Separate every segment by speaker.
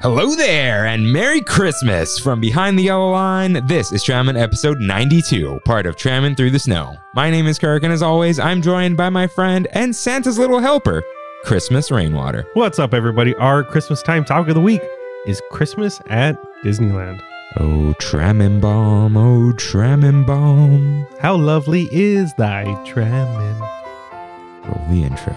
Speaker 1: Hello there and Merry Christmas from Behind the Yellow Line. This is Tramon episode 92, part of Tramon Through the Snow. My name is Kirk, and as always, I'm joined by my friend and Santa's little helper, Christmas Rainwater.
Speaker 2: What's up, everybody? Our Christmas time topic of the week is Christmas at Disneyland.
Speaker 1: Oh, Tramon Bomb, oh, Tramon Bomb.
Speaker 2: How lovely is thy trammin'?
Speaker 1: Roll the intro.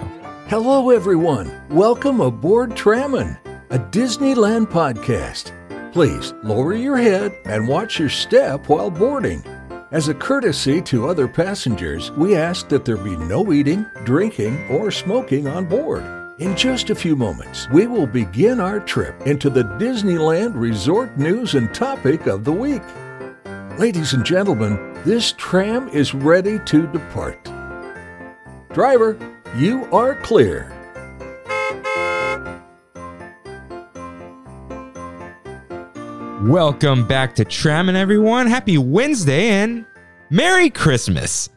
Speaker 3: Hello, everyone. Welcome aboard Tramon, a Disneyland podcast. Please lower your head and watch your step while boarding. As a courtesy to other passengers, we ask that there be no eating, drinking, or smoking on board. In just a few moments, we will begin our trip into the Disneyland Resort News and Topic of the Week. Ladies and gentlemen, this tram is ready to depart. Driver, you are clear.
Speaker 1: Welcome back to Tramon, everyone. Happy Wednesday and Merry Christmas.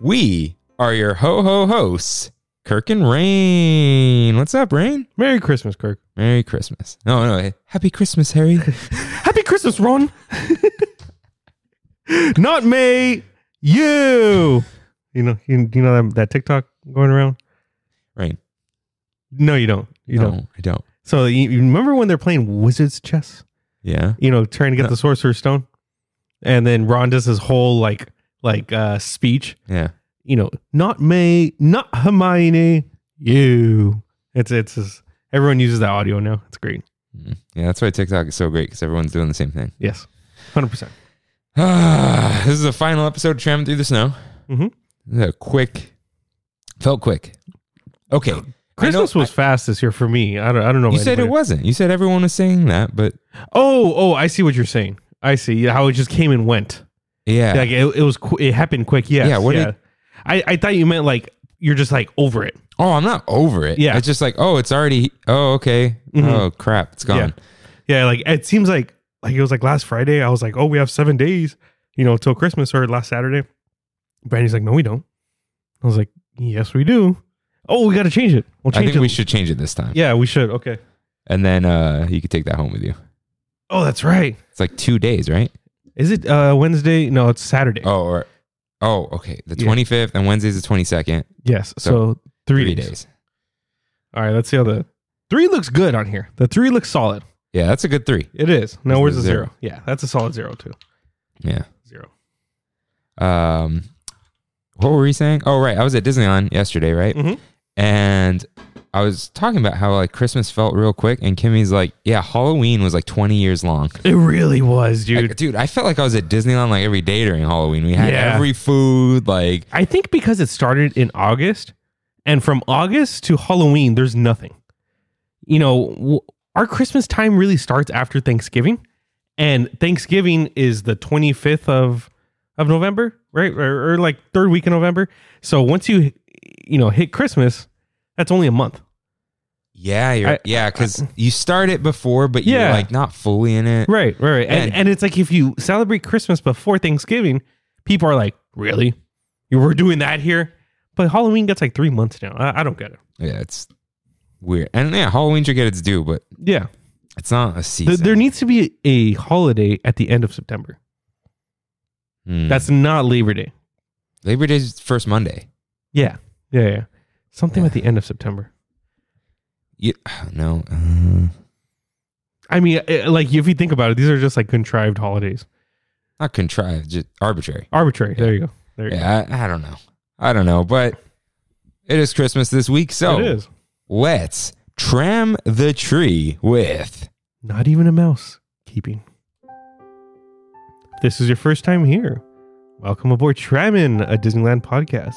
Speaker 1: We are your ho ho hosts, Kirk and Rain. What's up, Rain?
Speaker 2: Merry Christmas, Kirk.
Speaker 1: Merry Christmas. No, no, hey, Happy Christmas, Harry.
Speaker 2: Happy Christmas, Ron. Not me, you. You know, you, you know that, that TikTok going around.
Speaker 1: Rain.
Speaker 2: No, you don't. You
Speaker 1: no,
Speaker 2: don't.
Speaker 1: I don't.
Speaker 2: So you, you remember when they're playing Wizards chess?
Speaker 1: Yeah.
Speaker 2: You know, trying to get
Speaker 1: No.
Speaker 2: the Sorcerer's Stone, and then Ron does his whole like like uh speech,
Speaker 1: Yeah.
Speaker 2: you know, not me, not Hermione, you. It's it's it's- everyone uses that audio now. It's great.
Speaker 1: Mm. Yeah, that's why TikTok is so great because everyone's doing the same thing.
Speaker 2: Yes, hundred percent.
Speaker 1: Ah, this is the final episode of Tramming Through the Snow.
Speaker 2: Mhm.
Speaker 1: This is A quick, felt quick. Okay. I know-
Speaker 2: Christmas was fast this year for me. I don't I don't know.
Speaker 1: You
Speaker 2: about
Speaker 1: said it
Speaker 2: anybody-
Speaker 1: wasn't. You said everyone was saying that, but
Speaker 2: Oh oh, I see what you're saying. I see how it just came and went.
Speaker 1: yeah.
Speaker 2: Like it, it was qu- it happened quick. Yes,
Speaker 1: Yeah,
Speaker 2: yeah.
Speaker 1: what
Speaker 2: yeah.
Speaker 1: did-
Speaker 2: I I thought you meant like you're just like over it.
Speaker 1: Oh, I'm not over it.
Speaker 2: Yeah.
Speaker 1: It's just like, oh, it's already. Oh, okay.
Speaker 2: Mhm.
Speaker 1: Oh, crap. It's gone.
Speaker 2: Yeah, like it seems like like it was like last Friday. I was like, oh, we have seven days, you know, till Christmas or last Saturday. Brandy's like, no, we don't. I was like, yes, we do. Oh, we got to change it. We'll
Speaker 1: I
Speaker 2: change
Speaker 1: think
Speaker 2: it.
Speaker 1: we should change it this time.
Speaker 2: yeah, we should. Okay.
Speaker 1: And then uh, you could take that home with you.
Speaker 2: Oh, that's right.
Speaker 1: It's like two days, right?
Speaker 2: Is it uh, Wednesday? No, it's Saturday.
Speaker 1: Oh, or, oh, okay. The
Speaker 2: Yeah.
Speaker 1: 25th and Wednesday's the 22nd.
Speaker 2: yes. So,
Speaker 1: so
Speaker 2: three, days. All right. Let's see how the three looks good on here. The three looks solid.
Speaker 1: Yeah, that's a good three.
Speaker 2: It is. Now,
Speaker 1: It's
Speaker 2: where's
Speaker 1: the
Speaker 2: the
Speaker 1: zero.
Speaker 2: zero? Yeah, that's a solid zero too.
Speaker 1: Yeah.
Speaker 2: Zero.
Speaker 1: Um, what were we saying? Oh, right. I was at Disneyland yesterday, right?
Speaker 2: Mhm.
Speaker 1: And I was talking about how like Christmas felt real quick, and Kimmy's like, "Yeah, Halloween was like 20 years long."
Speaker 2: It really was, dude.
Speaker 1: Like, dude, I felt like I was at Disneyland like every day during Halloween. We had
Speaker 2: Yeah.
Speaker 1: every food, like
Speaker 2: I think because it started in August, and from August to Halloween, there's nothing. You know, w- our Christmas time really starts after Thanksgiving, and Thanksgiving is the 25th of of November, right, or, or like third week in November. So once you you know hit Christmas, that's only a month.
Speaker 1: yeah, you're,
Speaker 2: I-
Speaker 1: yeah, because you start it before, but you're
Speaker 2: Yeah.
Speaker 1: like not fully in it.
Speaker 2: Right, right, right. And,
Speaker 1: And-
Speaker 2: and it's like if you celebrate Christmas before Thanksgiving, people are like, "Really, you were doing that here?" But Halloween gets like three months now. I, I don't get it.
Speaker 1: Yeah, it's weird. And yeah, Halloween should get its due, but
Speaker 2: Yeah.
Speaker 1: it's not a
Speaker 2: Th-
Speaker 1: season.
Speaker 2: there needs to be a holiday at the end of September.
Speaker 1: Hmm.
Speaker 2: That's not Labor Day.
Speaker 1: Labor Day's first Monday.
Speaker 2: Yeah. Yeah. yeah. Something
Speaker 1: Yeah.
Speaker 2: at the end of September.
Speaker 1: You, no, uh,
Speaker 2: I mean, eh, like if you think about it, these are just like contrived holidays.
Speaker 1: not contrived, just arbitrary.
Speaker 2: Arbitrary. There you go. There you
Speaker 1: Yeah, I, I don't know. I don't know, but it is Christmas this week, so
Speaker 2: go. It is.
Speaker 1: let's tram the tree with.
Speaker 2: Not even a mouse keeping. If this is your first time here, welcome aboard Tramon, a Disneyland podcast,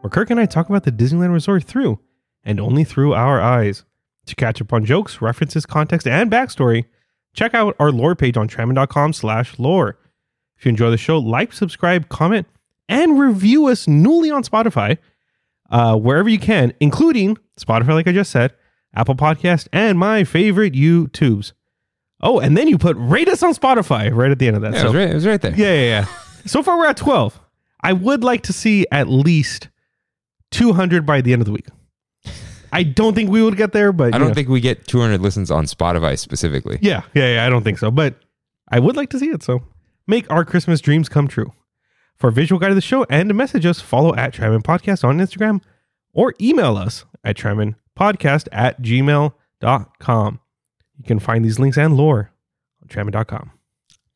Speaker 2: where Kirk and I talk about the Disneyland Resort through and only through our eyes. To catch up on jokes, references, context, and backstory, check out our lore page on tramon.com slash lore. If you enjoy the show, like, subscribe, comment, and review us newly on Spotify, uh, wherever you can, including Spotify, like I just said, Apple Podcast, and my favorite YouTubes. Oh, and then you put rate us on Spotify right at the end of that.
Speaker 1: Yeah, it, was right, it was right there.
Speaker 2: Yeah, yeah, yeah. so far, we're at 12. I would like to see at least 200 by the end of the week. I don't think we would get there, but
Speaker 1: I
Speaker 2: you
Speaker 1: don't
Speaker 2: know.
Speaker 1: think we get 200 listens on Spotify specifically.
Speaker 2: Yeah, yeah, yeah. I don't think so, but I would like to see it. So make our Christmas dreams come true. For a visual guide of the show and to message us, follow at Tryman Podcast on Instagram or email us at Podcast at gmail.com. You can find these links and lore on Tryman.com.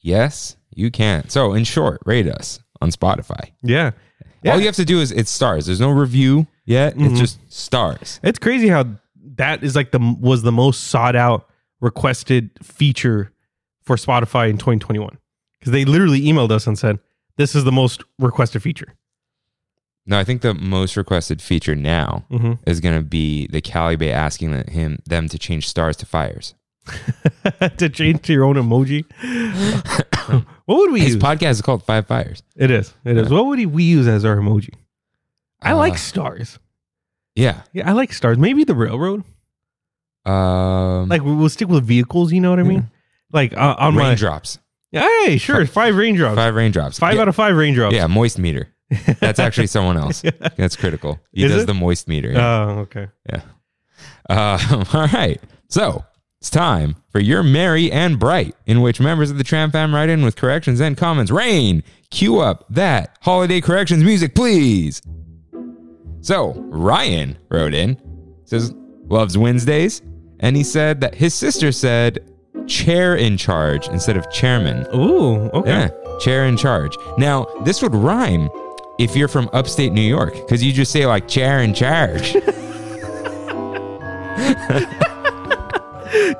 Speaker 1: Yes, you can. So, in short, rate us on Spotify.
Speaker 2: Yeah. Yeah.
Speaker 1: All you have to do is it's stars. There's no review yet.
Speaker 2: Mhm.
Speaker 1: It's just stars.
Speaker 2: It's crazy how that is like the was the most sought out requested feature for Spotify in 2021 because they literally emailed us and said this is the most requested feature.
Speaker 1: No, I think the most requested feature now
Speaker 2: Mm-hmm.
Speaker 1: is going to be the Cali Bay asking that- him them to change stars to fires.
Speaker 2: to change to your own emoji. what would we
Speaker 1: His
Speaker 2: use?
Speaker 1: podcast is called Five Fires.
Speaker 2: it is. It is. What would we use as our emoji? I
Speaker 1: Uh,
Speaker 2: like stars.
Speaker 1: Yeah.
Speaker 2: Yeah, I like stars. Maybe the railroad.
Speaker 1: Um,
Speaker 2: Like we- we'll stick with vehicles. You know what I mean? Like uh, on
Speaker 1: raindrops.
Speaker 2: my. Hey, sure. Five raindrops. Five,
Speaker 1: Five raindrops. yeah.
Speaker 2: out of five raindrops.
Speaker 1: Yeah, moist meter. That's actually someone else. That's critical. He
Speaker 2: Is
Speaker 1: does
Speaker 2: it?
Speaker 1: the moist meter. yeah.
Speaker 2: Oh, okay.
Speaker 1: Uh, all right. So it's time for your merry and bright, in which members of the Tram Fam write in with corrections and comments. Rain, cue up that holiday corrections music, please. So Ryan wrote in, says loves Wednesdays, and he said that his sister said chair in charge instead of chairman.
Speaker 2: Ooh, okay.
Speaker 1: Yeah, chair in charge. Now, this would rhyme if you're from upstate New York, because you just say like chair in charge.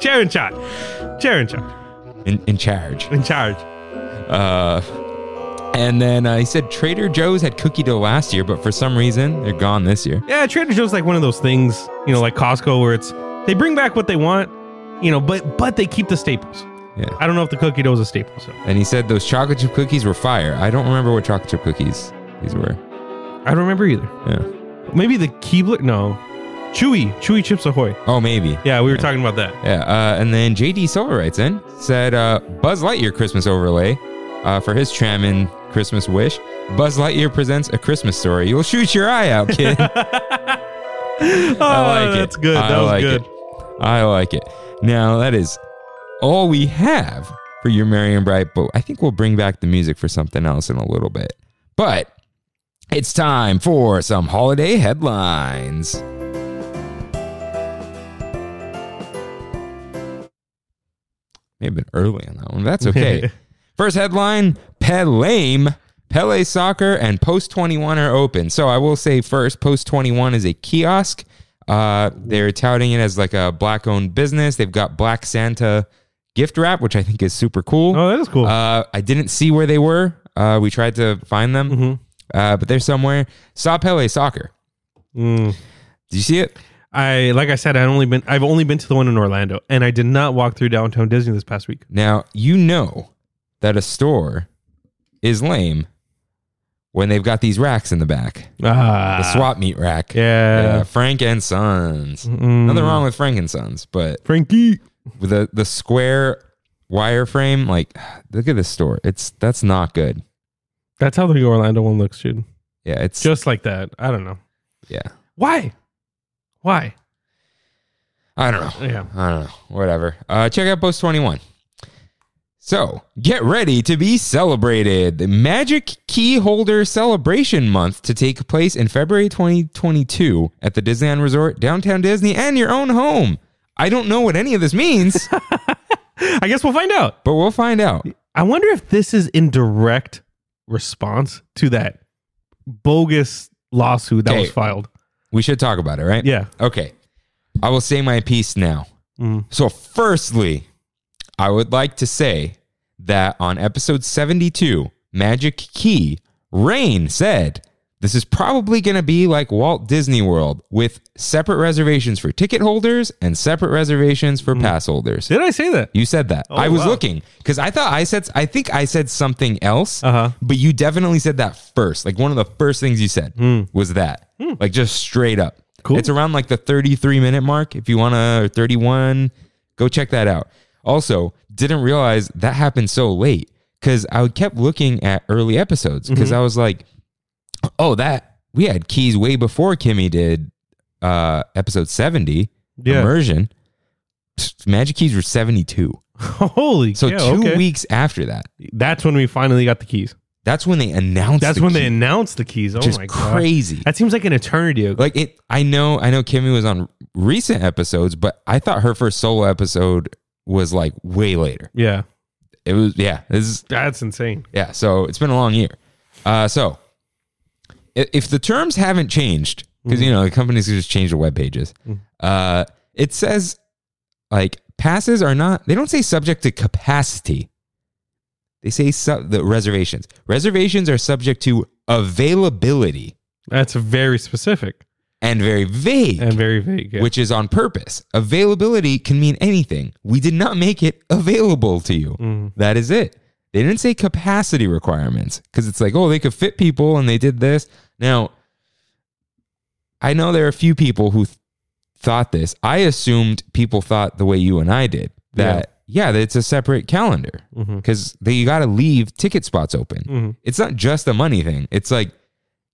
Speaker 2: Chair in charge. Chair in charge.
Speaker 1: in, in charge.
Speaker 2: In charge.
Speaker 1: Uh, and then uh, he said Trader Joe's had cookie dough last year, but for some reason they're gone this year.
Speaker 2: Yeah, Trader Joe's like one of those things, you know, like Costco, where it's they bring back what they want, you know, but but they keep the staples.
Speaker 1: Yeah.
Speaker 2: I don't know if the cookie dough is a staple. So
Speaker 1: And he said those chocolate chip cookies were fire. I don't remember what chocolate chip cookies these were.
Speaker 2: I don't remember either.
Speaker 1: Yeah.
Speaker 2: Maybe the Keebler. No, Chewy. Chewy Chips Ahoy.
Speaker 1: Oh, maybe.
Speaker 2: Yeah, we were talking about that.
Speaker 1: Yeah. Uh, and then JD Silver writes in said uh, Buzz Lightyear Christmas overlay uh, for his Tramin Christmas wish. Buzz Lightyear presents a Christmas story. You'll shoot your eye out, kid.
Speaker 2: Oh,
Speaker 1: I like it.
Speaker 2: that's good.
Speaker 1: I
Speaker 2: that was
Speaker 1: like
Speaker 2: good.
Speaker 1: It. I like it. Now that is all we have for your merry and bright. But I think we'll bring back the music for something else in a little bit. But it's time for some holiday headlines. May have been early on that one. but That's okay. First headline Pelame. Pele Soccer and Post 21 are open. So I will say first, Post 21 is a kiosk. Uh, they're touting it as like a black owned business. They've got Black Santa gift wrap, which I think is super cool.
Speaker 2: Oh, that is cool.
Speaker 1: Uh, I didn't see where they were. Uh, we tried to find them,
Speaker 2: Mhm.
Speaker 1: uh, but they're somewhere. Saw Pele Soccer.
Speaker 2: Mm.
Speaker 1: Did you see it?
Speaker 2: I like I said, I only been I've only been to the one in Orlando, and I did not walk through downtown Disney this past week.
Speaker 1: Now, you know that a store is lame when they've got these racks in the back
Speaker 2: Ah,
Speaker 1: the swap meet rack.
Speaker 2: Yeah.
Speaker 1: Uh, Frank and Sons.
Speaker 2: Mm.
Speaker 1: Nothing wrong with Frank and Sons, but
Speaker 2: Frankie.
Speaker 1: with the the square wireframe, like look at this store. It's that's not good.
Speaker 2: That's how the Orlando one looks, dude.
Speaker 1: Yeah, it's
Speaker 2: Just like that. I don't know
Speaker 1: yeah.
Speaker 2: why. Why?
Speaker 1: I don't know.
Speaker 2: Yeah.
Speaker 1: I don't know. Whatever. Uh, check out Post 21. So get ready to be celebrated. The Magic Key Holder Celebration Month to take place in February 2022 at the Disneyland Resort, downtown Disney, and your own home. I don't know what any of this means,
Speaker 2: I guess we'll find out.
Speaker 1: but we'll find out.
Speaker 2: I wonder if this is in direct response to that bogus lawsuit that
Speaker 1: Okay.
Speaker 2: was filed.
Speaker 1: We should talk about it, right?
Speaker 2: Yeah.
Speaker 1: Okay. I will say my piece now.
Speaker 2: Mm.
Speaker 1: So, firstly, I would like to say that on episode 72, Magic Key, Rain said, This is probably going to be like Walt Disney World with separate reservations for ticket holders and separate reservations for pass holders.
Speaker 2: Did I say that?
Speaker 1: You said that.
Speaker 2: Mm. Oh,
Speaker 1: I was
Speaker 2: wow.
Speaker 1: looking because I thought I said, I think I said something else,
Speaker 2: Uh-huh.
Speaker 1: but you definitely said that first. Like one of the first things you said was that, like just straight up.
Speaker 2: Hmm. Cool.
Speaker 1: It's around like the 33 minute mark. If you want to, or 31, go check that out. Also, didn't realize that happened so late because I kept looking at early
Speaker 2: Mm-hmm.
Speaker 1: episodes because I was like, oh, that we had keys way before Kimmy did uh, episode 70,
Speaker 2: Yeah.
Speaker 1: immersion, pfft, Magic Keys were 72.
Speaker 2: Holy
Speaker 1: So
Speaker 2: cow,
Speaker 1: two
Speaker 2: okay.
Speaker 1: weeks after that,
Speaker 2: That's when we finally got the keys.
Speaker 1: that's when they announced.
Speaker 2: That's
Speaker 1: the
Speaker 2: when they
Speaker 1: key-
Speaker 2: announced the keys. Oh
Speaker 1: Just
Speaker 2: my god.
Speaker 1: crazy.
Speaker 2: That seems like an eternity ago.
Speaker 1: Like it, I know, I know. Kimmy was on recent episodes, but I thought her first solo episode was like way later.
Speaker 2: yeah.
Speaker 1: It was, yeah, this is,
Speaker 2: That's insane.
Speaker 1: yeah. So it's been a long year. Uh, so i- if the terms haven't changed, because
Speaker 2: Mm.
Speaker 1: you know the companies can just change the web pages, uh, it says like passes are not. They don't say subject to capacity. They say su- the reservations. Reservations are subject to availability
Speaker 2: That's very specific
Speaker 1: and very vague.
Speaker 2: and very vague. yeah.
Speaker 1: which is on purpose. Availability can mean anything. We did not make it available to you.
Speaker 2: Mhm.
Speaker 1: That is it. They didn't say capacity requirements because it's like, oh, they could fit people and they did this. Now, I know there are a few people who th- thought this. I assumed people thought the way you and I did that, yeah, that it's a separate calendar
Speaker 2: Mhm.
Speaker 1: because you got to leave ticket spots open.
Speaker 2: Mhm.
Speaker 1: It's not just the money thing. It's like,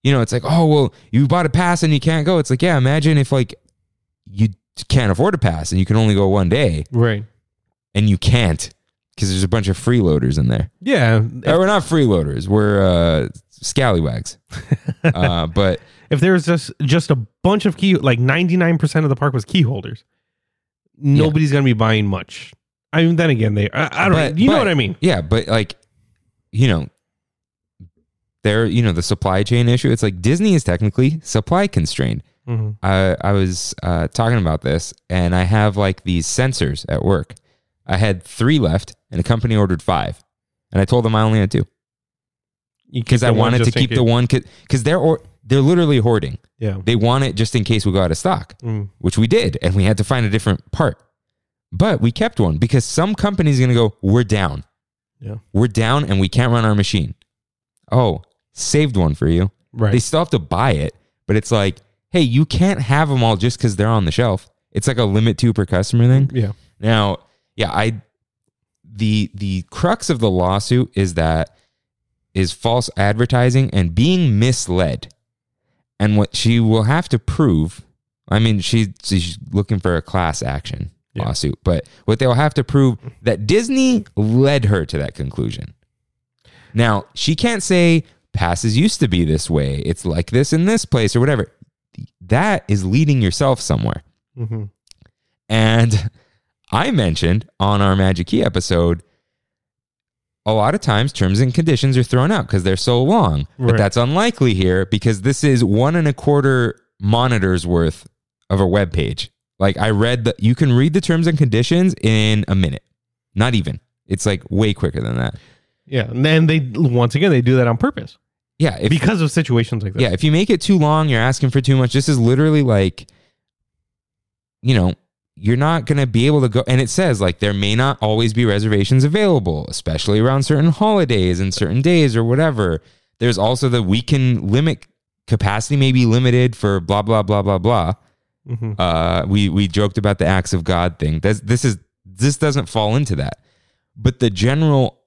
Speaker 1: you know, it's like, oh, well, you bought a pass and you can't go. It's like, yeah, imagine if like you can't afford a pass and you can only go one day
Speaker 2: Right.
Speaker 1: and you can't because there's a bunch of freeloaders in there.
Speaker 2: Yeah.
Speaker 1: Or
Speaker 2: If,
Speaker 1: we're not freeloaders. We're uh, scallywags. uh, but
Speaker 2: if there was just just a bunch of key like 99% of the park was key holders, nobody's going to be buying much. I mean then again they I, I don't
Speaker 1: But-
Speaker 2: you know
Speaker 1: but-
Speaker 2: what I mean.
Speaker 1: yeah, but like, you know, there, you know, the supply chain issue. It's like Disney is technically supply constrained.
Speaker 2: Mhm.
Speaker 1: I, I was uh, talking about this, and I have like these sensors at work. I had three left, and a company ordered five, and I told them I only had two
Speaker 2: You keep
Speaker 1: because I
Speaker 2: the one
Speaker 1: wanted to
Speaker 2: just in
Speaker 1: keep
Speaker 2: case.
Speaker 1: the one because they're or, they're literally hoarding.
Speaker 2: Yeah.
Speaker 1: They want it just in case we go out of stock,
Speaker 2: Mm.
Speaker 1: which we did, and we had to find a different part. But we kept one because some company's going to go, we're down.
Speaker 2: Yeah.
Speaker 1: We're down, and we can't run our machine. Oh, saved one for you.
Speaker 2: Right.
Speaker 1: They still have to buy it, but it's like, hey, you can't have them all just because they're on the shelf. It's like a limit two per customer thing.
Speaker 2: yeah.
Speaker 1: Now, yeah, I the the crux of the lawsuit is that is false advertising and being misled. And what she will have to prove, I mean, she, she's looking for a class action
Speaker 2: Yeah.
Speaker 1: lawsuit, but what they'll have to prove that Disney led her to that conclusion. Now, she can't say passes used to be this way. It's like this in this place or whatever. That is leading yourself somewhere.
Speaker 2: hmm
Speaker 1: And I mentioned on our Magic Key episode, a lot of times terms and conditions are thrown out because they're so long. But
Speaker 2: Right.
Speaker 1: that's unlikely here because this is one and a quarter monitors worth of a web page. Like I read that you can read the terms and conditions in a minute. Not even. It's like way quicker than that.
Speaker 2: Yeah. And then they once again they do that on purpose
Speaker 1: Yeah. If,
Speaker 2: because of situations like that.
Speaker 1: yeah. If you make it too long, you're asking for too much. This is literally like, you know, you're not going to be able to go. And it says, like, there may not always be reservations available, especially around certain holidays and certain days or whatever. There's also the we can limit capacity, may be limited for blah, blah, blah, blah, blah.
Speaker 2: hmm
Speaker 1: Uh, we, we joked about the acts of God thing. This, this is, this doesn't fall into that. But the general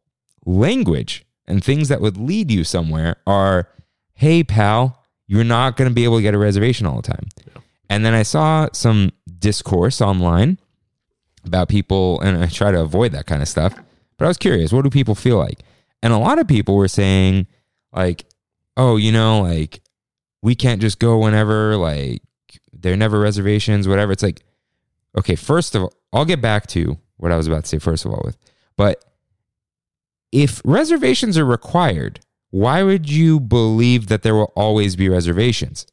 Speaker 1: language and things that would lead you somewhere are hey pal you're not going to be able to get a reservation all the time and then i saw some discourse online about people and i try to avoid that kind of stuff but i was curious what do people feel like and a lot of people were saying like oh you know like we can't just go whenever like there are never reservations whatever it's like okay first of all i'll get back to what i was about to say first of all with but if reservations are required, why would you believe that there will always be reservations?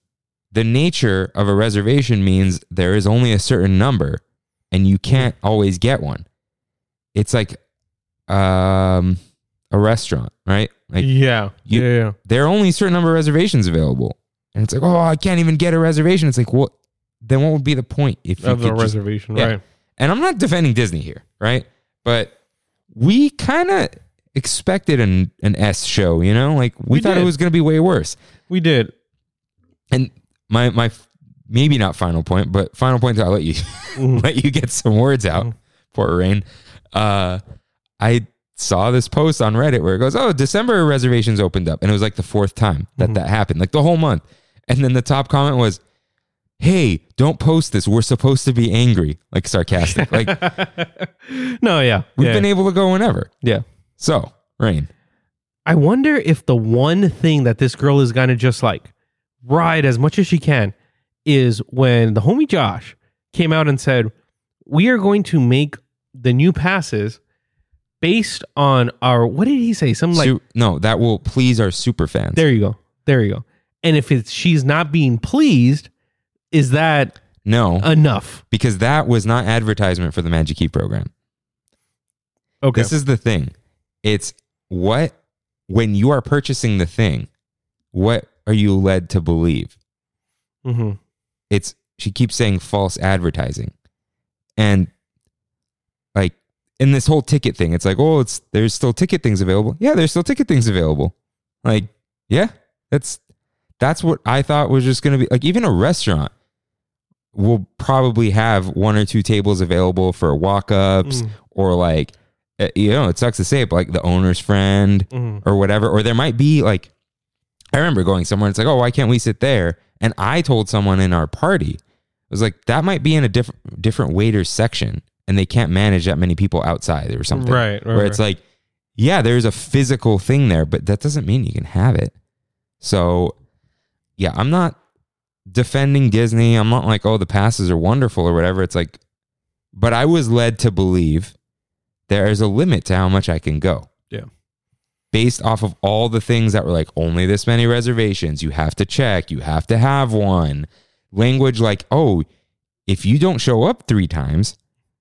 Speaker 1: The nature of a reservation means there is only a certain number and you can't always get one. It's like um, a restaurant, right? Like
Speaker 2: yeah.
Speaker 1: you-
Speaker 2: yeah. Yeah.
Speaker 1: there are only a certain number of reservations available. And it's like, oh, I can't even get a reservation. It's like, well, then what would be the point if you
Speaker 2: Of the
Speaker 1: could just
Speaker 2: reservation.
Speaker 1: yeah.
Speaker 2: Right.
Speaker 1: and I'm not defending Disney here, right? But we kind of expected an an S show, you know? Like we,
Speaker 2: We
Speaker 1: thought it
Speaker 2: did.
Speaker 1: was going to be way worse.
Speaker 2: We did.
Speaker 1: And my my f- maybe not final point, but final point that I'll let you
Speaker 2: Mhm.
Speaker 1: let you get some words out.
Speaker 2: Mm-hmm.
Speaker 1: Poor Rain. Uh, I saw this post on Reddit where it goes, "Oh, December reservations
Speaker 2: Mm-hmm.
Speaker 1: opened up," and it was like the fourth time that that happened, like the whole month. And then the top comment was, hey, don't post this. We're supposed to be angry, like sarcastic. Like
Speaker 2: no, yeah.
Speaker 1: we've
Speaker 2: yeah.
Speaker 1: been able to go whenever.
Speaker 2: Yeah.
Speaker 1: So, Rain,
Speaker 2: I wonder if the one thing that this girl is gonna just like ride as much as she can is when the homie Josh came out and said, "We are going to make the new passes based on our what did he say? Some like
Speaker 1: su- no, that will please our super fans.
Speaker 2: there you go, there you go." And if it's she's not being pleased, is that
Speaker 1: no,
Speaker 2: Uh, enough?
Speaker 1: because that was not advertisement for the Magic Key program.
Speaker 2: Okay,
Speaker 1: This is the thing. It's what when you are purchasing the thing, what are you led to believe?
Speaker 2: mm-hmm.
Speaker 1: It's she keeps saying false advertising. And like in this whole ticket thing, it's like, "Oh, it's there's still ticket things available." Yeah, there's still ticket things available. Like, yeah, that's that's what I thought was just going to be like even a restaurant will probably have one or two tables available for walk-ups
Speaker 2: Mm.
Speaker 1: or like uh, you know, it sucks to say it, but like the owner's friend
Speaker 2: Mm-hmm.
Speaker 1: or whatever. Or there might be like, I remember going somewhere. And it's like, oh, why can't we sit there? And I told someone in our party, it was like that might be in a different different waiters section, and they can't manage that many people outside or something.
Speaker 2: Right, right,
Speaker 1: Where it's like, yeah, there's a physical thing there, but that doesn't mean you can have it. So, yeah, I'm not defending Disney. I'm not like, oh, the passes are wonderful or whatever. It's like, but I was led to believe there is a limit to how much I can go.
Speaker 2: Yeah.
Speaker 1: Based off of all the things that were like, only this many reservations, you have to check, you have to have one. Language like, oh, if you don't show up three times,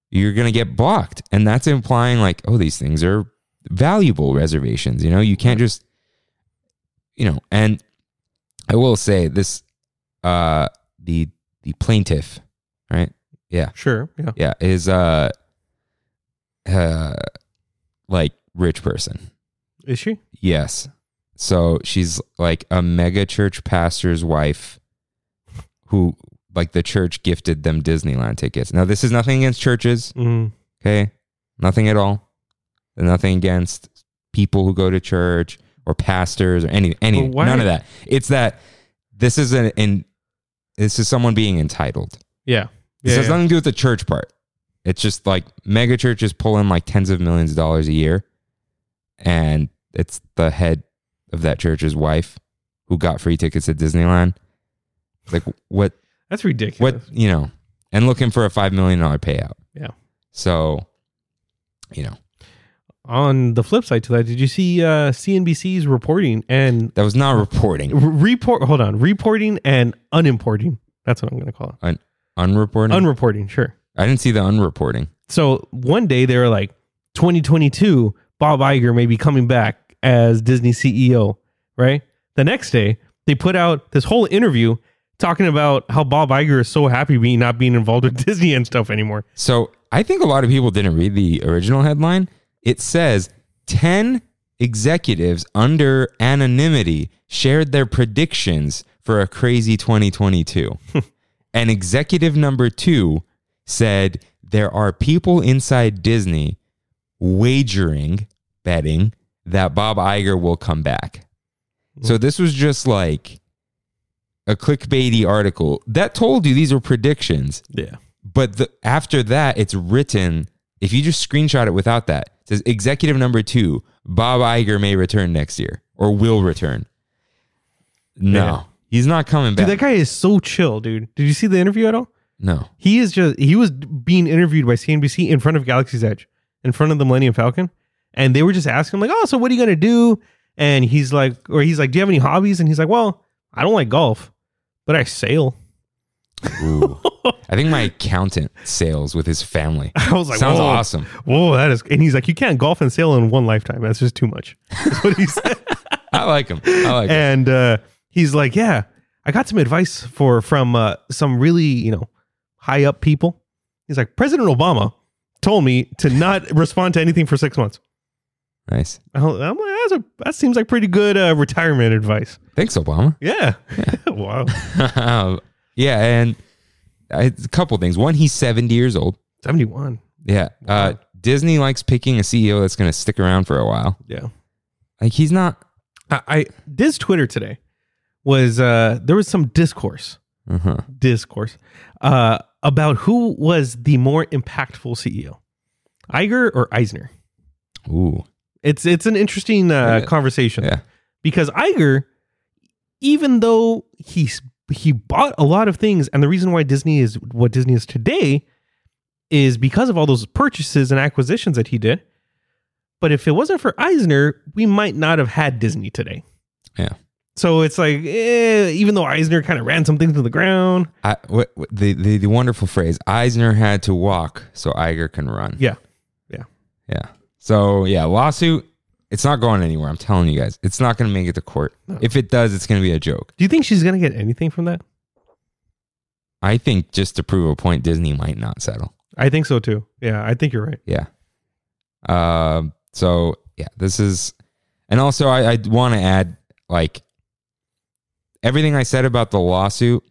Speaker 1: you're going to get blocked. And that's implying like, oh, these things are valuable reservations. You know, you can't just, you know, and I will say this, uh, the, the plaintiff, right?
Speaker 2: sure, yeah.
Speaker 1: yeah is uh uh like rich person
Speaker 2: Is she?
Speaker 1: yes so she's like a mega church pastor's wife who like the church gifted them disneyland tickets now this is nothing against churches
Speaker 2: Mm.
Speaker 1: okay nothing at all nothing against people who go to church or pastors or any any
Speaker 2: Well, why-
Speaker 1: none of that it's that this is an in this is someone being entitled
Speaker 2: Yeah,
Speaker 1: this
Speaker 2: yeah,
Speaker 1: has
Speaker 2: yeah.
Speaker 1: nothing to do with the church part. It's just like mega churches pulling like tens of millions of dollars a year, and it's the head of that church's wife who got free tickets at Disneyland. Like what?
Speaker 2: That's ridiculous.
Speaker 1: What you know? And looking for a five million dollar payout.
Speaker 2: Yeah.
Speaker 1: So, you know,
Speaker 2: on the flip side to that, did you see uh, CNBC's reporting and
Speaker 1: that was not reporting,
Speaker 2: re- report? Hold on, reporting and unimporting. That's what I'm going to call it.
Speaker 1: unreporting.
Speaker 2: Unreporting, sure.
Speaker 1: I didn't see the unreporting.
Speaker 2: So one day they were like, 2022, Bob Iger may be coming back as Disney CEO, right? The next day they put out this whole interview talking about how Bob Iger is so happy being not being involved with Disney and stuff anymore.
Speaker 1: So I think a lot of people didn't read the original headline. It says 10 executives under anonymity shared their predictions for a crazy 2022. and executive number two said there are people inside Disney wagering, betting that Bob Iger will come back. So this was just like a clickbaity article that told you these were predictions
Speaker 2: Yeah.
Speaker 1: but the, after that, it's written. If you just screenshot it without that, it says executive number two, Bob Iger may return next year or will return. No,
Speaker 2: Yeah.
Speaker 1: he's not coming back.
Speaker 2: Dude, that guy is so chill, dude. Did you see the interview at all?
Speaker 1: no,
Speaker 2: He is just he was being interviewed by CNBC in front of Galaxy's Edge, in front of the Millennium Falcon, and they were just asking him like, "Oh, so what are you gonna do?" And he's like, or he's like, "Do you have any hobbies?" And he's like, "Well, I don't like golf, but I sail."
Speaker 1: Ooh. I think my accountant sails with his family.
Speaker 2: I was like,
Speaker 1: Sounds
Speaker 2: whoa,
Speaker 1: awesome.
Speaker 2: Whoa, that is, and he's like, "You can't golf and sail in one lifetime. That's just too much." That's what he said.
Speaker 1: I like him. I like him.
Speaker 2: and uh, he's like, "Yeah, I got some advice for from uh, some really you know high up people." He's like, "President Obama told me to not respond to anything for six months."
Speaker 1: Nice.
Speaker 2: I'm like, That's a, that seems like pretty good uh, retirement advice.
Speaker 1: Thanks, Obama.
Speaker 2: Yeah. wow.
Speaker 1: yeah, and I, a couple things. One, he's seventy years old.
Speaker 2: 71.
Speaker 1: Yeah, uh,
Speaker 2: Wow.
Speaker 1: Disney likes picking a CEO that's going to stick around for a while.
Speaker 2: Yeah.
Speaker 1: Like he's not.
Speaker 2: I, I Diz Twitter today was uh there was some discourse
Speaker 4: Uh-huh.
Speaker 1: Mm-hmm.
Speaker 2: discourse uh, about who was the more impactful CEO, Iger or Eisner.
Speaker 1: Ooh.
Speaker 2: It's it's an interesting uh,
Speaker 4: Yeah.
Speaker 2: conversation
Speaker 4: Yeah.
Speaker 2: because Iger, even though he's he bought a lot of things, and the reason why Disney is what Disney is today is because of all those purchases and acquisitions that he did. But if it wasn't for Eisner, we might not have had Disney today.
Speaker 4: Yeah.
Speaker 2: So it's like, eh, even though Eisner kind of ran some things to the ground,
Speaker 1: I, what, what, the, the the wonderful phrase Eisner had to walk so Iger can run.
Speaker 2: Yeah. Yeah.
Speaker 1: Yeah. So yeah, lawsuit. It's not going anywhere. I'm telling you guys, it's not going to make it to court. If it does, it's going to be a joke.
Speaker 2: Do you think she's gonna get anything from that?
Speaker 1: I think just to prove a point, Disney might not settle.
Speaker 2: I think so too. Yeah, I think you're right.
Speaker 1: Yeah. Um. so yeah, this is, and also I, I want to add like everything I said about the lawsuit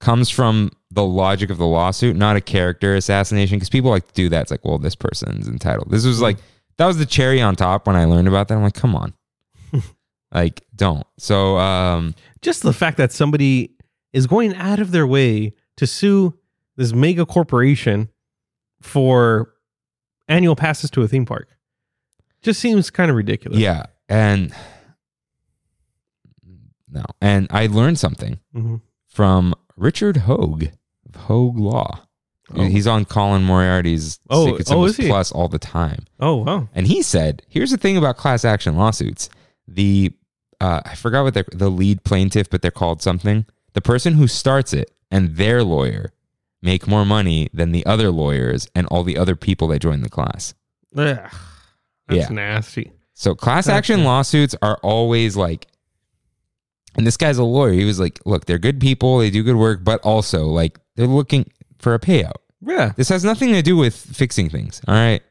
Speaker 1: comes from the logic of the lawsuit, not a character assassination. Because people like to do that. It's like, well, this person's entitled. This was like that was the cherry on top when I learned about that. I'm like, come on, like don't. So um,
Speaker 2: Just the fact that somebody is going out of their way to sue this mega corporation for annual passes to a theme park just seems kind of ridiculous.
Speaker 1: yeah, and no, and I learned something.
Speaker 2: hmm
Speaker 1: from Richard Hogue of Hogue Law.
Speaker 2: Oh.
Speaker 1: He's on Colin Moriarty's
Speaker 2: Oh,
Speaker 1: Sick and
Speaker 2: oh,
Speaker 1: Simmons
Speaker 2: is he?
Speaker 1: Plus all the time.
Speaker 2: Oh wow.
Speaker 1: And he said, here's the thing about class action lawsuits. The uh, I forgot what they're the lead plaintiff, but they're called something. The person who starts it and their lawyer make more money than the other lawyers and all the other people that join the class.
Speaker 2: Ugh,
Speaker 1: Yeah.
Speaker 2: that's nasty.
Speaker 1: So class
Speaker 2: Gotcha.
Speaker 1: action lawsuits are always like, and this guy's a lawyer. He was like, look, they're good people. They do good work, but also like they're looking for a payout.
Speaker 2: Yeah.
Speaker 1: This has nothing to do with fixing things. All right.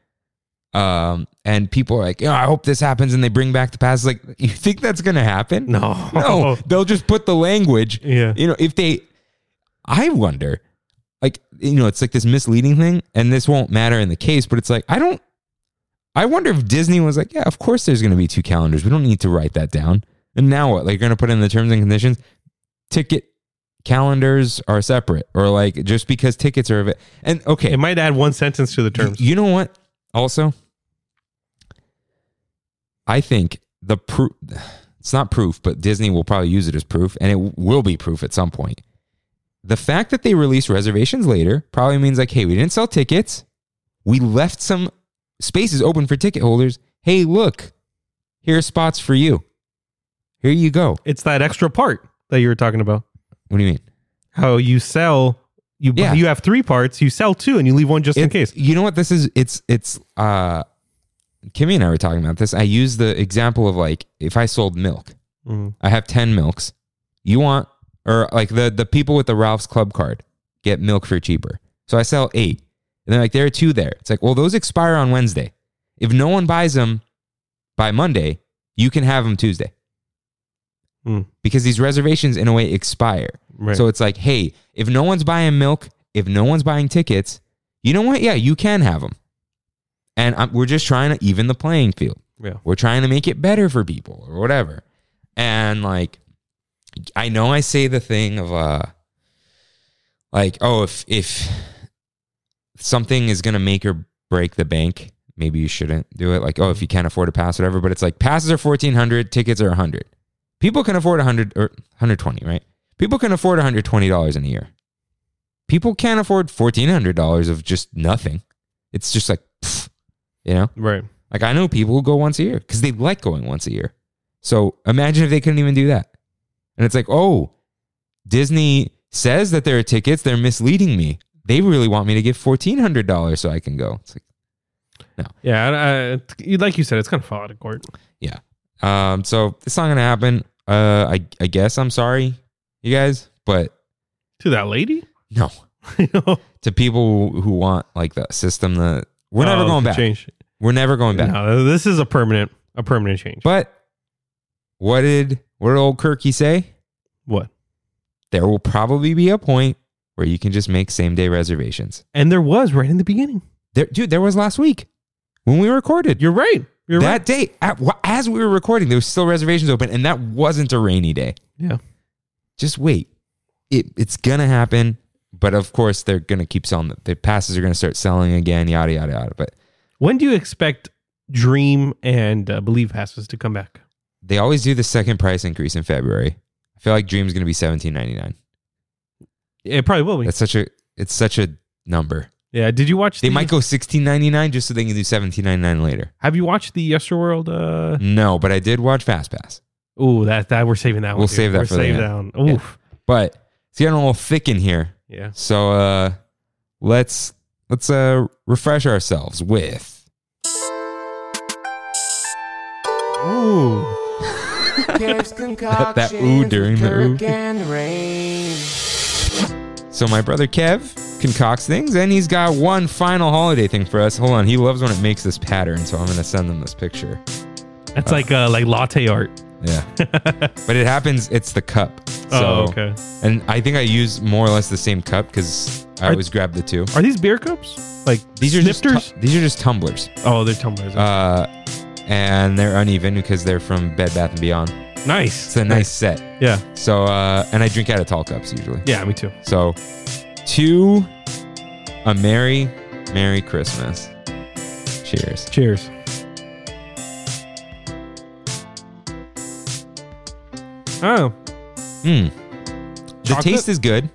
Speaker 1: Um, and people are like, yeah, I hope this happens. And they bring back the past. Like, you think that's going to happen?
Speaker 2: No.
Speaker 1: No, they'll just put the language,
Speaker 2: Yeah.
Speaker 1: you know, if they, I wonder, like, you know, it's like this misleading thing and this won't matter in the case, but it's like, I don't, I wonder if Disney was like, yeah, of course there's going to be two calendars. We don't need to write that down. And now what? Like, you're going to put in the terms and conditions. Ticket calendars are separate or like just because tickets are, av- and okay.
Speaker 2: It might add one sentence to the
Speaker 1: Y-
Speaker 2: terms.
Speaker 1: You know what? Also, I think the proof. It's not proof, but Disney will probably use it as proof, and it w- will be proof at some point. The fact that they release reservations later probably means like, hey, we didn't sell tickets. We left some spaces open for ticket holders. Hey, look, here are spots for you. Here you go.
Speaker 2: It's that extra part that you were talking about.
Speaker 1: What do you mean?
Speaker 2: How you sell you
Speaker 1: Yeah.
Speaker 2: you have three parts, you sell two and you leave one just in
Speaker 1: It-
Speaker 2: case.
Speaker 1: You know what this is? It's it's uh Kimmy and I were talking about this. I use the example of like if I sold milk,
Speaker 2: Mhm.
Speaker 1: I have 10 milks. You want or like the the people with the Ralph's Club card get milk for cheaper. So I sell 8. And they're like there are two there. It's like, "Well, those expire on Wednesday. If no one buys them by Monday, you can have them Tuesday."
Speaker 2: Mm.
Speaker 1: Because these reservations in a way expire.
Speaker 2: Right.
Speaker 1: So it's like, hey, if no one's buying milk, if no one's buying tickets, you know what? Yeah, you can have them. And I'm, we're just trying to even the playing field.
Speaker 2: Yeah.
Speaker 1: We're trying to make it better for people or whatever. And like, I know I say the thing of uh, like, oh, if if something is gonna make or break the bank, maybe you shouldn't do it. Like, oh, if you can't afford a pass, whatever. But it's like passes are fourteen hundred, tickets are hundred. People can afford hundred or hundred twenty, right? People can afford one hundred twenty dollars in a year. People can't afford fourteen hundred dollars of just nothing. It's just like, pff, you know.
Speaker 2: right.
Speaker 1: Like I know people who go once a year because they like going once a year. So imagine if they couldn't even do that. And it's like, oh, Disney says that there are tickets. They're misleading me. They really want me to give fourteen hundred dollars so I can go. It's like,
Speaker 2: Yeah, I- I, it's- you- like you said, it's gonna fall out of court.
Speaker 1: um, so it's not gonna happen. Uh, I I guess I'm sorry, you guys, but
Speaker 2: To that lady?
Speaker 1: no. To people who want like the system that we're never
Speaker 2: Oh,
Speaker 1: going
Speaker 2: to
Speaker 1: back.
Speaker 2: Change.
Speaker 1: We're never going back.
Speaker 2: No, this is a permanent, a permanent change.
Speaker 1: But what did what did old Kirky say?
Speaker 2: what?
Speaker 1: there will probably be a point where you can just make same day reservations.
Speaker 2: And there was right in the beginning.
Speaker 1: There, dude, there was last week when we recorded.
Speaker 2: You're right. You're
Speaker 1: that
Speaker 2: right.
Speaker 1: day, at, wh- as we were recording, there was still reservations open, and that wasn't a rainy day.
Speaker 2: Yeah.
Speaker 1: Just wait. it, it's gonna happen. But of course, they're gonna keep selling. The, the passes are gonna start selling again. Yada yada yada. But
Speaker 2: When do you expect Dream and uh, Believe passes to come back?
Speaker 1: they always do the second price increase in February. I feel like Dream's gonna be seventeen ninety nine.
Speaker 2: It probably will be.
Speaker 1: That's such a it's such a number.
Speaker 2: yeah. Did you watch?
Speaker 1: They
Speaker 2: the,
Speaker 1: might go sixteen ninety nine just so they can do seventeen ninety nine later.
Speaker 2: Have you watched the Yesterworld? Uh,
Speaker 1: No, but I did watch Fast Pass.
Speaker 2: oh, that that we're saving that one.
Speaker 1: We'll
Speaker 2: dude.
Speaker 1: save that
Speaker 2: We're
Speaker 1: for the
Speaker 2: saving
Speaker 1: end.
Speaker 2: that one. Oof.
Speaker 1: But it's getting a little thick in here.
Speaker 2: Yeah.
Speaker 1: So uh let's let's uh refresh ourselves with
Speaker 2: Ooh.
Speaker 1: that, that ooh during the ooh. So my brother Kev concocts things and he's got one final holiday thing for us. Hold on, he loves when it makes this pattern, so I'm gonna send him this picture.
Speaker 2: That's like uh, like latte art.
Speaker 1: Yeah. but it happens, it's the cup. So
Speaker 2: oh, okay.
Speaker 1: and I think I use more or less the same cup because I
Speaker 2: Are-
Speaker 1: always grab the two.
Speaker 2: Are these beer cups? Like
Speaker 1: These are
Speaker 2: snifters?
Speaker 1: just tu- these are just tumblers.
Speaker 2: oh, they're tumblers.
Speaker 1: Uh and they're uneven because they're from Bed Bath and Beyond.
Speaker 2: nice.
Speaker 1: It's a nice set.
Speaker 2: Yeah.
Speaker 1: So, uh, and I drink out of tall cups usually.
Speaker 2: Yeah. Me too.
Speaker 1: So, to a merry, merry Christmas. Cheers.
Speaker 2: Cheers. Oh,
Speaker 1: Mm. The
Speaker 2: Chocolate?
Speaker 1: taste is good,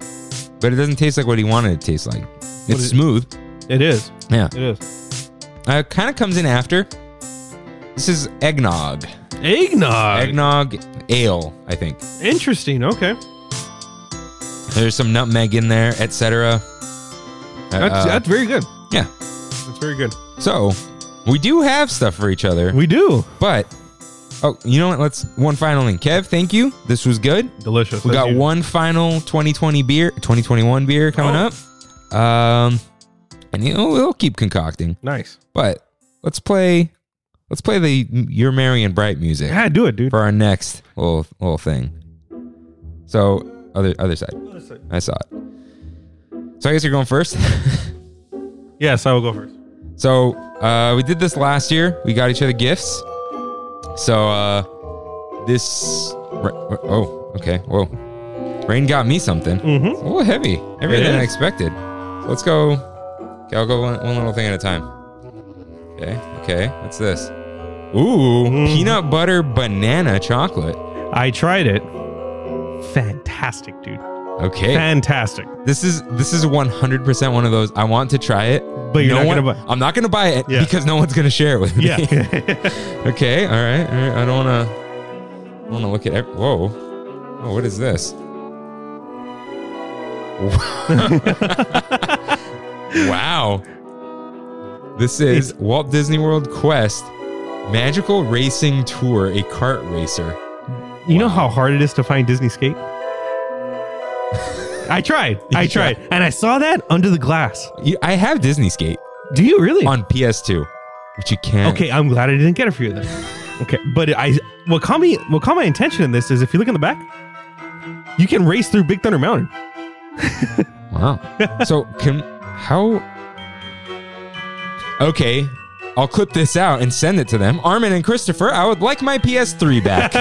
Speaker 1: but it doesn't taste like what he wanted it to taste like. It's
Speaker 2: is it?
Speaker 1: smooth.
Speaker 2: it is.
Speaker 1: Yeah.
Speaker 2: It is.
Speaker 1: Uh, kind of comes in after. This is eggnog.
Speaker 2: Eggnog.
Speaker 1: eggnog ale, I think.
Speaker 2: Interesting. Okay.
Speaker 1: Uh, There's some nutmeg in there, etc. Uh,
Speaker 2: That's,
Speaker 1: uh,
Speaker 2: that's very good.
Speaker 1: yeah.
Speaker 2: That's very good.
Speaker 1: So, we do have stuff for each other.
Speaker 2: We do.
Speaker 1: But oh, you know what? Let's one final thing. Kev, thank you. This was good.
Speaker 2: Delicious.
Speaker 1: We
Speaker 2: as
Speaker 1: got
Speaker 2: usual.
Speaker 1: one final 2020 beer, 2021 beer coming
Speaker 2: Oh.
Speaker 1: up. Um, and you know we'll keep concocting.
Speaker 2: Nice.
Speaker 1: But let's play, let's play the "You're Merry and Bright" music
Speaker 2: Yeah, do it, dude.
Speaker 1: for our next little little thing. So other other side, I saw it. So I guess you're going first.
Speaker 2: Yes, I will go first.
Speaker 1: So uh, we did this last year. We got each other gifts. So uh, this. Ra- oh, okay. Whoa. Rain got me something.
Speaker 2: Mm-hmm.
Speaker 1: It's a little heavy. Heavier
Speaker 2: It
Speaker 1: than I
Speaker 2: is.
Speaker 1: expected. So let's go. Okay, I'll go one, one little thing at a time. Okay. Okay. What's this? Ooh,
Speaker 2: Mm-hmm.
Speaker 1: peanut butter banana chocolate.
Speaker 2: I tried it. Fantastic, dude.
Speaker 1: Okay.
Speaker 2: Fantastic.
Speaker 1: This is this is 100% one of those I want to try it.
Speaker 2: But you're
Speaker 1: no
Speaker 2: not
Speaker 1: one-
Speaker 2: gonna buy.
Speaker 1: I'm not going to buy it
Speaker 2: Yeah.
Speaker 1: because no one's going to share it with me.
Speaker 2: Yeah.
Speaker 1: Okay, all right. All right. I don't want to. I want to look at. Every, whoa. Oh, what is this? wow. This is Walt Disney World Quest Magical Racing Tour, a kart racer.
Speaker 2: You know how hard it is to find Disney Skate? I tried. I
Speaker 1: Yeah.
Speaker 2: tried. And I saw that under the glass.
Speaker 1: You- I have Disney Skate
Speaker 2: Do you really?
Speaker 1: on PS2, which you can't.
Speaker 2: Okay, I'm glad I didn't get it for you then. Okay, but I what caught me what caught my intention in this is if you look in the back, you can race through Big Thunder Mountain.
Speaker 1: Wow. so can how? Okay, I'll clip this out and send it to them. Armin and Christopher, I would like my PS3 back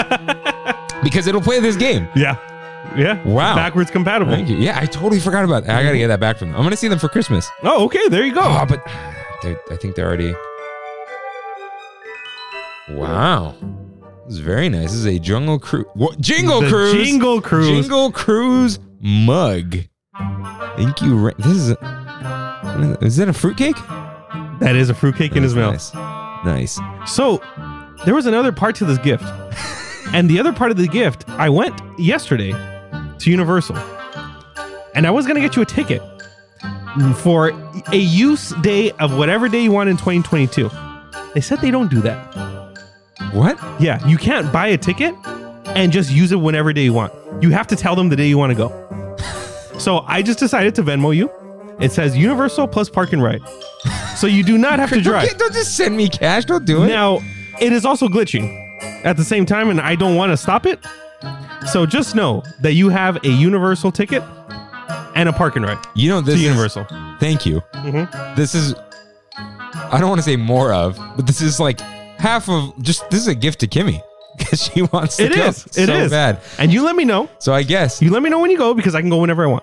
Speaker 1: because it'll play this game.
Speaker 2: Yeah, yeah.
Speaker 1: Wow.
Speaker 2: backwards compatible.
Speaker 1: Thank you. Yeah, I totally forgot about that. I gotta get that back from them. I'm gonna see them for Christmas.
Speaker 2: Oh, okay. There you go.
Speaker 1: Oh, but they- I think they're already. Wow. This is very nice. This is a jungle cruise. What? Jingle
Speaker 2: The
Speaker 1: cruise.
Speaker 2: Jingle cruise.
Speaker 1: Jingle Cruise mug. Thank you. Ra- This is. A, is that a fruitcake?
Speaker 2: That is a fruitcake in his mouth.
Speaker 1: nice. Nice.
Speaker 2: So there was another part to this gift. and the other part of the gift, I went yesterday to Universal. And I was going to get you a ticket for a use day of whatever day you want in 2022. They said they don't do that.
Speaker 1: What?
Speaker 2: Yeah, you can't buy a ticket and just use it whenever day you want. You have to tell them the day you want to go. so I just decided to Venmo you. It says Universal plus park and ride. So you do not have to
Speaker 1: Don't,
Speaker 2: drive.
Speaker 1: get- don't just send me cash. Don't do it.
Speaker 2: Now, it is also glitching at the same time, and I don't want to stop it. So just know that you have a Universal ticket and a parking ride
Speaker 1: You know this.
Speaker 2: to
Speaker 1: is-
Speaker 2: Universal.
Speaker 1: thank you.
Speaker 2: Mhm.
Speaker 1: This is. I don't want to say more of, but this is like half of just. This is a gift to Kimmy. because she wants to
Speaker 2: It
Speaker 1: go
Speaker 2: is. It
Speaker 1: so
Speaker 2: is.
Speaker 1: bad.
Speaker 2: And you let me know.
Speaker 1: So I guess
Speaker 2: You let me know when you go because I can go whenever I want.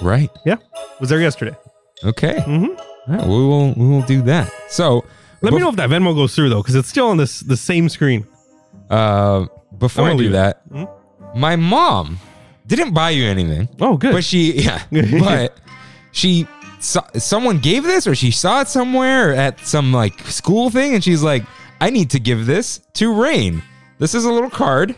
Speaker 1: right.
Speaker 2: Yeah. Was there yesterday.
Speaker 1: Okay.
Speaker 2: hmm
Speaker 1: All right, we will we will do that. So
Speaker 2: Let me
Speaker 1: bef-
Speaker 2: know if that Venmo goes through though, because it's still on this the same screen.
Speaker 1: Uh, before
Speaker 2: I'm
Speaker 1: I
Speaker 2: gonna
Speaker 1: do
Speaker 2: leave it.
Speaker 1: that,
Speaker 2: Mhm.
Speaker 1: my mom didn't buy you anything,
Speaker 2: Oh, good.
Speaker 1: but she yeah, but she saw, someone gave this or she saw it somewhere at some like school thing, and she's like, I need to give this to Rain. This is a little card.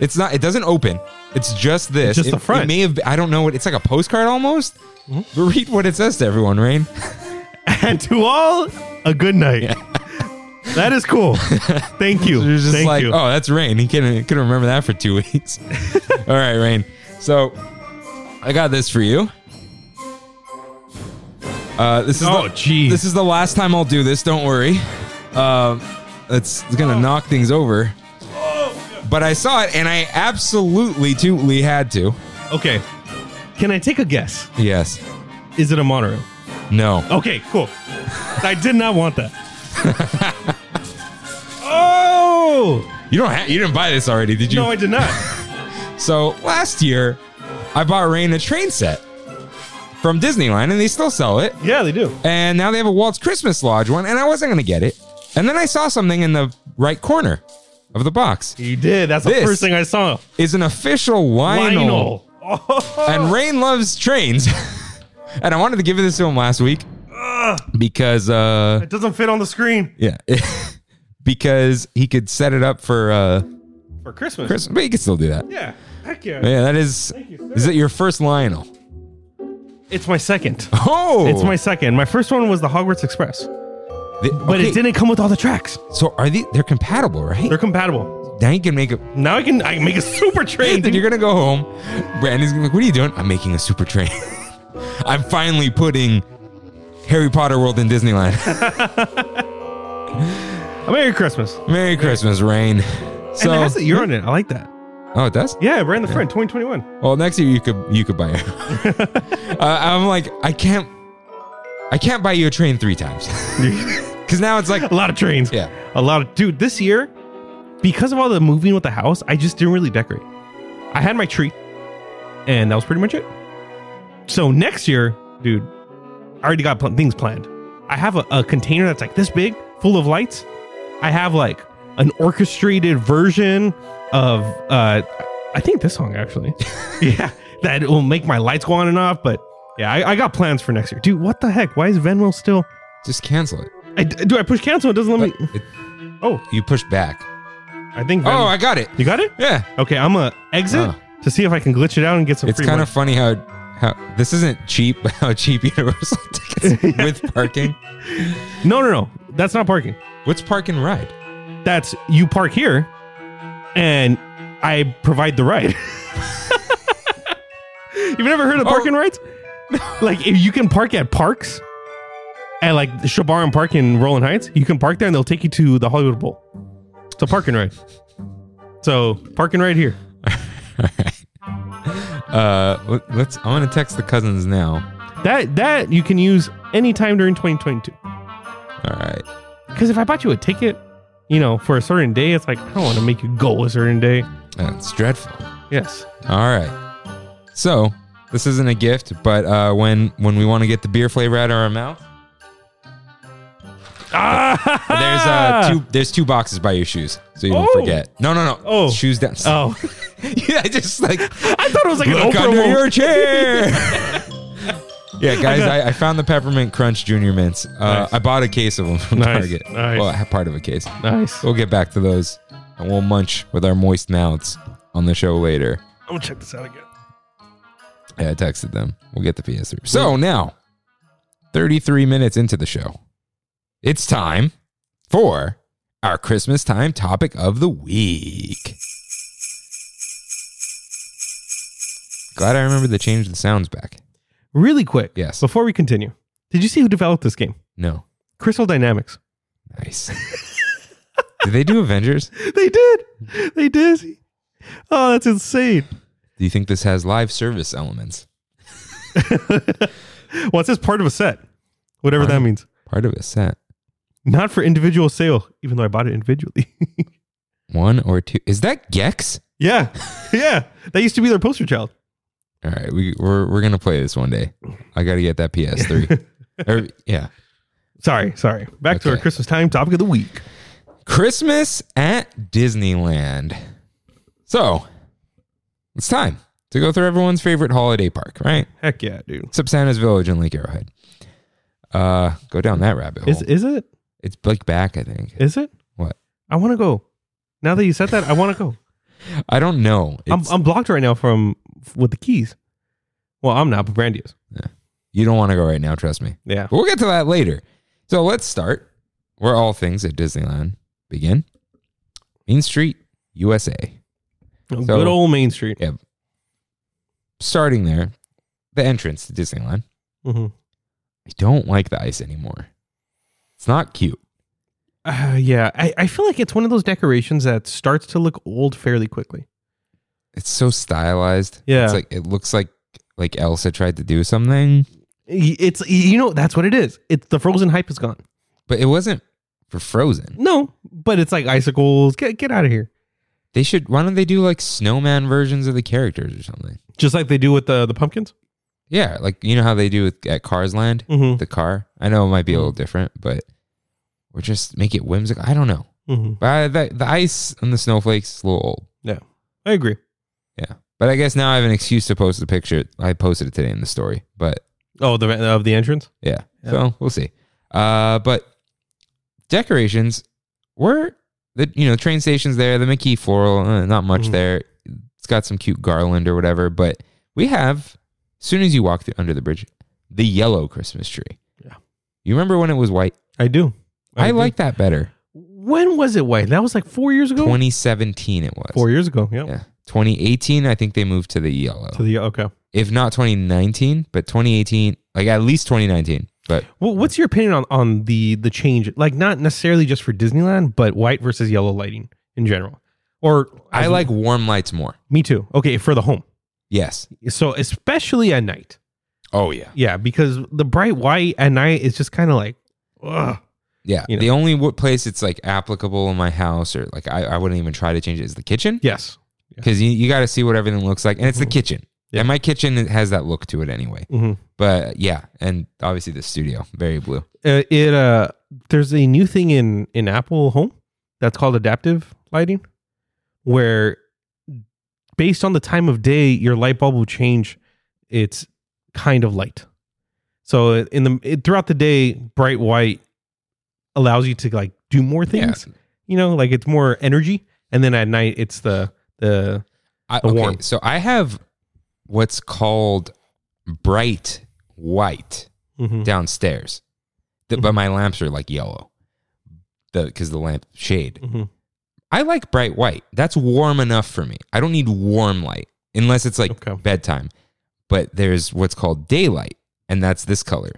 Speaker 1: It's not. It doesn't open. It's just this.
Speaker 2: just
Speaker 1: it,
Speaker 2: the front. Hmm?
Speaker 1: It may have. I don't know. What, it's like a postcard almost. But read what it says to everyone, Rain.
Speaker 2: and to all, a good night. That is cool. Thank you.
Speaker 1: You're just
Speaker 2: Thank
Speaker 1: like,
Speaker 2: you.
Speaker 1: oh, that's Rain. He couldn't couldn't remember that for two weeks. All right, Rain. So I got this for you. Uh, this is
Speaker 2: Oh,
Speaker 1: the,
Speaker 2: jeez.
Speaker 1: This is the last time I'll do this. Don't worry. Um, it's, it's gonna knock things over. Oh. But I saw it and I absolutely totally had to.
Speaker 2: Okay. Can I take a guess?
Speaker 1: Yes.
Speaker 2: Is it a monorail?
Speaker 1: No.
Speaker 2: Okay, cool. I did not want that. oh
Speaker 1: You don't. Ha- you didn't buy this already, did you?
Speaker 2: no, I did not.
Speaker 1: So last year, I bought Rain a train set from Disneyland, and they still sell it.
Speaker 2: Yeah, they do.
Speaker 1: and now they have a Walt's Christmas Lodge one, and I wasn't gonna get it. And then I saw something in the right corner of the box.
Speaker 2: You did. That's the
Speaker 1: This-
Speaker 2: first thing I saw.
Speaker 1: Is an official Lionel,
Speaker 2: Lionel. Oh,
Speaker 1: and Rain loves trains. and I wanted to give this to him last week because uh
Speaker 2: it doesn't fit on the screen
Speaker 1: yeah. because he could set it up for uh
Speaker 2: for Christmas.
Speaker 1: Christmas, but he could still do that.
Speaker 2: Yeah. Heck
Speaker 1: But
Speaker 2: yeah.
Speaker 1: yeah, that is
Speaker 2: Thank you, sir.
Speaker 1: is it your first Lionel?
Speaker 2: It's my second.
Speaker 1: Oh.
Speaker 2: It's my second. My first one was the Hogwarts Express,
Speaker 1: The-
Speaker 2: but
Speaker 1: okay,
Speaker 2: it didn't come with all the tracks.
Speaker 1: So are they they're compatible, right?
Speaker 2: They're compatible.
Speaker 1: now you can make a
Speaker 2: Now I can I can make a super train.
Speaker 1: Then you're gonna go home. Brandon's gonna be like, "What are you doing?" I'm making a super train. I'm finally putting Harry Potter World in Disneyland.
Speaker 2: Merry Christmas.
Speaker 1: Merry Christmas, Rain. So,
Speaker 2: and it has the year on it. I like that.
Speaker 1: oh, it does.
Speaker 2: Yeah, brand the front 2021.
Speaker 1: Well, next year you could you could buy it. uh, I'm like, I can't, I can't buy you a train three times because now it's like,
Speaker 2: A lot of trains.
Speaker 1: yeah,
Speaker 2: A lot of dude, this year, because of all the moving with the house, I just didn't really decorate. I had my tree, and that was pretty much it. So next year, dude, I already got pl- things planned. I have a, a container that's like this big, full of lights. I have like an orchestrated version of uh I think this song actually. yeah. That will make my lights go on and off, but yeah, I, I got plans for next year. Dude, what the heck? Why is Venmo still
Speaker 1: just cancel it.
Speaker 2: I, do I push cancel? It doesn't let
Speaker 1: But
Speaker 2: me.
Speaker 1: it
Speaker 2: Oh,
Speaker 1: you push back.
Speaker 2: I think.
Speaker 1: Oh,
Speaker 2: Venmo-
Speaker 1: I got it.
Speaker 2: you got it?
Speaker 1: Yeah,
Speaker 2: Okay, I'm gonna exit
Speaker 1: Huh.
Speaker 2: to see if I can glitch it out and get some.
Speaker 1: Ah. it's
Speaker 2: free
Speaker 1: kind
Speaker 2: money.
Speaker 1: of funny how how this isn't cheap. How cheap Universal tickets with parking.
Speaker 2: no, no, no. That's not parking.
Speaker 1: What's park and ride?
Speaker 2: That's you park here, and I provide the ride. You've never heard of
Speaker 1: Oh.
Speaker 2: parking rights? like if you can park at parks, at like Shabaran Park in Roland Heights, you can park there and they'll take you to the Hollywood Bowl. So parking right. So parking right here.
Speaker 1: Uh, let- let's. I'm gonna text the cousins now.
Speaker 2: That that you can use anytime during 2022.
Speaker 1: All right.
Speaker 2: Because if I bought you a ticket, you know, for a certain day, it's like I don't want to make you go a certain day.
Speaker 1: That's dreadful.
Speaker 2: Yes.
Speaker 1: All right. So this isn't a gift, but uh, when when we want to get the beer flavor out of our mouth,
Speaker 2: Ah,
Speaker 1: there's uh two there's two boxes by your shoes, so you don't
Speaker 2: Oh.
Speaker 1: forget. No, no, no.
Speaker 2: Oh.
Speaker 1: shoes down.
Speaker 2: Oh,
Speaker 1: yeah, I just like
Speaker 2: I thought it was like an
Speaker 1: look
Speaker 2: Oprah
Speaker 1: under
Speaker 2: moment.
Speaker 1: your chair. yeah, guys, I, I found the peppermint crunch junior mints. Uh,
Speaker 2: Nice.
Speaker 1: I bought a case of them from
Speaker 2: Nice,
Speaker 1: Target.
Speaker 2: nice.
Speaker 1: Well, I had part of a case.
Speaker 2: Nice.
Speaker 1: We'll get back to those and we'll munch with our moist mouths on the show later.
Speaker 2: I'm gonna check this out again.
Speaker 1: Yeah, I texted them. We'll get the PS3. So now, 33 minutes into the show, it's time for our Christmas time topic of the week. Glad I remembered to change the sounds back.
Speaker 2: Really quick.
Speaker 1: Yes.
Speaker 2: Before we continue, did you see who developed this game?
Speaker 1: No.
Speaker 2: Crystal Dynamics.
Speaker 1: Nice. Did they do Avengers?
Speaker 2: They did. They did. Oh, that's insane.
Speaker 1: Do you think this has live service elements?
Speaker 2: Well, it says part of a set, whatever that
Speaker 1: Right.
Speaker 2: means.
Speaker 1: Part of a set.
Speaker 2: Not for individual sale, even though I bought it individually.
Speaker 1: One or two. Is that Gex?
Speaker 2: Yeah, yeah. That used to be their poster child.
Speaker 1: All right, we, we're we're gonna play this one day. I gotta get that PS3. or, yeah,
Speaker 2: Sorry, sorry. Back to our
Speaker 1: Okay.
Speaker 2: Christmas time topic of the week.
Speaker 1: Christmas at Disneyland. So it's time to go through everyone's favorite holiday park, right?
Speaker 2: Heck yeah, dude.
Speaker 1: Except Santa's Village in Lake Arrowhead. Uh, go down that rabbit hole.
Speaker 2: Is is it?
Speaker 1: it's like back, I think.
Speaker 2: Is it?
Speaker 1: What?
Speaker 2: I want to go. Now that you said that, I want to go.
Speaker 1: I don't know.
Speaker 2: I'm,
Speaker 1: It's-
Speaker 2: I'm blocked right now from with the keys. Well, I'm not, but Brandy is.
Speaker 1: you don't want to go right now, trust me.
Speaker 2: Yeah.
Speaker 1: But we'll get to that later. So let's start where all things at Disneyland begin. Main Street, USA.
Speaker 2: Good old Main Street.
Speaker 1: Starting there, the entrance to Disneyland.
Speaker 2: Mm-hmm.
Speaker 1: I don't like the ice anymore. It's not cute.
Speaker 2: Uh, yeah, I, I feel like it's one of those decorations that starts to look old fairly quickly.
Speaker 1: It's so stylized.
Speaker 2: Yeah.
Speaker 1: It's like it looks like like Elsa tried to do something,
Speaker 2: Y- It's y- you know that's what it is. It's the frozen hype is gone.
Speaker 1: but it wasn't for Frozen.
Speaker 2: No, but it's like icicles. Get get out of here.
Speaker 1: They should why don't they do like snowman versions of the characters or something?
Speaker 2: Just like they do with the the pumpkins.
Speaker 1: Yeah, like you know how they do with at Cars Land,
Speaker 2: Mm-hmm.
Speaker 1: the car. I know it might be a little different, but or just make it whimsical. I don't know.
Speaker 2: Mm-hmm.
Speaker 1: But I, the, the ice and the snowflakes is a little old.
Speaker 2: I agree.
Speaker 1: Yeah. But I guess now I have an excuse to post the picture. I posted it today in the story, but
Speaker 2: Oh, the of the entrance.
Speaker 1: Yeah.
Speaker 2: Yeah.
Speaker 1: So we'll see. Uh, but decorations were the you know train stations there. The Mickey floral, uh, not much
Speaker 2: Mhm.
Speaker 1: there. It's got some cute garland or whatever. But we have, as soon as you walk through under the bridge, the yellow Christmas tree.
Speaker 2: Yeah.
Speaker 1: You remember when it was white?
Speaker 2: I do.
Speaker 1: I,
Speaker 2: do.
Speaker 1: like that better.
Speaker 2: When was it white? That was like four years ago.
Speaker 1: 2017 it was.
Speaker 2: Four years ago. Yeah.
Speaker 1: Yeah. 2018, I think they moved to the yellow.
Speaker 2: To the okay.
Speaker 1: if not 2019, but 2018, like at least 2019. But
Speaker 2: Well, what's your opinion on on the the change? Like not necessarily just for Disneyland, but white versus yellow lighting in general. Or
Speaker 1: I like warm lights more.
Speaker 2: me too. Okay, for the home.
Speaker 1: Yes.
Speaker 2: So especially at night.
Speaker 1: Oh yeah.
Speaker 2: Yeah, because the bright white at night is just kind of like, ugh.
Speaker 1: Yeah.
Speaker 2: you know.
Speaker 1: The only w- place it's like applicable in my house or like I, I wouldn't even try to change it is the kitchen
Speaker 2: yes,
Speaker 1: because you, you got to see what everything looks like. And it's the kitchen.
Speaker 2: Mm-hmm. Yeah.
Speaker 1: And my kitchen it has that look to it anyway.
Speaker 2: Mhm.
Speaker 1: But yeah. And obviously the studio, very blue.
Speaker 2: uh, it. Uh, there's a new thing in in Apple Home that's called adaptive lighting, where based on the time of day, your light bulb will change its kind of light. So uh, in the it, throughout the day, bright white allows you to like do more things. You know, like it's more energy, and then at night it's the the
Speaker 1: I,
Speaker 2: The
Speaker 1: okay.
Speaker 2: warm.
Speaker 1: So I have what's called bright white
Speaker 2: mhm.
Speaker 1: downstairs, The-
Speaker 2: Mm-hmm.
Speaker 1: but my lamps are like yellow because the lamp shade.
Speaker 2: Mhm.
Speaker 1: I like bright white. That's warm enough for me. I don't need warm light unless it's like
Speaker 2: Okay.
Speaker 1: bedtime. But there's what's called daylight, and that's this color.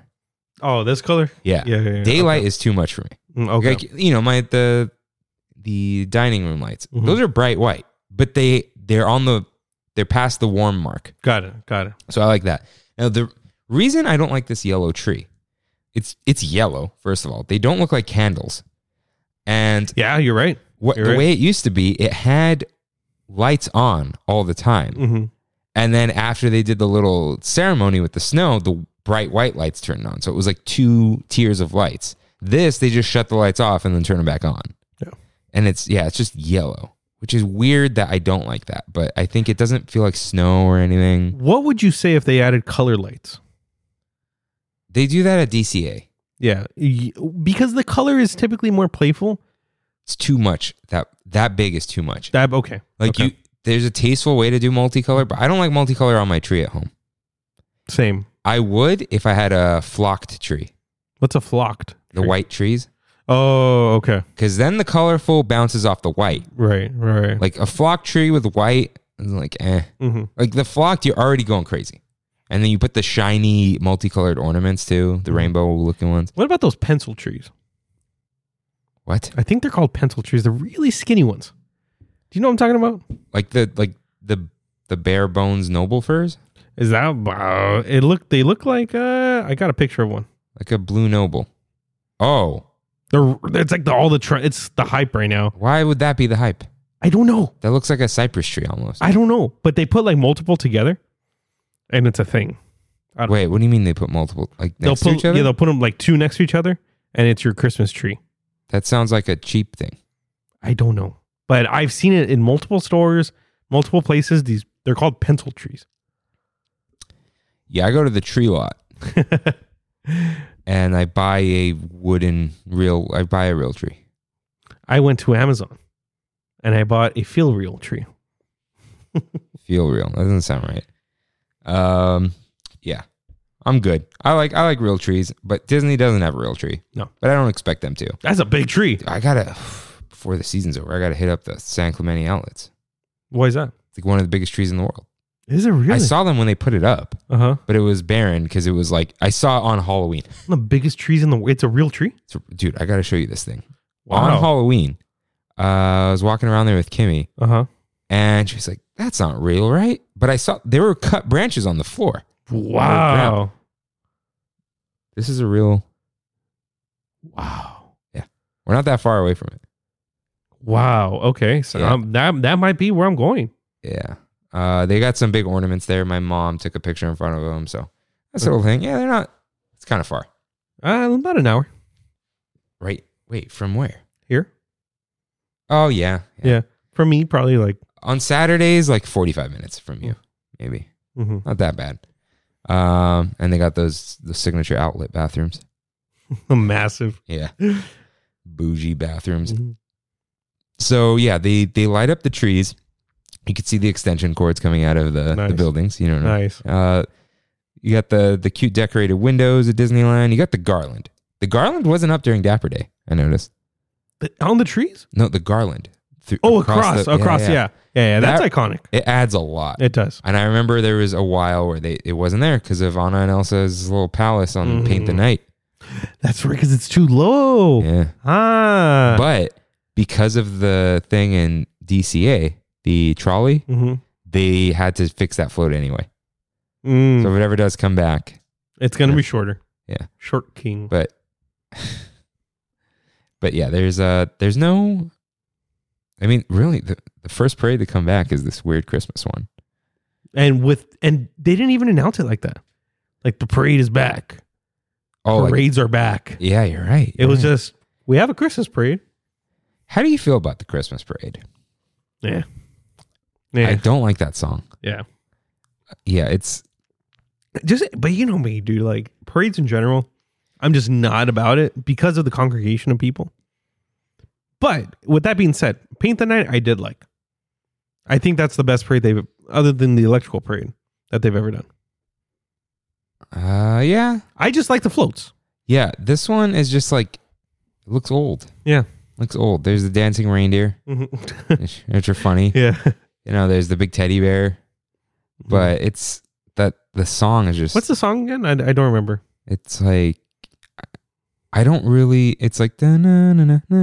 Speaker 2: oh this color.
Speaker 1: Yeah.
Speaker 2: Yeah, yeah, yeah.
Speaker 1: Daylight is too much for me.
Speaker 2: Mm, Okay.
Speaker 1: Like you know, my the the dining room lights.
Speaker 2: Mhm.
Speaker 1: Those are bright white, but they they're on the they're past the warm mark.
Speaker 2: got it. Got it.
Speaker 1: So I like that. Now the reason I don't like this yellow tree, it's it's yellow, first of all. They don't look like candles. And
Speaker 2: Yeah, you're right.
Speaker 1: what
Speaker 2: You're
Speaker 1: the
Speaker 2: right.
Speaker 1: way it used to be, it had lights on all the time.
Speaker 2: Mm-hmm.
Speaker 1: And then after they did the little ceremony with the snow, the bright white lights turned on. So it was like two tiers of lights. This they just shut the lights off and then turn them back on.
Speaker 2: Yeah.
Speaker 1: And it's yeah, it's just yellow, which is weird that I don't like that, but I think it doesn't feel like snow or anything.
Speaker 2: What would you say if they added color lights?
Speaker 1: They do that at DCA.
Speaker 2: Yeah, y- because the color is typically more playful.
Speaker 1: It's too much. That that big is too much.
Speaker 2: That okay.
Speaker 1: Like
Speaker 2: okay.
Speaker 1: you there's a tasteful way to do multicolor, but I don't like multicolor on my tree at home.
Speaker 2: same.
Speaker 1: I would if I had a flocked tree,
Speaker 2: What's a flocked?
Speaker 1: the
Speaker 2: tree?
Speaker 1: white trees,
Speaker 2: Oh, okay.
Speaker 1: because then the colorful bounces off the white.
Speaker 2: Right, right.
Speaker 1: Like a flock tree with white is like eh.
Speaker 2: mm-hmm.
Speaker 1: Like the flocked, you're already going crazy, and then you put the shiny multicolored ornaments too,
Speaker 2: Mm-hmm.
Speaker 1: the rainbow looking ones.
Speaker 2: What about those pencil trees?
Speaker 1: What?
Speaker 2: I think they're called pencil trees. They're really skinny ones. Do you know what I'm talking about?
Speaker 1: Like the like the the bare bones noble firs,
Speaker 2: Is that uh, it? Look, they look like uh, I got a picture of one.
Speaker 1: like a blue noble. Oh,
Speaker 2: They're it's like the all the tr- it's the hype right now.
Speaker 1: why would that be the hype?
Speaker 2: I don't know.
Speaker 1: That looks like a cypress tree almost.
Speaker 2: I don't know. But they put like multiple together, and it's a thing. I don't-
Speaker 1: Wait, what do you mean they put multiple like next
Speaker 2: they'll
Speaker 1: to
Speaker 2: put
Speaker 1: each other?
Speaker 2: yeah, they'll put them like two next to each other, and it's your Christmas tree.
Speaker 1: that sounds like a cheap thing.
Speaker 2: I don't know, but I've seen it in multiple stores, multiple places. These they're called pencil trees.
Speaker 1: Yeah, I go to the tree lot and I buy a wooden real. I buy a real tree.
Speaker 2: I went to Amazon, and I bought a feel real tree.
Speaker 1: Feel real. That doesn't sound right. Um, yeah, I'm good. I like I like real trees, but Disney doesn't have a real tree.
Speaker 2: No.
Speaker 1: but I don't expect them to.
Speaker 2: That's a big tree.
Speaker 1: I gotta before the season's over. I gotta hit up the San Clemente outlets.
Speaker 2: Why is that?
Speaker 1: It's like one of the biggest trees in the world.
Speaker 2: Is it really?
Speaker 1: I saw them when they put it up,
Speaker 2: uh huh.
Speaker 1: but it was barren because it was like I saw it on Halloween.
Speaker 2: The biggest trees in the world. It's a real tree.
Speaker 1: So, dude, I gotta show you this thing. on Halloween, uh, I was walking around there with Kimmy,
Speaker 2: Uh huh.
Speaker 1: and she's like, "That's not real, right?" But I saw there were cut branches on the floor.
Speaker 2: Wow.
Speaker 1: This is a real.
Speaker 2: Wow.
Speaker 1: We're not that far away from it.
Speaker 2: Wow. Okay. So
Speaker 1: Yeah.
Speaker 2: um, that that might be where I'm going.
Speaker 1: Yeah, uh, they got some big ornaments there. My mom took a picture in front of them, so that's a little thing. Yeah, they're not. It's kind of far,
Speaker 2: Uh, about an hour
Speaker 1: right? Wait, from where?
Speaker 2: here
Speaker 1: Oh yeah,
Speaker 2: Yeah. for me, probably like.
Speaker 1: On Saturdays, like forty-five minutes from you, maybe
Speaker 2: mhm.
Speaker 1: not that bad. Um, and they got those the signature outlet bathrooms.
Speaker 2: massive.
Speaker 1: Yeah, bougie bathrooms. so yeah, they they light up the trees. You could see the extension cords coming out of the,
Speaker 2: Nice.
Speaker 1: the buildings. You know, what I mean?
Speaker 2: Nice.
Speaker 1: uh, you got the the cute decorated windows at Disneyland. You got the garland. The garland wasn't up during Dapper Day. I noticed.
Speaker 2: The- on the trees?
Speaker 1: No, the garland. Through,
Speaker 2: Oh, across, across,
Speaker 1: the-
Speaker 2: yeah, yeah, yeah. that's
Speaker 1: That-
Speaker 2: iconic.
Speaker 1: It adds a lot.
Speaker 2: It does.
Speaker 1: and I remember there was a while where they it wasn't there because of Anna and Elsa's little palace on Paint the
Speaker 2: Mhm.
Speaker 1: Night.
Speaker 2: That's right, because it's too low.
Speaker 1: Yeah,
Speaker 2: Ah.
Speaker 1: but because of the thing in DCA, the trolley,
Speaker 2: Mhm.
Speaker 1: they had to fix that float anyway.
Speaker 2: Mm.
Speaker 1: So if it ever does come back,
Speaker 2: it's gonna
Speaker 1: yeah.
Speaker 2: be shorter.
Speaker 1: Yeah.
Speaker 2: Short king.
Speaker 1: but but yeah, there's uh there's no I mean, really the, the first parade to come back is this weird Christmas one.
Speaker 2: and with and they didn't even announce it like that. Like the parade is back.
Speaker 1: Oh like-
Speaker 2: Parades are back.
Speaker 1: yeah, you're right.
Speaker 2: It was
Speaker 1: you're right.
Speaker 2: just we have a Christmas parade.
Speaker 1: How do you feel about the Christmas parade?
Speaker 2: Yeah. Yeah.
Speaker 1: I don't like that song.
Speaker 2: yeah.
Speaker 1: Yeah, it's
Speaker 2: Just but you know me, dude, like parades in general, I'm just not about it because of the congregation of people. But with that being said, Paint the Night I did like. I think that's the best parade they've other than the electrical parade that they've ever done.
Speaker 1: uh yeah.
Speaker 2: I just like the floats.
Speaker 1: Yeah, this one is just like it looks old.
Speaker 2: Yeah.
Speaker 1: Looks old. There's the dancing reindeer,
Speaker 2: Mm-hmm.
Speaker 1: which are funny.
Speaker 2: yeah.
Speaker 1: You know, there's the big teddy bear. but it's that the song is just
Speaker 2: what's the song again? I, I don't remember.
Speaker 1: it's like I don't really it's like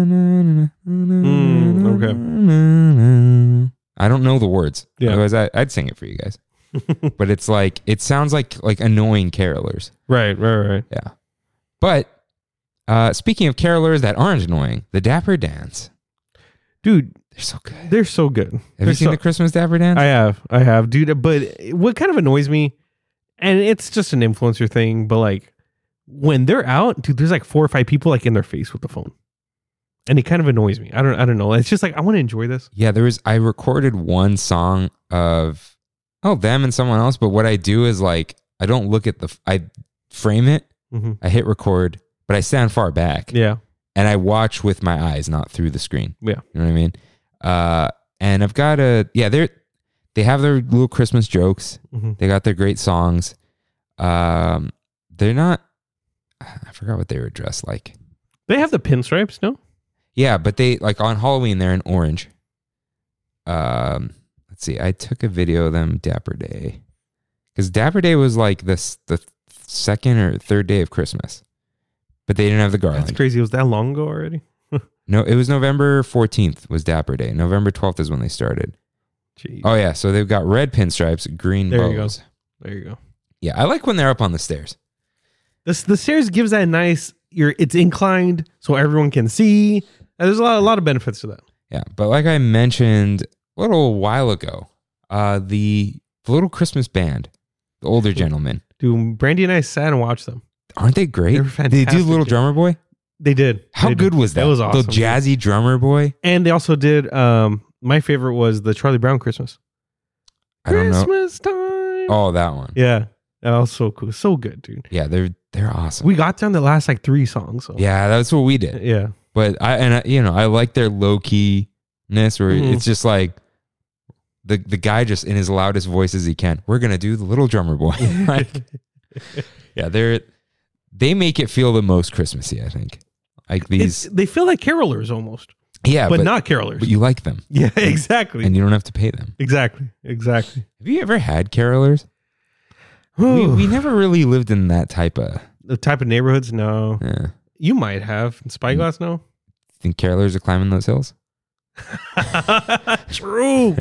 Speaker 2: Hmm,
Speaker 1: okay I don't know the words
Speaker 2: Yeah.
Speaker 1: otherwise I, I'd sing it for you guys but it's like it sounds like like annoying carolers
Speaker 2: Right, right, right.
Speaker 1: yeah but uh speaking of carolers that aren't annoying the Dapper Dance
Speaker 2: Dude,
Speaker 1: they're so good have
Speaker 2: they're so good.
Speaker 1: you
Speaker 2: They're
Speaker 1: seen
Speaker 2: so-
Speaker 1: the Christmas Dapper Dance
Speaker 2: I have, I have, dude. But what kind of annoys me, and it's just an influencer thing, but like when they're out, dude, there's like four or five people like in their face with the phone, and it kind of annoys me. I don't, I don't know. It's just like I want to enjoy this.
Speaker 1: Yeah, there was. I recorded one song of oh them and someone else, but what I do is like I don't look at the f- I frame it,
Speaker 2: Mhm.
Speaker 1: I hit record, but I stand far back
Speaker 2: Yeah,
Speaker 1: and I watch with my eyes, not through the screen.
Speaker 2: Yeah.
Speaker 1: you know what I mean. Uh, and I've got a yeah. They're they have their little Christmas jokes.
Speaker 2: Mhm.
Speaker 1: They got their great songs. Um, they're not. I forgot what they were dressed like.
Speaker 2: they have the pinstripes. No,
Speaker 1: Yeah, but they like on Halloween they're in orange. Um, let's see. I took a video of them Dapper Day because Dapper Day was like this the second or third day of Christmas, but they didn't have the
Speaker 2: that's
Speaker 1: garland.
Speaker 2: crazy. It was that long ago already.
Speaker 1: No, it was November fourteenth was Dapper Day. November twelfth is when they started.
Speaker 2: Jeez.
Speaker 1: Oh yeah, so they've got red pinstripes, green
Speaker 2: There you go.
Speaker 1: bows.
Speaker 2: There you go.
Speaker 1: Yeah, I like when they're up on the stairs.
Speaker 2: This the stairs gives that nice. You're it's inclined, so everyone can see. And there's a lot, a lot of benefits to that.
Speaker 1: Yeah, but like I mentioned a little while ago, uh, the, the little Christmas band, the older gentlemen,
Speaker 2: Dude, Brandy and I sat and watched them.
Speaker 1: aren't they great?
Speaker 2: They're
Speaker 1: They do
Speaker 2: fantastic,
Speaker 1: little
Speaker 2: dude.
Speaker 1: drummer boy.
Speaker 2: They did.
Speaker 1: How
Speaker 2: They
Speaker 1: good
Speaker 2: did.
Speaker 1: was that?
Speaker 2: That was awesome.
Speaker 1: Little jazzy drummer boy.
Speaker 2: And they also did. Um, my favorite was the Charlie Brown Christmas.
Speaker 1: I don't know.
Speaker 2: Christmas time.
Speaker 1: Oh, that one. Yeah,
Speaker 2: yeah, that was so cool. So good, dude.
Speaker 1: they're they're awesome.
Speaker 2: We got down the last like three songs. So.
Speaker 1: yeah, that's what we did.
Speaker 2: yeah.
Speaker 1: But I and I, you know I like their low keyness where
Speaker 2: Mhm.
Speaker 1: it's just like the the guy just in his loudest voice as he can. We're gonna do the little drummer boy. like, yeah, they're they make it feel the most Christmassy. I think like these.
Speaker 2: It's- they feel like carolers almost,
Speaker 1: yeah,
Speaker 2: but, not carolers.
Speaker 1: But you like them,
Speaker 2: yeah, exactly,
Speaker 1: and you don't have to pay them.
Speaker 2: exactly, exactly.
Speaker 1: Have you ever had carolers? We, we never really lived in that type of.
Speaker 2: the type of neighborhoods. No,
Speaker 1: Yeah.
Speaker 2: you might have Spyglass. No,
Speaker 1: Think carolers are climbing those hills?
Speaker 2: true,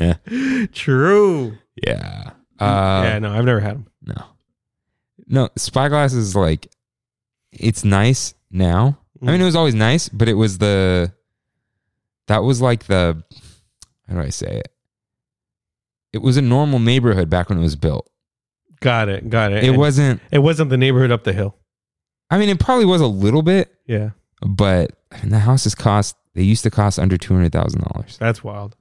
Speaker 2: true.
Speaker 1: Yeah.
Speaker 2: yeah,
Speaker 1: Uh,
Speaker 2: no, I've never had them.
Speaker 1: No. No, Spyglass is like, it's nice now. I
Speaker 2: Mm.
Speaker 1: mean, it was always nice, but it was the, that was like the, how do I say it? It was a normal neighborhood back when it was built.
Speaker 2: Got it, got it.
Speaker 1: It
Speaker 2: And
Speaker 1: wasn't,
Speaker 2: It wasn't the neighborhood up the hill.
Speaker 1: I mean, it probably was a little bit,
Speaker 2: Yeah,
Speaker 1: but I mean, the houses cost, they used to cost under $200,000.
Speaker 2: that's wild.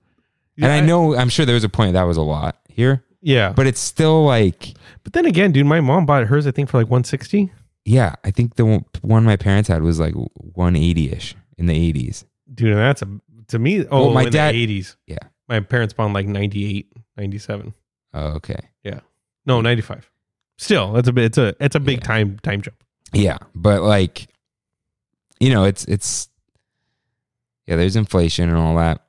Speaker 1: and
Speaker 2: Yeah,
Speaker 1: I know, I'm sure there was a point that was a lot here,
Speaker 2: Yeah, but,
Speaker 1: but it's still like,
Speaker 2: then again, dude, my mom bought hers. I think for like one sixty.
Speaker 1: yeah, I think the one- one my parents had was like 180 ish in the 80s.
Speaker 2: Dude, and that's a to me. Oh,
Speaker 1: Well, my
Speaker 2: my in
Speaker 1: dad-
Speaker 2: dad eighties.
Speaker 1: Yeah.
Speaker 2: my parents bought in, like 98, 97.
Speaker 1: Oh, okay.
Speaker 2: No, ninety five. Still, that's a bit. It's a it's a big
Speaker 1: Yeah.
Speaker 2: time time jump.
Speaker 1: Yeah, but like, you know, it's it's yeah. There's inflation and all that,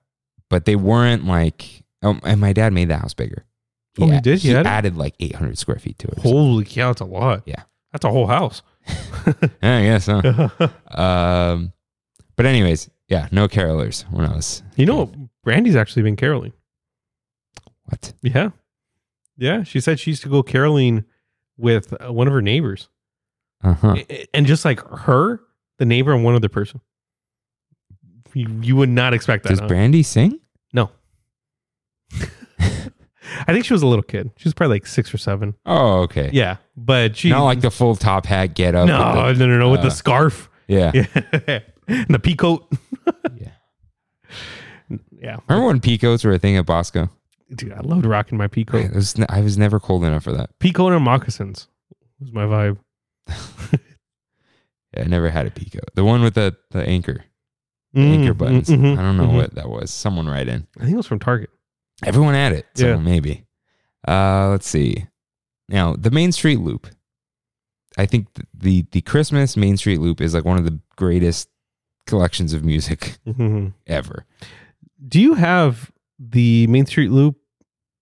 Speaker 1: but they weren't like. Oh, and my dad made the house bigger.
Speaker 2: Oh, he did? He
Speaker 1: He
Speaker 2: added?
Speaker 1: added like 800 square feet to it. or something.
Speaker 2: Holy cow, that's a lot.
Speaker 1: Yeah.
Speaker 2: that's a whole house.
Speaker 1: Yeah, I guess. Huh?
Speaker 2: you
Speaker 1: um, but anyways, yeah, no carolers when I was
Speaker 2: know, Brandy's actually been caroling.
Speaker 1: what?
Speaker 2: Yeah, yeah. She said she used to go caroling with uh, one of her neighbors,
Speaker 1: Uh huh.
Speaker 2: A- and just like her, the neighbor, and one other person. You, you would not expect that.
Speaker 1: Does
Speaker 2: huh?
Speaker 1: Brandy sing?
Speaker 2: I think she was a little kid. She was probably like six or seven.
Speaker 1: Oh, okay.
Speaker 2: Yeah, but she
Speaker 1: Not like the full top hat get up.
Speaker 2: no,
Speaker 1: with
Speaker 2: no,
Speaker 1: the-
Speaker 2: no, no, with
Speaker 1: uh,
Speaker 2: the scarf,
Speaker 1: yeah.
Speaker 2: yeah, and the pea coat.
Speaker 1: Yeah.
Speaker 2: Yeah,
Speaker 1: Remember when peacoats were a thing at Bosco?
Speaker 2: dude, I loved rocking my pea
Speaker 1: I
Speaker 2: coat.
Speaker 1: was, I was never cold enough for that.
Speaker 2: Pea coat and moccasins was my vibe.
Speaker 1: Yeah, I never had a peacoat. The one with the, the anchor. the anchor
Speaker 2: Mm,
Speaker 1: buttons.
Speaker 2: mm, mhm,
Speaker 1: I don't know
Speaker 2: mhm.
Speaker 1: what that was. Someone write in.
Speaker 2: I think it was from Target.
Speaker 1: Everyone had it. So
Speaker 2: Yeah.
Speaker 1: maybe. Uh, let's see. Now, the Main Street Loop. I think th- the the Christmas Main Street Loop is like one of the greatest collections of music ever.
Speaker 2: Mm-hmm. Do you have the Main Street Loop?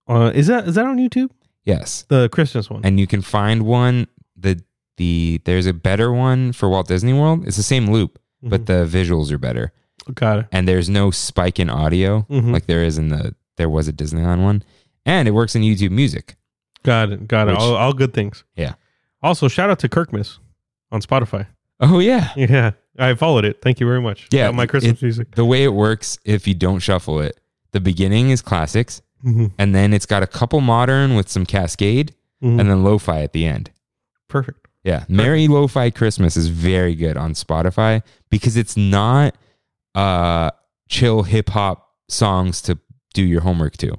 Speaker 2: Uh, is that is that on YouTube?
Speaker 1: Yes.
Speaker 2: The Christmas one.
Speaker 1: And you can find one the the there's a better one for Walt Disney World. It's the same loop, but the visuals are better.
Speaker 2: Mhm. got it.
Speaker 1: And there's no spike in audio
Speaker 2: Mhm.
Speaker 1: like there is in the there was a Disneyland one. And it works in YouTube Music.
Speaker 2: Got it. Got it.
Speaker 1: Which-
Speaker 2: All, all good things.
Speaker 1: Yeah.
Speaker 2: Also, shout out to Kirkmas on Spotify.
Speaker 1: Oh yeah.
Speaker 2: Yeah, I followed it. Thank you very much.
Speaker 1: Yeah,
Speaker 2: Got my Christmas
Speaker 1: it-
Speaker 2: music.
Speaker 1: the way it works if you don't shuffle it the beginning is classics
Speaker 2: Mhm,
Speaker 1: and then it's got a couple modern with some cascade
Speaker 2: mhm.
Speaker 1: and then lo-fi at the end
Speaker 2: Perfect.
Speaker 1: yeah merry lo-fi christmas is very good on spotify because it's not uh chill hip-hop songs to do your homework to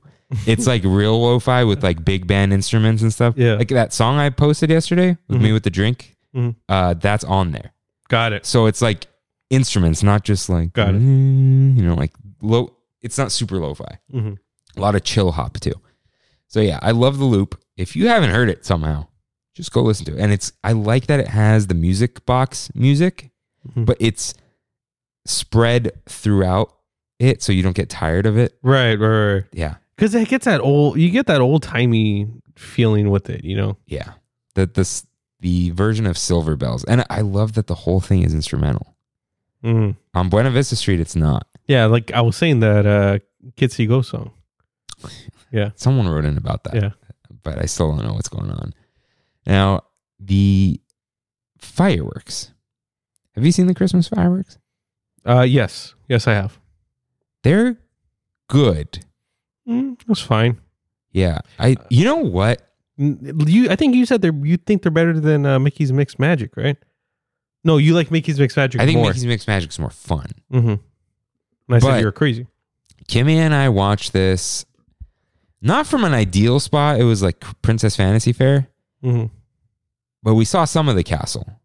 Speaker 1: it's like real lo-fi with like big band instruments and stuff
Speaker 2: Yeah. Mm-hmm.
Speaker 1: like that song i posted yesterday with me with the drink
Speaker 2: Mhm.
Speaker 1: uh that's on there
Speaker 2: Got it.
Speaker 1: so it's like instruments, not just like
Speaker 2: Got it.
Speaker 1: you know, like low. It's not super lo-fi.
Speaker 2: Mhm.
Speaker 1: A lot of chill hop too. So yeah, I love the loop. If you haven't heard it somehow, just go listen to it. And it's I like that it has the music box music,
Speaker 2: Mhm.
Speaker 1: but it's spread throughout it, so you don't get tired of it.
Speaker 2: Right. Right. right.
Speaker 1: Yeah,
Speaker 2: Because it gets that old. You get that old timey feeling with it. You know.
Speaker 1: yeah. The the s- the version of Silver Bells, and I love that the whole thing is instrumental.
Speaker 2: Mhm.
Speaker 1: On Buena Vista Street, it's not.
Speaker 2: Yeah. Like I was saying that uh, Kitsy Go song.
Speaker 1: Someone wrote in about that.
Speaker 2: Yeah.
Speaker 1: But I still don't know what's going on. Now, the fireworks. Have you seen the Christmas fireworks?
Speaker 2: Uh, yes. Yes, I have.
Speaker 1: They're good.
Speaker 2: Mm, that's fine.
Speaker 1: Yeah. I you know what?
Speaker 2: Mm, You, I think you said they're you think they're better than uh, Mickey's Mixed Magic, right? No, you like Mickey's Mixed Magic
Speaker 1: I think
Speaker 2: more.
Speaker 1: Mickey's Mixed Magic's more fun.
Speaker 2: mm-hmm. And I
Speaker 1: But-
Speaker 2: said you're crazy.
Speaker 1: Kimmy and I watched this not from an ideal spot. It was like Princess Fantasy Fair,
Speaker 2: Mm-hmm.
Speaker 1: but we saw some of the castle.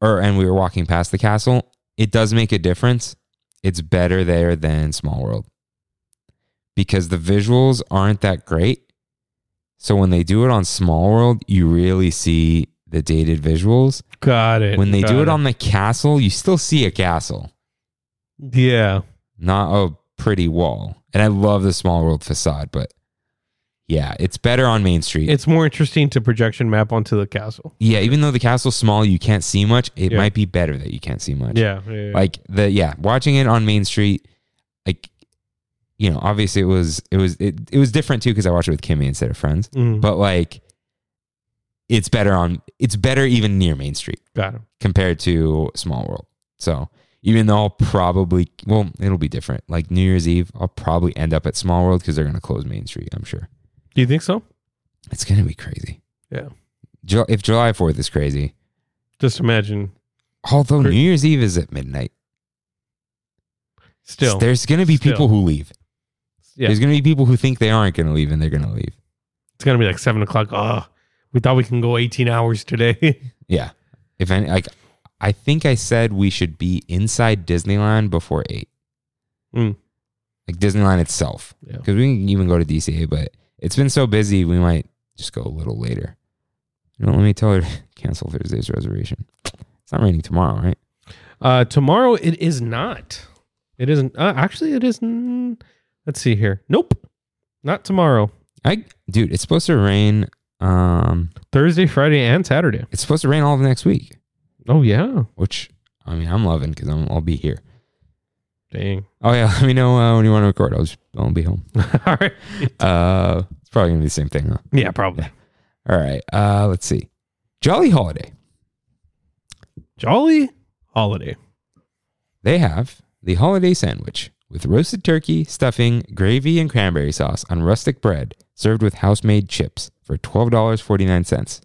Speaker 1: Or and we were walking past the castle. It does make a difference. It's better there than Small World. Because the visuals aren't that great. So when they do it on Small World, you really see the dated visuals.
Speaker 2: Got it.
Speaker 1: When they
Speaker 2: got
Speaker 1: do it on the castle, you still see a castle.
Speaker 2: yeah,
Speaker 1: not a pretty wall. And I love the small world facade, but yeah, it's better on Main Street.
Speaker 2: it's more interesting to projection map onto the castle.
Speaker 1: yeah, even though the castle's small, you can't see much. It
Speaker 2: Yeah.
Speaker 1: might be better that you can't see much.
Speaker 2: Yeah, yeah, yeah.
Speaker 1: Like the yeah, watching it on Main Street, like you know, obviously it was it was it, it was different too because I watched it with Kimmy instead of friends.
Speaker 2: Mm,
Speaker 1: But like it's better on it's better even near Main Street
Speaker 2: got it.
Speaker 1: compared to Small World. So even though I'll probably, well, it'll be different. Like New Year's Eve, I'll probably end up at Small World because they're going to close Main Street, I'm sure.
Speaker 2: Do you think so?
Speaker 1: It's going to be crazy.
Speaker 2: Yeah.
Speaker 1: Ju- if July 4th is crazy,
Speaker 2: Just imagine.
Speaker 1: although
Speaker 2: Cra-
Speaker 1: New Year's Eve is at midnight,
Speaker 2: Still,
Speaker 1: there's going to be
Speaker 2: Still.
Speaker 1: people who leave.
Speaker 2: yeah,
Speaker 1: There's going to be people who think they aren't going to leave and they're going to leave.
Speaker 2: it's gonna be like seven o'clock. Oh, we thought we can go eighteen hours today.
Speaker 1: Yeah. If any, like, I think I said we should be inside Disneyland before 8.
Speaker 2: Mm.
Speaker 1: Like Disneyland itself.
Speaker 2: Yeah.
Speaker 1: Because we can even go to DCA, but it's been so busy, we might just go a little later. You know, let me tell her cancel Thursday's reservation. It's not raining tomorrow, right?
Speaker 2: Uh, tomorrow it is not. It isn't. Uh, actually, it isn't. Let's see here. Nope, not tomorrow.
Speaker 1: I dude, it's supposed to rain. Um,
Speaker 2: Thursday, Friday, and Saturday.
Speaker 1: it's supposed to rain all of next week,
Speaker 2: Oh yeah.
Speaker 1: which I mean I'm loving because I'm I'll be here.
Speaker 2: Dang.
Speaker 1: Oh yeah, let me know uh, when you want to record. I'll just I'll be home.
Speaker 2: All right.
Speaker 1: Uh, it's probably gonna be the same thing. Huh?
Speaker 2: Yeah, probably.
Speaker 1: All right. Uh, let's see. Jolly Holiday.
Speaker 2: Jolly holiday.
Speaker 1: They have the holiday sandwich with roasted turkey, stuffing, gravy, and cranberry sauce on rustic bread, served with house made chips for $12.49.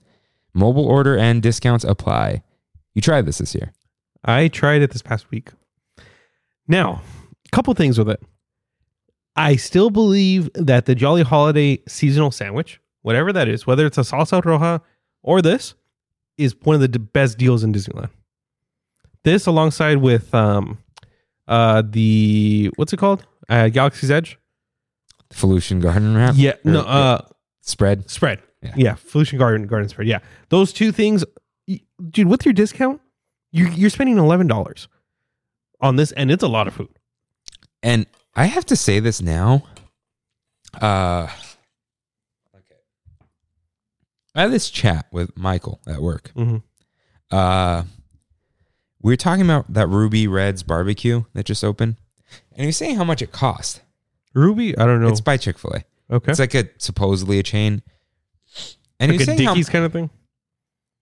Speaker 1: Mobile order and discounts apply. You tried this this year.
Speaker 2: I tried it this past week. Now, a couple things with it. I still believe that the Jolly Holiday seasonal sandwich, whatever that is, whether it's a salsa roja or this, is one of the d- best deals in Disneyland. This, alongside with um, uh, the what's it called, uh, Galaxy's Edge?
Speaker 1: Felucian Garden Wrap?
Speaker 2: Yeah, no,
Speaker 1: Or-
Speaker 2: uh,
Speaker 1: Spread?
Speaker 2: spread.
Speaker 1: Yeah.
Speaker 2: Yeah, Felucian Garden Garden spread. Yeah, those two things, y- dude. With your discount, you're you're spending eleven dollars on this, and it's a lot of food.
Speaker 1: And I have to say this now. Uh, okay. I had this chat with Michael at work.
Speaker 2: Mhm.
Speaker 1: Uh, we were talking about that Ruby Reds barbecue that just opened, and he was saying how much it cost.
Speaker 2: Ruby, I don't know.
Speaker 1: It's by Chick Fil A.
Speaker 2: okay,
Speaker 1: It's like a supposedly a chain. And he was
Speaker 2: like a
Speaker 1: saying how,
Speaker 2: Dickies kind of thing.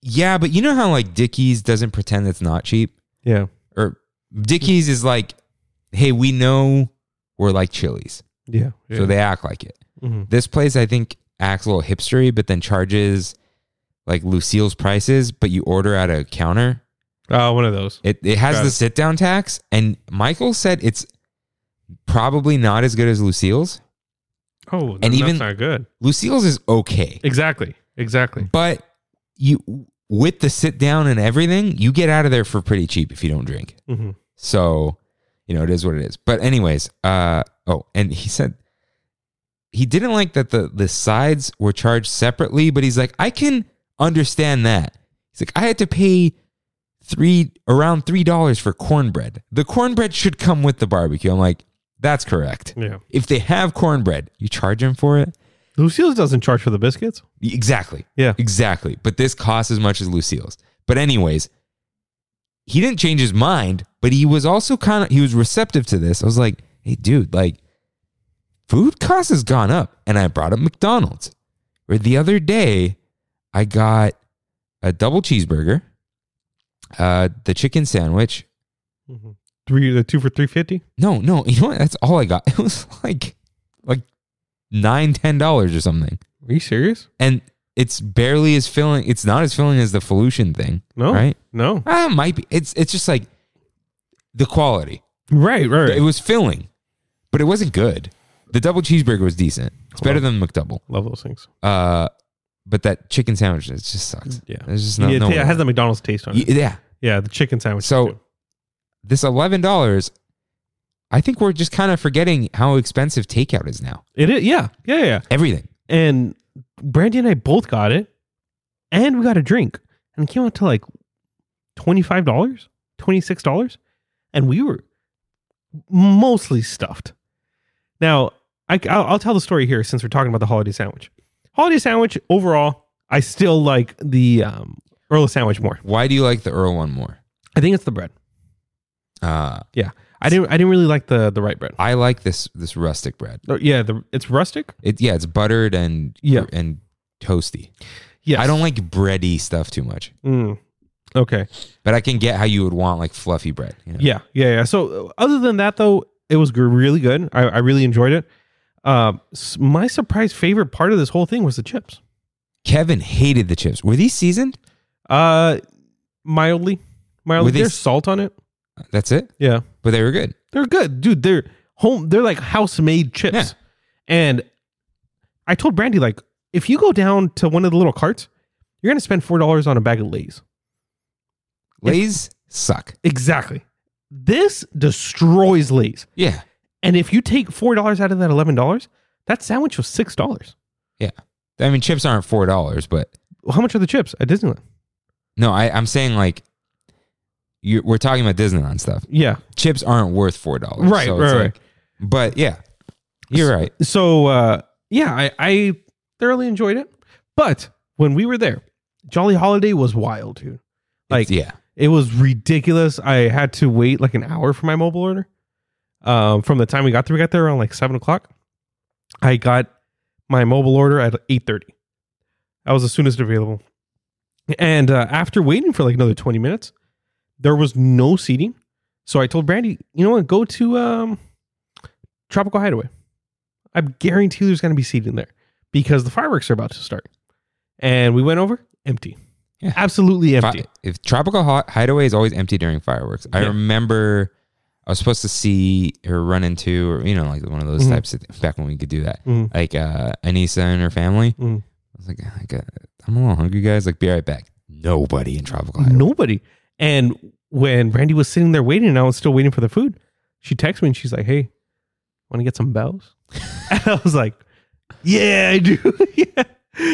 Speaker 1: yeah, but you know how like Dickies doesn't pretend it's not cheap,
Speaker 2: Yeah,
Speaker 1: or Dickies is like, hey, we know we're like Chili's,
Speaker 2: yeah.
Speaker 1: so they act like it.
Speaker 2: Mhm.
Speaker 1: This place, I think, acts a little hipstery, but then charges like Lucille's prices, but you order at a counter.
Speaker 2: Uh, one of those.
Speaker 1: It it has
Speaker 2: Got
Speaker 1: the
Speaker 2: it.
Speaker 1: sit down tax, and Michael said it's probably not as good as Lucille's.
Speaker 2: Oh,
Speaker 1: And
Speaker 2: and
Speaker 1: even-
Speaker 2: even not good.
Speaker 1: Lucille's is okay,
Speaker 2: Exactly, exactly.
Speaker 1: but you with the sit down and everything, you get out of there for pretty cheap if you don't drink.
Speaker 2: hmm
Speaker 1: So, you know, it is what it is. But anyways, uh oh, and he said he didn't like that the the sides were charged separately, but he's like, I can understand that. He's like, I had to pay three around three dollars for cornbread. The cornbread should come with the barbecue. I'm like, that's correct.
Speaker 2: Yeah,
Speaker 1: If they have cornbread, you charge them for it.
Speaker 2: Lucille's doesn't charge for the biscuits.
Speaker 1: Exactly.
Speaker 2: Yeah.
Speaker 1: Exactly. But this costs as much as Lucille's. But anyways, he didn't change his mind, but he was also kind of he was receptive to this. I was like, "Hey dude, like food costs has gone up." And I brought up McDonald's. Where the other day I got a double cheeseburger, uh the chicken sandwich,
Speaker 2: Mhm. three the two for three fifty.
Speaker 1: No, no, you know what? That's all I got. It was like like nine, ten dollars or something.
Speaker 2: Are you serious?
Speaker 1: And it's barely as filling it's not as filling as the Felution thing.
Speaker 2: No,
Speaker 1: Right?
Speaker 2: no,
Speaker 1: Ah, it might be. It's it's just like the quality.
Speaker 2: right, right.
Speaker 1: It was filling, but it wasn't good. The double cheeseburger was decent. It's better than the McDouble.
Speaker 2: Love those things.
Speaker 1: Uh, but that chicken sandwich, it just sucks.
Speaker 2: Mm, Yeah.
Speaker 1: It's just not.
Speaker 2: yeah,
Speaker 1: no
Speaker 2: it has the McDonald's taste on it.
Speaker 1: Y- yeah.
Speaker 2: Yeah, the chicken sandwich.
Speaker 1: So-
Speaker 2: too.
Speaker 1: This eleven dollars, I think we're just kind of forgetting how expensive takeout is now.
Speaker 2: it is. Yeah, yeah, yeah.
Speaker 1: Everything.
Speaker 2: And Brandy and I both got it, and we got a drink, and it came out to like twenty five dollars, twenty six dollars, and we were mostly stuffed. Now, I, I'll, I'll tell the story here since we're talking about the holiday sandwich. Holiday sandwich overall, I still like the um, Earl sandwich more.
Speaker 1: Why do you like the Earl one more?
Speaker 2: I think it's the bread.
Speaker 1: Uh,
Speaker 2: I didn't. I didn't really like the the right bread.
Speaker 1: I like this this rustic bread.
Speaker 2: Uh, Yeah, the, it's rustic.
Speaker 1: It yeah, it's buttered and
Speaker 2: Yeah.
Speaker 1: and toasty.
Speaker 2: Yeah,
Speaker 1: I don't like bready stuff too much,
Speaker 2: Mm. Okay.
Speaker 1: but I can get how you would want like fluffy bread. you know?
Speaker 2: Yeah. Yeah. Yeah. So, uh, other than that, though, it was gr- really good. I, I really enjoyed it. Um, s- my surprise favorite part of this whole thing was the chips.
Speaker 1: Kevin hated the chips. Were these seasoned?
Speaker 2: Uh, mildly, mildly.
Speaker 1: Were they
Speaker 2: There's
Speaker 1: s-
Speaker 2: salt on it.
Speaker 1: That's it.
Speaker 2: Yeah,
Speaker 1: But they were good.
Speaker 2: they're good, dude. They're home. They're like house made chips.
Speaker 1: Yeah.
Speaker 2: And I told Brandy like, if you go down to one of the little carts, you're gonna spend four dollars on a bag of Lay's.
Speaker 1: Lay's suck.
Speaker 2: Exactly. This destroys Lay's.
Speaker 1: Yeah.
Speaker 2: And if you take four dollars out of that eleven dollars, that sandwich was six dollars.
Speaker 1: I mean, chips aren't four dollars, but
Speaker 2: How much are the chips at Disneyland?
Speaker 1: no, I, I'm saying like you we're talking about Disneyland stuff.
Speaker 2: Yeah.
Speaker 1: Chips aren't worth four dollars,
Speaker 2: Right, right, right.
Speaker 1: But yeah, you're right.
Speaker 2: So uh, yeah, I, I thoroughly enjoyed it. But when we were there, Jolly Holiday was wild, dude. Like
Speaker 1: yeah,
Speaker 2: it was ridiculous. I had to wait like an hour for my mobile order. Um, from the time we got there, we got there around like seven o'clock. I got my mobile order at eight thirty. That was the soonest available. And uh, after waiting for like another twenty minutes, there was no seating. So I told Brandy, you know what, go to um, Tropical Hideaway. I guarantee there's going to be seating there because the fireworks are about to start. And we went over empty,
Speaker 1: Yeah.
Speaker 2: absolutely
Speaker 1: Fi-
Speaker 2: empty.
Speaker 1: if Tropical Hi- Hideaway is always empty during fireworks, I
Speaker 2: Yeah.
Speaker 1: remember I was supposed to see her run into, or you know, like one of those
Speaker 2: Mhm.
Speaker 1: types of back when we could do that,
Speaker 2: Mhm.
Speaker 1: like uh, Anissa and her family.
Speaker 2: Mhm.
Speaker 1: I was like, I got, I'm a little hungry, guys. Like, be right back. Nobody in Tropical Hideaway.
Speaker 2: Nobody. And when Brandy was sitting there waiting, and I was still waiting for the food, she texted me and she's like, "Hey, want to get some bells?" and I was like, "Yeah, I do." yeah.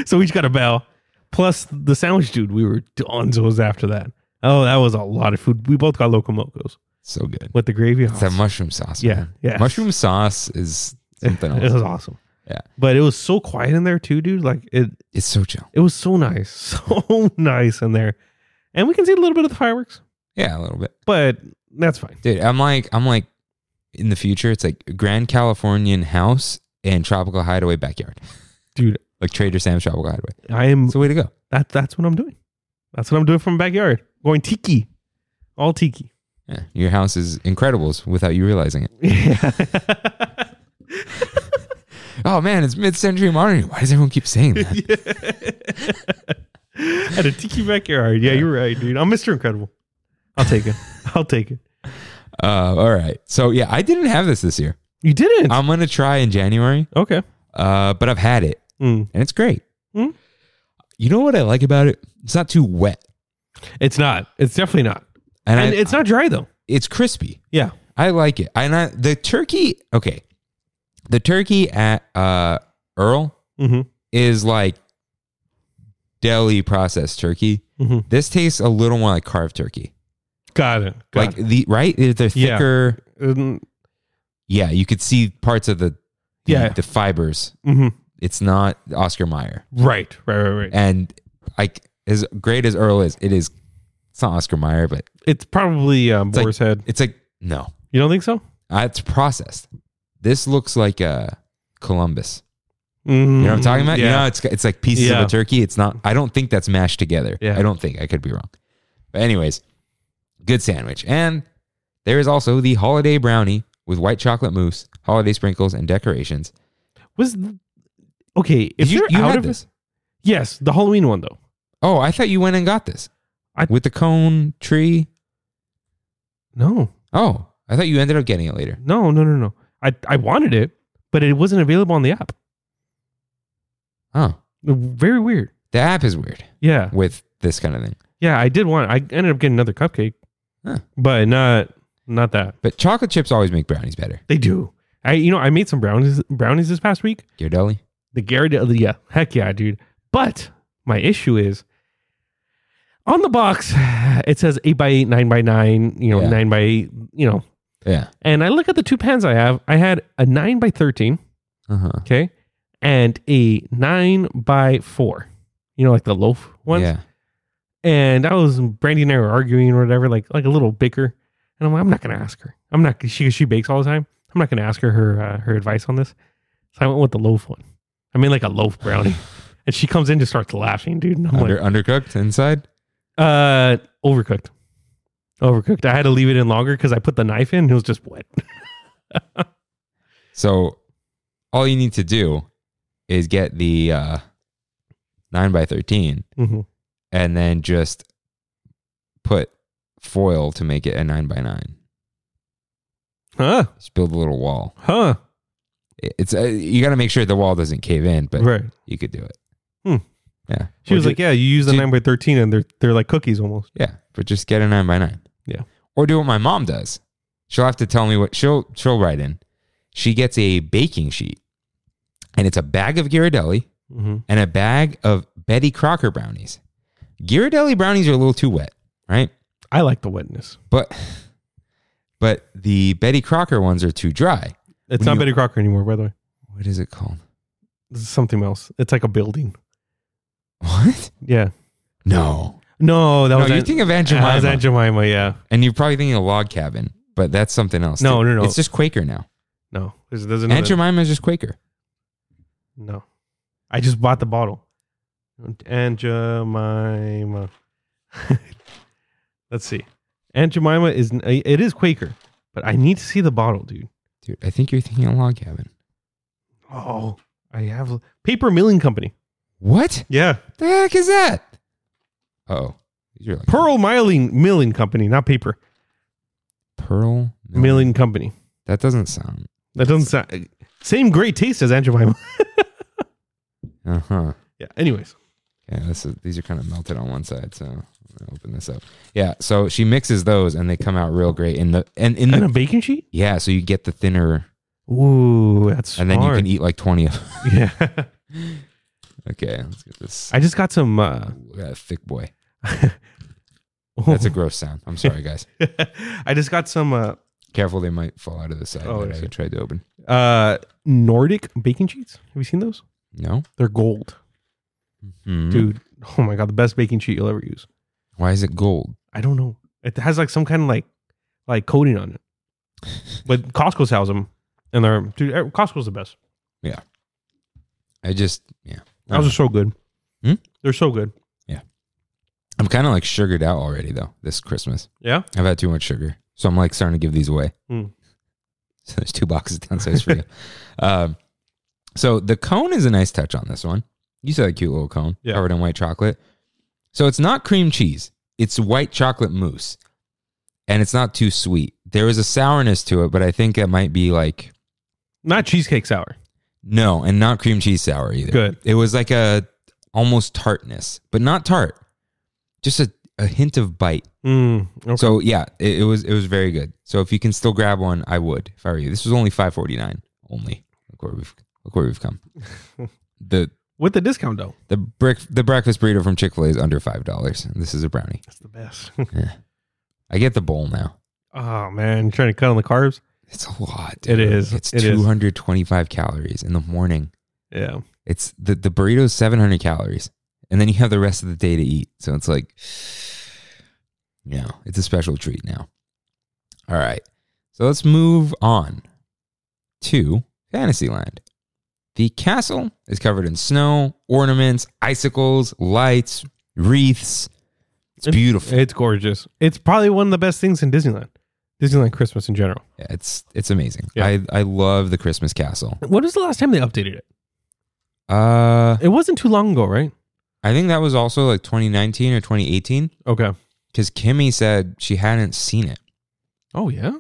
Speaker 2: So we just got a bell. Plus the sandwich, dude. We were donzos after that. Oh, that was a lot of food. We both got locomocos
Speaker 1: So good.
Speaker 2: with the gravy.
Speaker 1: It's that
Speaker 2: sauce.
Speaker 1: mushroom sauce.
Speaker 2: yeah,
Speaker 1: man.
Speaker 2: yeah.
Speaker 1: Mushroom sauce is something
Speaker 2: It was
Speaker 1: else.
Speaker 2: awesome.
Speaker 1: Yeah.
Speaker 2: But it was so quiet in there too, dude. Like it.
Speaker 1: It's so chill.
Speaker 2: It was so nice, so nice in there, and we can see a little bit of the fireworks,
Speaker 1: Yeah, a little bit.
Speaker 2: but that's fine.
Speaker 1: Dude, I'm like, I'm like, in the future, it's like Grand Californian house and Tropical Hideaway backyard.
Speaker 2: Dude.
Speaker 1: Like Trader Sam's Tropical Hideaway.
Speaker 2: I am
Speaker 1: It's the way to go.
Speaker 2: that that's what I'm doing. That's what I'm doing from backyard. Going tiki. All tiki.
Speaker 1: Yeah, your house is Incredibles without you realizing it.
Speaker 2: Yeah.
Speaker 1: Oh man, it's mid-century modern. Why does everyone keep saying that?
Speaker 2: At a tiki backyard. Yeah, you're right, dude. I'm Mr. Incredible. I'll take it. I'll take it.
Speaker 1: Uh, all right, so yeah, I didn't have this this year.
Speaker 2: You didn't.
Speaker 1: I'm gonna try in January,
Speaker 2: okay.
Speaker 1: uh, but I've had it
Speaker 2: Mm.
Speaker 1: and it's great.
Speaker 2: Hmm.
Speaker 1: You know what I like about it? It's not too wet,
Speaker 2: It's not. It's definitely not.
Speaker 1: and,
Speaker 2: And,
Speaker 1: I-
Speaker 2: it's not dry though.
Speaker 1: it's crispy.
Speaker 2: Yeah.
Speaker 1: I like it. And I, the turkey, okay, the turkey at uh, Earl
Speaker 2: Mm-hmm.
Speaker 1: is like deli processed turkey.
Speaker 2: Mhm.
Speaker 1: This tastes a little more like carved turkey,
Speaker 2: Got it.
Speaker 1: like
Speaker 2: Got
Speaker 1: the right. They're they're
Speaker 2: Yeah.
Speaker 1: thicker.
Speaker 2: it. Mm,
Speaker 1: yeah, you could see parts of the the,
Speaker 2: Yeah.
Speaker 1: the fibers.
Speaker 2: mhm.
Speaker 1: It's not Oscar Mayer,
Speaker 2: Right. Right. Right. Right.
Speaker 1: and like as great as Earl is, it is it's not Oscar Mayer, but
Speaker 2: It's probably um,
Speaker 1: It's like-
Speaker 2: boar's head.
Speaker 1: it's like no,
Speaker 2: You don't think so?
Speaker 1: Uh, it's processed. This looks like a Columbus. You know what I'm talking about?
Speaker 2: Mm-hmm. Yeah.
Speaker 1: You know, it's it's like pieces
Speaker 2: Yeah.
Speaker 1: of a turkey. It's not. I don't think that's mashed together.
Speaker 2: Yeah.
Speaker 1: I don't think. I could be wrong. But anyways, good sandwich and There is also the holiday brownie with white chocolate mousse, holiday sprinkles, and decorations.
Speaker 2: Was th- okay. If
Speaker 1: Did you,
Speaker 2: are
Speaker 1: you
Speaker 2: out
Speaker 1: had
Speaker 2: of
Speaker 1: this?
Speaker 2: yes, the Halloween one though.
Speaker 1: Oh, I thought you went and got this
Speaker 2: I-
Speaker 1: with the cone tree.
Speaker 2: No,
Speaker 1: Oh, I thought you ended up getting it later.
Speaker 2: no, no, no, no. I I wanted it, but it wasn't available on the app.
Speaker 1: Oh,
Speaker 2: Very weird.
Speaker 1: the app is weird
Speaker 2: Yeah,
Speaker 1: with this kind of thing.
Speaker 2: yeah. I did want. I ended up getting another cupcake,
Speaker 1: Huh.
Speaker 2: but not not that.
Speaker 1: But chocolate chips always make brownies better.
Speaker 2: They do. I you know I made some brownies brownies this past week.
Speaker 1: Ghirardelli.
Speaker 2: The Ghirardelli, yeah, heck yeah, dude. But my issue is on the box. It says eight by eight, nine by nine, you know,
Speaker 1: Yeah.
Speaker 2: nine by eight, you know.
Speaker 1: Yeah.
Speaker 2: And I look at the two pans I have. I had a nine by thirteen,
Speaker 1: Uh huh.
Speaker 2: okay, and a nine by four. You know, like the loaf ones.
Speaker 1: Yeah.
Speaker 2: And I was Brandy and I were arguing or whatever, like like a little bicker. And I'm like, I'm not gonna ask her. I'm not she she bakes all the time. I'm not gonna ask her her uh, her advice on this. So I went with the loaf one. I mean, like a loaf brownie. and she comes in and starts laughing, dude. And I'm
Speaker 1: Under,
Speaker 2: like,
Speaker 1: undercooked inside.
Speaker 2: uh, overcooked, overcooked. I had to leave it in longer because I put the knife in. And it was just wet.
Speaker 1: So all you need to do is get the uh, 9 by 13
Speaker 2: Mhm.
Speaker 1: and then just put foil to make it a 9 by 9.
Speaker 2: Huh?
Speaker 1: Just build a little wall.
Speaker 2: Huh?
Speaker 1: It- It's uh, You got to make sure the wall doesn't cave in, but
Speaker 2: right.
Speaker 1: you could do it.
Speaker 2: Hmm.
Speaker 1: Yeah.
Speaker 2: She
Speaker 1: Or
Speaker 2: was
Speaker 1: ju-
Speaker 2: like, yeah, you use the
Speaker 1: do-
Speaker 2: nine by thirteen, and they're they're like cookies almost.
Speaker 1: Yeah, but just get a nine by nine.
Speaker 2: Yeah.
Speaker 1: Or do what my mom does. She'll have to tell me what she'll she'll write in. She gets a baking sheet, and it's a bag of Ghirardelli
Speaker 2: Mm-hmm.
Speaker 1: and a bag of Betty Crocker brownies. Ghirardelli brownies are a little too wet, right?
Speaker 2: I like the wetness.
Speaker 1: But but the Betty Crocker ones are too dry. When
Speaker 2: It's not
Speaker 1: you-
Speaker 2: Betty Crocker anymore, by the way.
Speaker 1: What is it called?
Speaker 2: This is something else. It's like a building.
Speaker 1: What?
Speaker 2: Yeah.
Speaker 1: No.
Speaker 2: No, that
Speaker 1: no,
Speaker 2: was
Speaker 1: you
Speaker 2: Aunt-
Speaker 1: think of Aunt
Speaker 2: that
Speaker 1: Jemima,
Speaker 2: was Aunt Jemima. Yeah.
Speaker 1: and you're probably thinking of log cabin, but that's something else.
Speaker 2: No,
Speaker 1: too.
Speaker 2: no, no.
Speaker 1: It's just Quaker now.
Speaker 2: No, there's, there's another.
Speaker 1: Aunt Jemima is just Quaker.
Speaker 2: no, I just bought the bottle. Aunt Jemima. Let's see. Aunt Jemima is it is Quaker, but I need to see the bottle, dude.
Speaker 1: Dude, I think you're thinking of log cabin.
Speaker 2: Oh, I have paper milling company.
Speaker 1: What
Speaker 2: Yeah,
Speaker 1: the heck is that? Oh, you're like
Speaker 2: Pearl Milling Milling Company, not paper
Speaker 1: Pearl Mill-
Speaker 2: milling company.
Speaker 1: That doesn't sound.
Speaker 2: That doesn't sound same great taste as Aunt Jemima.
Speaker 1: Uh huh.
Speaker 2: yeah. Anyways,
Speaker 1: Yeah, this is, these are kind of melted on one side, so I'm gonna open this up. Yeah, so she mixes those and they come out real great. In the and in
Speaker 2: and a
Speaker 1: the
Speaker 2: baking sheet.
Speaker 1: yeah, so you get the thinner,
Speaker 2: Ooh, that's
Speaker 1: and then you can eat like twenty of. them.
Speaker 2: you can eat. Yeah.
Speaker 1: Okay, let's get this.
Speaker 2: I just got some. Uh,
Speaker 1: uh, thick boy. That's a gross sound. I'm sorry, guys.
Speaker 2: I just got some uh,
Speaker 1: Careful, they might fall out of the side
Speaker 2: Oh, I
Speaker 1: that I
Speaker 2: see.
Speaker 1: tried to open.
Speaker 2: uh, Nordic baking sheets. Have you seen those?
Speaker 1: No,
Speaker 2: They're gold,
Speaker 1: Hmm.
Speaker 2: dude. Oh my god, the best baking sheet you'll ever use.
Speaker 1: Why is it gold?
Speaker 2: I don't know. It has like some kind of like like coating on it. But Costco sells them, and they're dude. eh, Costco's the best.
Speaker 1: I just yeah.
Speaker 2: Those are so good.
Speaker 1: Mm. Hmm?
Speaker 2: They're so good.
Speaker 1: I'm kind of like sugared out already though. This Christmas.
Speaker 2: Yeah.
Speaker 1: I've had too much sugar, so I'm like starting to give these away.
Speaker 2: Hmm.
Speaker 1: So there's two boxes downstairs for you. Um, so the cone is a nice touch on this one. You saw that cute little cone
Speaker 2: Yeah.
Speaker 1: covered in white chocolate. So it's not cream cheese; it's white chocolate mousse, and it's not too sweet. There is a sourness to it, but I think it might be like
Speaker 2: Not cheesecake sour.
Speaker 1: no, and not cream cheese sour either.
Speaker 2: Good.
Speaker 1: It was like a almost tartness, but not tart. Just a, a hint of bite.
Speaker 2: Mm, okay.
Speaker 1: So yeah, it, it was it was very good. So if you can still grab one, I would if I were you. This was only five forty nine only. Look where we've look where we've come. the
Speaker 2: with the discount though,
Speaker 1: the brick the breakfast burrito from Chick fil A is under five dollars. And this is a brownie.
Speaker 2: that's the best.
Speaker 1: I get the bowl now.
Speaker 2: oh man, you're trying to cut on the carbs.
Speaker 1: It's a lot.
Speaker 2: It
Speaker 1: dude.
Speaker 2: is.
Speaker 1: It's
Speaker 2: It is.
Speaker 1: two hundred twenty five calories in the morning.
Speaker 2: Yeah.
Speaker 1: It's the the burrito is seven hundred calories, and then you have the rest of the day to eat. So it's like, you know, it's a special treat now. All right, so let's move on to Fantasyland. The castle is covered in snow, ornaments, icicles, lights, wreaths. It's beautiful.
Speaker 2: It's gorgeous. It's probably one of the best things in Disneyland. Disneyland Christmas in general.
Speaker 1: Yeah, it's it's amazing.
Speaker 2: Yeah.
Speaker 1: I I love the Christmas castle.
Speaker 2: When was the last time they updated it?
Speaker 1: Uh,
Speaker 2: It wasn't too long ago, right?
Speaker 1: I think that was also like 2019 or 2018
Speaker 2: Okay.
Speaker 1: because Kimmy said she hadn't seen it.
Speaker 2: Oh yeah.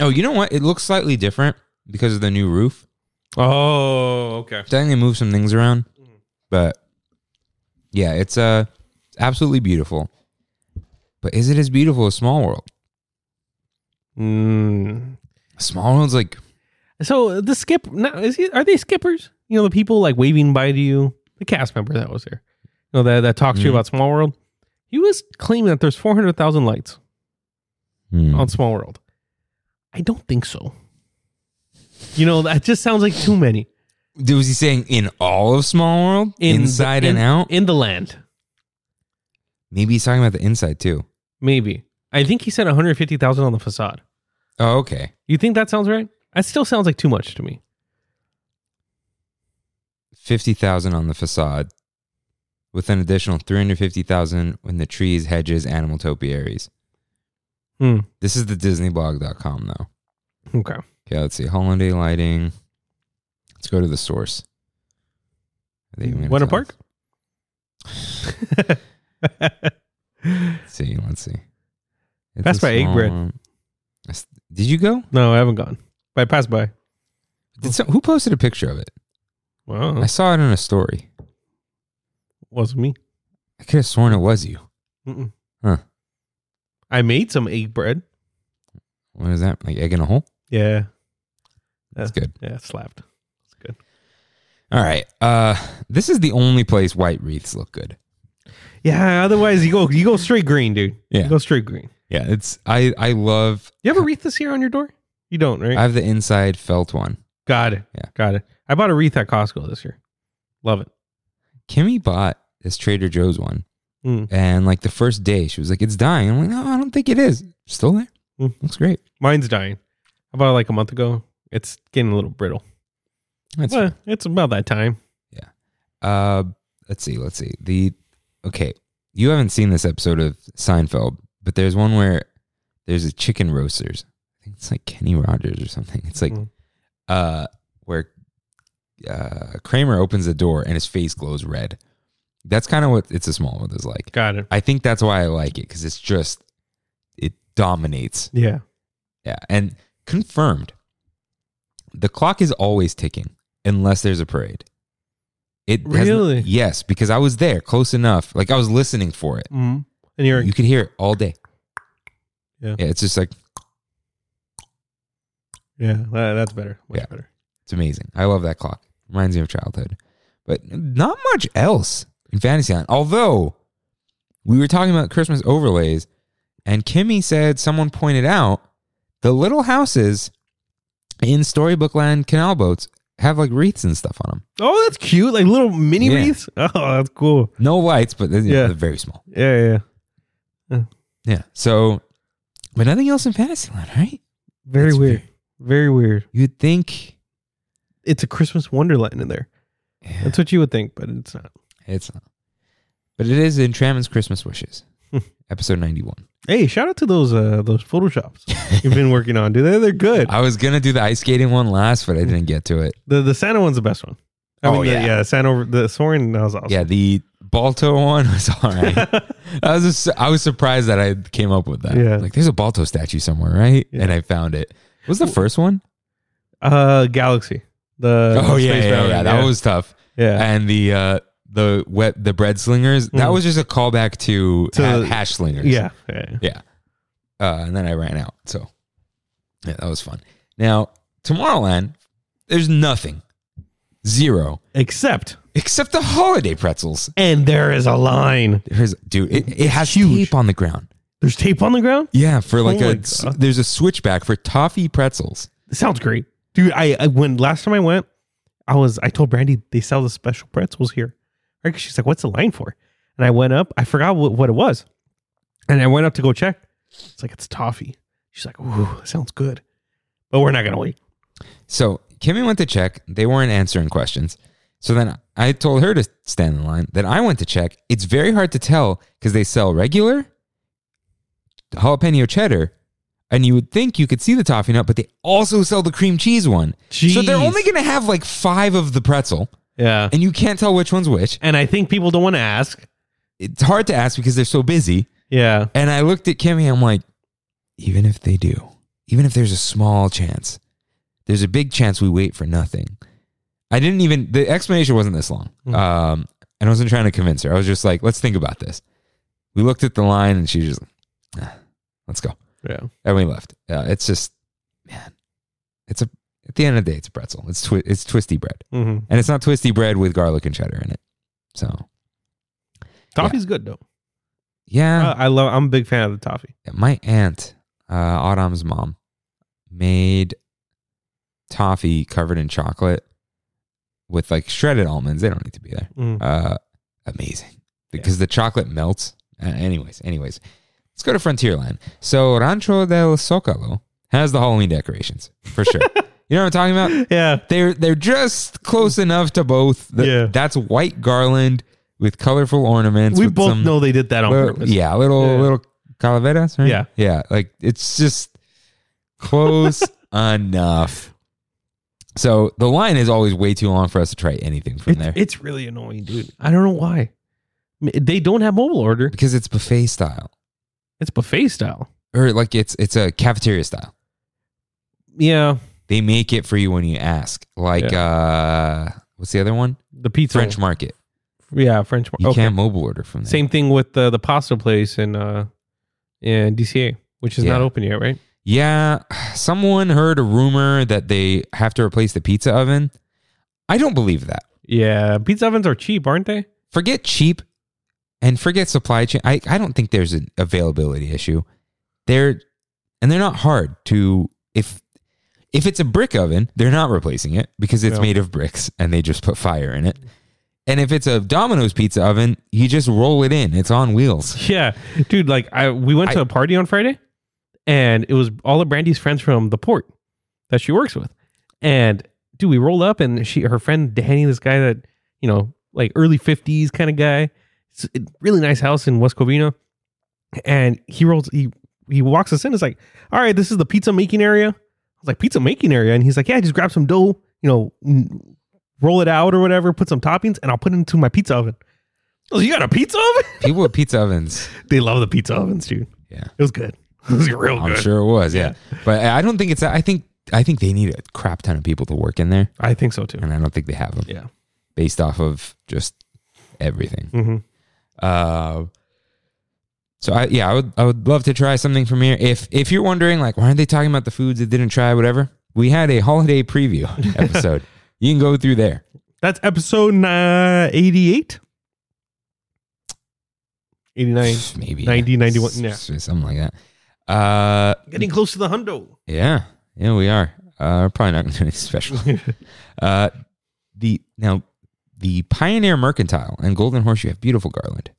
Speaker 1: Oh, you know what? It looks slightly different because of the new roof.
Speaker 2: Oh okay.
Speaker 1: I think they moved some things around, but yeah, it's uh it's absolutely beautiful. But is it as beautiful as Small World?
Speaker 2: Mm.
Speaker 1: Small World's like
Speaker 2: So the skip now is he, are they skippers? You know the people like waving by to you. The cast member that was there, you know that that talks to you
Speaker 1: Mhm.
Speaker 2: about Small World. He was claiming that there's 400,000 lights
Speaker 1: hmm.
Speaker 2: on Small World. I don't think so. You know that just sounds like too many
Speaker 1: Dude, was he saying in all of Small World,
Speaker 2: In the-
Speaker 1: inside
Speaker 2: in-
Speaker 1: and out?
Speaker 2: in the land.
Speaker 1: Maybe he's talking about the inside too.
Speaker 2: Maybe I think he said 150,000 on the facade.
Speaker 1: Oh, okay.
Speaker 2: You think that sounds right? That still sounds like too much to me.
Speaker 1: Fifty thousand on the facade, with an additional three hundred fifty thousand in the trees, hedges, animal topiaries.
Speaker 2: Hmm.
Speaker 1: This is the DisneyBlog.com though.
Speaker 2: Okay.
Speaker 1: Okay, let's see. Holiday lighting. Let's go to the source. Are they even gonna
Speaker 2: Winter
Speaker 1: tell us?
Speaker 2: Park?
Speaker 1: Let's see. Let's see. It's
Speaker 2: Passed
Speaker 1: a
Speaker 2: by egg
Speaker 1: small
Speaker 2: bread.
Speaker 1: one. That's- Did you go?
Speaker 2: no, I haven't gone. But I passed by.
Speaker 1: Did some, who posted a picture of it?
Speaker 2: Wow.
Speaker 1: I saw it in a story.
Speaker 2: wasn't me.
Speaker 1: I could have sworn it was you.
Speaker 2: Mm-mm.
Speaker 1: Huh.
Speaker 2: I made some egg bread.
Speaker 1: What is that? Like egg in a hole?
Speaker 2: Yeah.
Speaker 1: That's
Speaker 2: Yeah.
Speaker 1: good.
Speaker 2: Yeah, it slapped.
Speaker 1: All right. Uh, this is the only place white wreaths look good.
Speaker 2: Yeah, otherwise you go you go straight green, dude.
Speaker 1: Yeah.
Speaker 2: You go straight green.
Speaker 1: Yeah. It's I. I love.
Speaker 2: You have a wreath this year on your door? You don't, right?
Speaker 1: I have the inside felt one.
Speaker 2: got it.
Speaker 1: Yeah.
Speaker 2: Got it. I bought a wreath at Costco this year. Love it.
Speaker 1: Kimmy bought this Trader Joe's one,
Speaker 2: Mm.
Speaker 1: and like the first day, she was like, "It's dying." I'm like, "No, I don't think it is. Still there.
Speaker 2: Mm.
Speaker 1: Looks great."
Speaker 2: Mine's dying. I bought it like a month ago. It's getting a little brittle.
Speaker 1: That's
Speaker 2: well, it's about that time.
Speaker 1: Uh, let's see, let's see. The okay, you haven't seen this episode of Seinfeld, but there's one where there's a chicken roasters. I think it's like Kenny Rogers or something. It's like,
Speaker 2: Mm.
Speaker 1: uh, where uh Kramer opens the door and his face glows red. That's kind of what it's a small one is like.
Speaker 2: Got it.
Speaker 1: I think that's why I like it because it's just it dominates.
Speaker 2: Yeah.
Speaker 1: Yeah, and confirmed. The clock is always ticking unless there's a parade. It has-
Speaker 2: Really?
Speaker 1: yes, because I was there close enough. Like I was listening for it.
Speaker 2: Mm. And you're
Speaker 1: You could hear it all day.
Speaker 2: Yeah.
Speaker 1: it's just like
Speaker 2: yeah, that, that's better. Much
Speaker 1: Yeah.
Speaker 2: better.
Speaker 1: it's amazing. I love that clock. Reminds me of childhood. But not much else in Fantasyland. Although we were talking about Christmas overlays, and Kimmy said someone pointed out the little houses in Storybookland canal boats have like wreaths and stuff on them.
Speaker 2: Oh, that's cute. Like little mini
Speaker 1: Yeah.
Speaker 2: wreaths. Oh, that's cool.
Speaker 1: No lights, but they're, you know,
Speaker 2: Yeah.
Speaker 1: they're very small.
Speaker 2: Yeah, yeah, yeah.
Speaker 1: Yeah. So, but nothing else in Fantasyland, right?
Speaker 2: Very
Speaker 1: That's
Speaker 2: weird. Very weird.
Speaker 1: You'd think
Speaker 2: It's a Christmas wonderland in there.
Speaker 1: Yeah.
Speaker 2: That's what you would think, but it's not.
Speaker 1: it's not, but it is in Tramon's Christmas Wishes, episode ninety-one.
Speaker 2: Hey, shout out to those uh those photoshops you've been working on, dude. They're, they're good.
Speaker 1: I was gonna do the ice skating one last, but I
Speaker 2: Hmm.
Speaker 1: didn't get to it.
Speaker 2: The the Santa one's the best one. I
Speaker 1: Oh,
Speaker 2: mean, the-
Speaker 1: yeah.
Speaker 2: yeah, Santa the Soren that was awesome.
Speaker 1: Yeah, the Balto one was all right. I was just, I was surprised that I came up with that.
Speaker 2: Yeah.
Speaker 1: Like, there's a Balto statue somewhere, right?
Speaker 2: Yeah.
Speaker 1: And I found it. What was the first one?
Speaker 2: uh Galaxy. The
Speaker 1: oh
Speaker 2: the
Speaker 1: yeah,
Speaker 2: uh, space
Speaker 1: yeah,
Speaker 2: battle,
Speaker 1: yeah, that was tough.
Speaker 2: yeah.
Speaker 1: And the uh the wet the bread slingers that
Speaker 2: Mm.
Speaker 1: was just a callback to,
Speaker 2: To-
Speaker 1: ha- hash slingers.
Speaker 2: yeah. yeah.
Speaker 1: Yeah. Uh, and then I ran out. So, yeah, that was fun. Now, Tomorrowland, there's nothing, zero,
Speaker 2: Except
Speaker 1: except the holiday pretzels.
Speaker 2: and there is a line.
Speaker 1: There's, dude, it, it has
Speaker 2: Huge.
Speaker 1: tape on the ground.
Speaker 2: There's tape on the ground?
Speaker 1: Yeah, for like
Speaker 2: Oh my
Speaker 1: a, s-
Speaker 2: God.
Speaker 1: there's a switchback for toffee pretzels.
Speaker 2: Sounds great, dude. I, I when last time I went, I was I told Brandy they sell the special pretzels here, right? 'Cause she's like, "What's the line for?" And I went up. I forgot what, what it was, and I went up to go check. It's like it's toffee. She's like, "Ooh, sounds good," but we're not gonna wait.
Speaker 1: So Kimmy went to check. They weren't answering questions. So then I told her to stand in line. Then I went to check. It's very hard to tell because they sell regular, jalapeno cheddar, and you would think you could see the toffee nut, but they also sell the cream cheese one. So they're
Speaker 2: Jeez.
Speaker 1: only going to have like five of the pretzel,
Speaker 2: Yeah.
Speaker 1: and you can't tell which one's which.
Speaker 2: And I think people don't want to ask.
Speaker 1: It's hard to ask because they're so busy.
Speaker 2: Yeah.
Speaker 1: And I looked at Kimmy, I'm like, even if they do, even if there's a small chance, there's a big chance we wait for nothing. I didn't even, the explanation wasn't this long.
Speaker 2: Mhm.
Speaker 1: Um, and I wasn't trying to convince her. I was just like, let's think about this. We looked at the line and she was just, "Ah, let's go.
Speaker 2: Yeah.
Speaker 1: And we left. Uh, it's just, man, it's a, at the end of the day, it's a pretzel. It's, twi- it's twisty bread.
Speaker 2: Mm-hmm.
Speaker 1: And it's not twisty bread with garlic and cheddar in it. So,
Speaker 2: Toffee's good though.
Speaker 1: yeah.
Speaker 2: Uh, I, I love. I'm a big fan of the toffee.
Speaker 1: my aunt, uh, Autumn's mom, made toffee covered in chocolate with like shredded almonds. They don't need to be there.
Speaker 2: Mm.
Speaker 1: Uh, amazing because the chocolate melts. Uh, anyways, anyways, let's go to Frontierland. So Rancho del Zocalo has the Halloween decorations for sure. you know what I'm talking about?
Speaker 2: Yeah.
Speaker 1: They're they're just close enough to both. The-
Speaker 2: Yeah.
Speaker 1: that's white garland with colorful ornaments.
Speaker 2: we
Speaker 1: with
Speaker 2: both
Speaker 1: some-
Speaker 2: know they did that on
Speaker 1: Little-
Speaker 2: purpose.
Speaker 1: Yeah, little
Speaker 2: Yeah.
Speaker 1: little calaveras, right?
Speaker 2: Yeah.
Speaker 1: yeah. Like it's just close enough. So the line is always way too long for us to try anything from
Speaker 2: It's,
Speaker 1: there
Speaker 2: it's really annoying, dude. I don't know why. M- They don't have mobile order.
Speaker 1: because it's buffet style
Speaker 2: It's buffet style.
Speaker 1: or like it's it's a cafeteria style.
Speaker 2: Yeah.
Speaker 1: They make it for you when you ask. Like uh what's the other one?
Speaker 2: The pizza.
Speaker 1: French market.
Speaker 2: Yeah, French.
Speaker 1: You
Speaker 2: okay.
Speaker 1: can't mobile order from there.
Speaker 2: Same thing with the the pasta place in uh in DCA, which is
Speaker 1: Yeah.
Speaker 2: not open yet, right?
Speaker 1: Yeah, someone heard a rumor that they have to replace the pizza oven. I don't believe that.
Speaker 2: Yeah, pizza ovens are cheap, aren't they?
Speaker 1: forget cheap and forget supply chain. I, I don't think there's an availability issue. They're and they're not hard to if if it's a brick oven, they're not replacing it because it's
Speaker 2: Yeah.
Speaker 1: made of bricks and they just put fire in it. And if it's a Domino's pizza oven, you just roll it in. It's on wheels.
Speaker 2: Yeah, dude. Like I, we went to a party on Friday, and it was all of Brandy's friends from the port that she works with, and dude, we rolled up, and she, her friend Danny, this guy that you know, like early fifties kind of guy, it's a really nice house in West Covina, and he rolls, he he walks us in. It's like, all right, this is the pizza making area. I was like, pizza making area, and he's like, yeah, just grab some dough, you know, n- roll it out or whatever, put some toppings, and I'll put it into my pizza oven. I was like, you got a pizza oven?
Speaker 1: People with pizza ovens.
Speaker 2: They love the pizza ovens, dude.
Speaker 1: Yeah.
Speaker 2: It was good. It was real
Speaker 1: I'm
Speaker 2: good.
Speaker 1: sure it was, yeah. But I don't think it's I think I think they need a crap ton of people to work in there.
Speaker 2: I think so too.
Speaker 1: And I don't think they have them.
Speaker 2: Yeah.
Speaker 1: Based off of just everything.
Speaker 2: hmm
Speaker 1: Uh, so I yeah, I would I would love to try something from here. If if you're wondering like why aren't they talking about the foods they didn't try, whatever, we had a holiday preview episode. you can go through there.
Speaker 2: That's episode uh, 88. 89.
Speaker 1: Maybe
Speaker 2: 90, 91,
Speaker 1: S-
Speaker 2: yeah.
Speaker 1: s- something like that. Uh,
Speaker 2: Getting close to the hundo.
Speaker 1: yeah, yeah, we are. Uh, we're probably not going to do anything special. Uh, the now the Pioneer Mercantile and Golden Horseshoe have beautiful garland.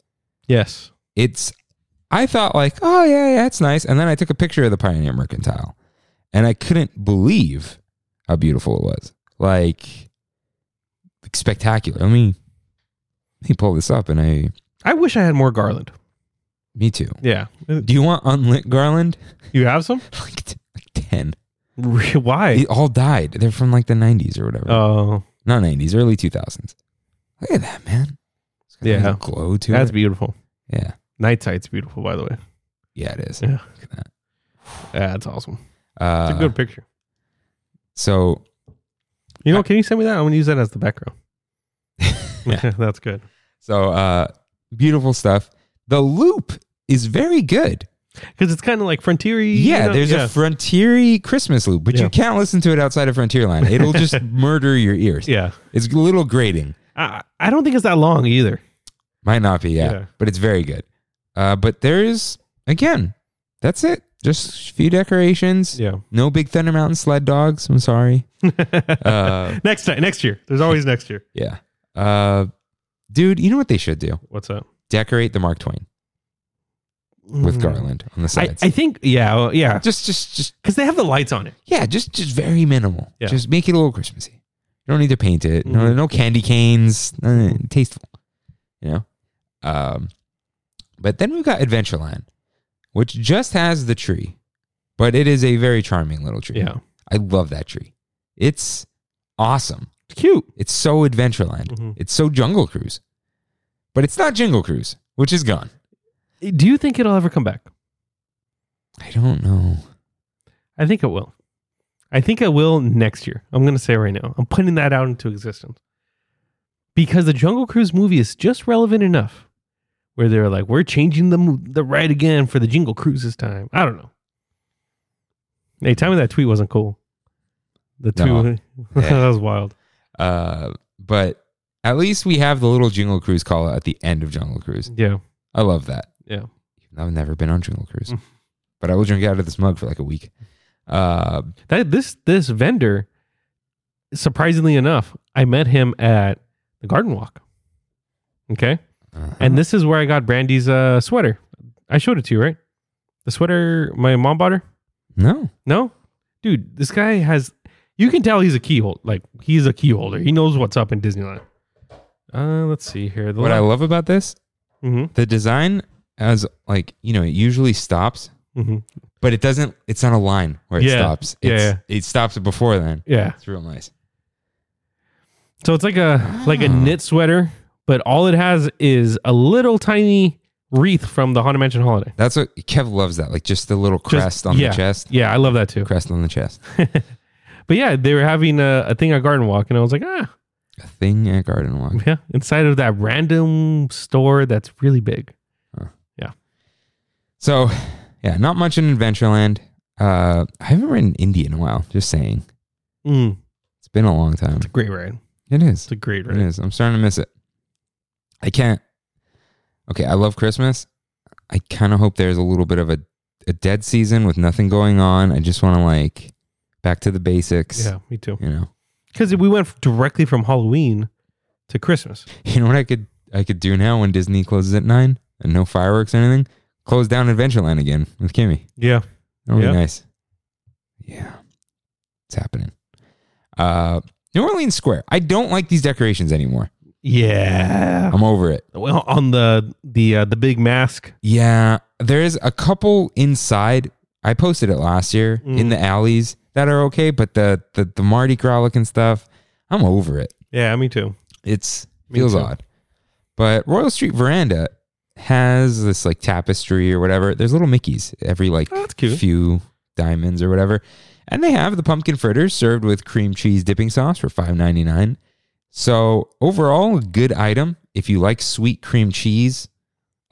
Speaker 2: yes.
Speaker 1: it's I thought like, oh yeah, yeah, it's nice. And then I took a picture of the Pioneer Mercantile and I couldn't believe how beautiful it was. Like, like spectacular. I mean he pulled this up and I
Speaker 2: I wish I had more garland.
Speaker 1: me too.
Speaker 2: Yeah.
Speaker 1: Do you want unlit garland?
Speaker 2: You have some?
Speaker 1: like t- like ten.
Speaker 2: Re- Why?
Speaker 1: They all died. They're from like the nineties or whatever.
Speaker 2: Oh,
Speaker 1: Not nineties, early two thousands. Look at that, man. It's got a
Speaker 2: Yeah.
Speaker 1: nice glow to
Speaker 2: that's
Speaker 1: it.
Speaker 2: beautiful.
Speaker 1: yeah.
Speaker 2: Night sight's beautiful, by the way.
Speaker 1: Yeah, it is.
Speaker 2: Yeah.
Speaker 1: Look at that.
Speaker 2: Yeah, that's awesome.
Speaker 1: Uh,
Speaker 2: It's a good picture.
Speaker 1: so
Speaker 2: You know, can you send me that? I'm going to use that as the background.
Speaker 1: Yeah.
Speaker 2: that's good.
Speaker 1: So uh beautiful stuff. The loop is very good.
Speaker 2: Because it's kind of like frontiery. you
Speaker 1: Yeah,
Speaker 2: know?
Speaker 1: there's a frontiery Christmas loop, but
Speaker 2: Yeah.
Speaker 1: you can't listen to it outside of Frontierland. It'll just murder your ears.
Speaker 2: yeah.
Speaker 1: It's a little grating.
Speaker 2: I, I don't think it's that long either.
Speaker 1: Might not be, yeah,
Speaker 2: Yeah.
Speaker 1: but it's very good. Uh but there is again, that's it. Just a few decorations.
Speaker 2: Yeah.
Speaker 1: No big Thunder Mountain sled dogs. I'm sorry. Uh
Speaker 2: next time, next year. There's always next year.
Speaker 1: yeah. Uh dude, you know what they should do?
Speaker 2: What's up?
Speaker 1: Decorate the Mark Twain with garland on the
Speaker 2: Mm. I,
Speaker 1: sides.
Speaker 2: I think, yeah, well, yeah,
Speaker 1: just just just
Speaker 2: because they have the lights on it.
Speaker 1: Yeah, just just very minimal.
Speaker 2: Yeah.
Speaker 1: Just make it a little Christmassy. You don't need to paint it. No, no candy canes. Uh, tasteful, you know. Um, but then we've got Adventureland, which just has the tree, but it is a very charming little tree.
Speaker 2: Yeah.
Speaker 1: I love that tree. It's awesome.
Speaker 2: It's cute.
Speaker 1: It's so Adventureland.
Speaker 2: Mhm.
Speaker 1: It's so Jungle Cruise, but it's not Jingle Cruise, which is gone.
Speaker 2: Do you think it'll ever come back?
Speaker 1: I don't know.
Speaker 2: I think it will. I think it will next year. I'm going to say right now. I'm putting that out into existence. Because the Jungle Cruise movie is just relevant enough where they're like, we're changing the, mo- the ride again for the Jingle Cruise this time. I don't know. Hey, tell me that tweet wasn't cool. The tweet
Speaker 1: No.
Speaker 2: that was wild.
Speaker 1: Uh, but at least we have the little Jingle Cruise call out at the end of Jungle Cruise.
Speaker 2: Yeah.
Speaker 1: I love that.
Speaker 2: Yeah.
Speaker 1: I've never been on Jungle Cruise,
Speaker 2: Mm.
Speaker 1: but I will drink out of this mug for like a week. Uh,
Speaker 2: That this this vendor, surprisingly enough, I met him at the garden walk. Okay.
Speaker 1: Mm-hmm. uh-huh.
Speaker 2: And this is where I got Brandy's uh, sweater. I showed it to you, right? The sweater my mom bought her.
Speaker 1: no,
Speaker 2: No, dude, this guy has. You can tell he's a key hold. Like he's a key holder. He knows what's up in Disneyland. Uh, let's see here. The
Speaker 1: what I love about this,
Speaker 2: mm-hmm,
Speaker 1: the design as like you know, it usually stops,
Speaker 2: mm-hmm.
Speaker 1: but it doesn't. It's not a line where it
Speaker 2: Yeah.
Speaker 1: stops.
Speaker 2: Yeah,
Speaker 1: It's, It stops before then.
Speaker 2: Yeah.
Speaker 1: It's real nice.
Speaker 2: So it's like a like a
Speaker 1: Ah.
Speaker 2: knit sweater, but all it has is a little tiny wreath from the Haunted Mansion holiday.
Speaker 1: That's what Kev loves. That like just the little crest on
Speaker 2: yeah.
Speaker 1: the chest.
Speaker 2: Yeah, I love that too.
Speaker 1: Crest on the chest.
Speaker 2: But yeah, they were having a, a thing at Garden Walk, and I was like, ah,
Speaker 1: A thing at Garden Walk.
Speaker 2: Yeah, inside of that random store that's really big.
Speaker 1: So, yeah, not much in Adventureland. Uh, I haven't ridden Indy in a while. Just saying,
Speaker 2: Mm,
Speaker 1: it's been a long time.
Speaker 2: it's a great ride.
Speaker 1: It is.
Speaker 2: It's a great
Speaker 1: It
Speaker 2: ride.
Speaker 1: is. I'm starting to miss it. I can't. Okay, I love Christmas. I kind of hope there's a little bit of a a dead season with nothing going on. I just want to like back to the basics.
Speaker 2: Yeah, me too.
Speaker 1: You know.
Speaker 2: Because we went directly from Halloween to Christmas.
Speaker 1: You know what I could I could do now when Disney closes at nine and no fireworks or anything. Close down Adventureland again with Kimmy.
Speaker 2: Yeah,
Speaker 1: That would
Speaker 2: Yeah.
Speaker 1: be nice. Yeah. It's happening. Uh New Orleans Square. I don't like these decorations anymore.
Speaker 2: yeah.
Speaker 1: I'm over it.
Speaker 2: Well, on the the uh, the big mask.
Speaker 1: Yeah. There's a couple inside. I posted it last year
Speaker 2: Mm.
Speaker 1: in the alleys that are okay, but the the, the Mardi Gras looking stuff, I'm over it.
Speaker 2: Yeah, me too.
Speaker 1: It's
Speaker 2: Me
Speaker 1: feels
Speaker 2: too.
Speaker 1: odd. But Royal Street Veranda has this like tapestry or whatever. There's little Mickeys every like
Speaker 2: Oh, that's cute.
Speaker 1: few diamonds or whatever. And they have the pumpkin fritters served with cream cheese dipping sauce for five ninety nine. So overall, a good item if you like sweet cream cheese.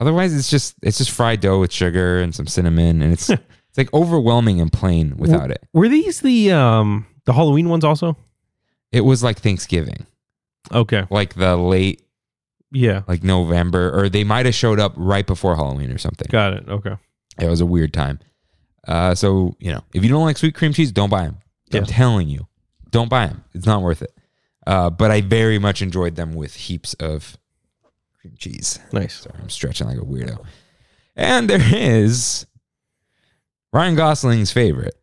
Speaker 1: Otherwise, it's just it's just fried dough with sugar and some cinnamon, and it's it's like overwhelming and plain without it.
Speaker 2: Were these the um the Halloween ones also?
Speaker 1: It was like Thanksgiving,
Speaker 2: Okay.
Speaker 1: like the late
Speaker 2: Yeah,
Speaker 1: like November, or they might have showed up right before Halloween or something.
Speaker 2: got it. Okay.
Speaker 1: It was a weird time. Uh, so you know, if you don't like sweet cream cheese, don't buy them.
Speaker 2: Yeah.
Speaker 1: I'm telling you, don't buy them. It's not worth it. Uh, but I very much enjoyed them with heaps of cream cheese.
Speaker 2: Nice.
Speaker 1: Sorry, I'm stretching like a weirdo. And there is Ryan Gosling's favorite,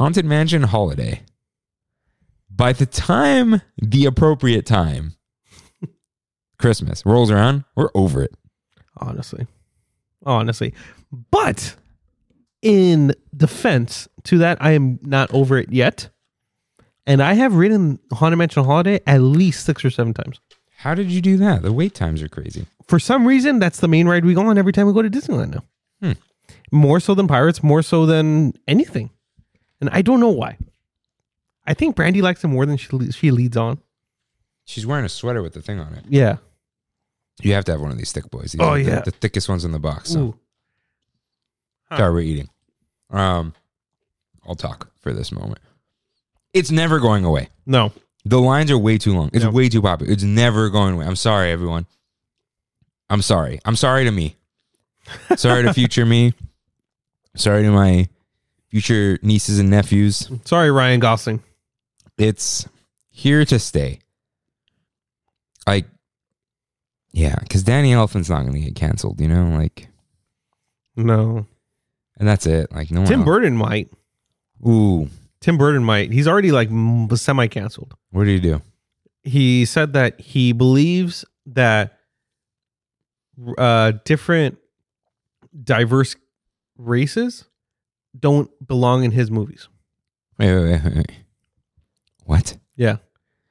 Speaker 1: Haunted Mansion Holiday. By the time the appropriate time, Christmas rolls around, we're over it.
Speaker 2: honestly. Honestly. But in defense to that, I am not over it yet. And I have ridden Haunted Mansion Holiday at least six or seven times.
Speaker 1: How did you do that? The wait times are crazy.
Speaker 2: For some reason, that's the main ride we go on every time we go to Disneyland now.
Speaker 1: Hmm.
Speaker 2: More so than Pirates, more so than anything. And I don't know why. I think Brandy likes it more than she, le- she leads on.
Speaker 1: She's wearing a sweater with the thing on it.
Speaker 2: Yeah.
Speaker 1: You have to have one of these thick boys. These
Speaker 2: Oh,
Speaker 1: are the-
Speaker 2: yeah.
Speaker 1: the, thickest ones in the box. So
Speaker 2: Ooh. huh.
Speaker 1: sorry, we're eating. Um, I'll talk for this moment. It's never going away.
Speaker 2: No.
Speaker 1: The lines are way too long. It's
Speaker 2: Yep.
Speaker 1: way too popular. It's never going away. I'm sorry, everyone. I'm sorry. I'm sorry to me. Sorry to future me. Sorry to my future nieces and nephews.
Speaker 2: Sorry, Ryan Gosling.
Speaker 1: It's here to stay. Like, yeah, because Danny Elephant's not going to get canceled, you know? Like,
Speaker 2: No.
Speaker 1: and that's it. Like, no one
Speaker 2: Tim
Speaker 1: else-
Speaker 2: Burton might.
Speaker 1: Ooh,
Speaker 2: Tim Burton might. He's already like semi canceled.
Speaker 1: what do you do?
Speaker 2: He said that he believes that uh, different diverse races don't belong in his movies.
Speaker 1: Wait, wait, wait, wait, wait. What?
Speaker 2: Yeah.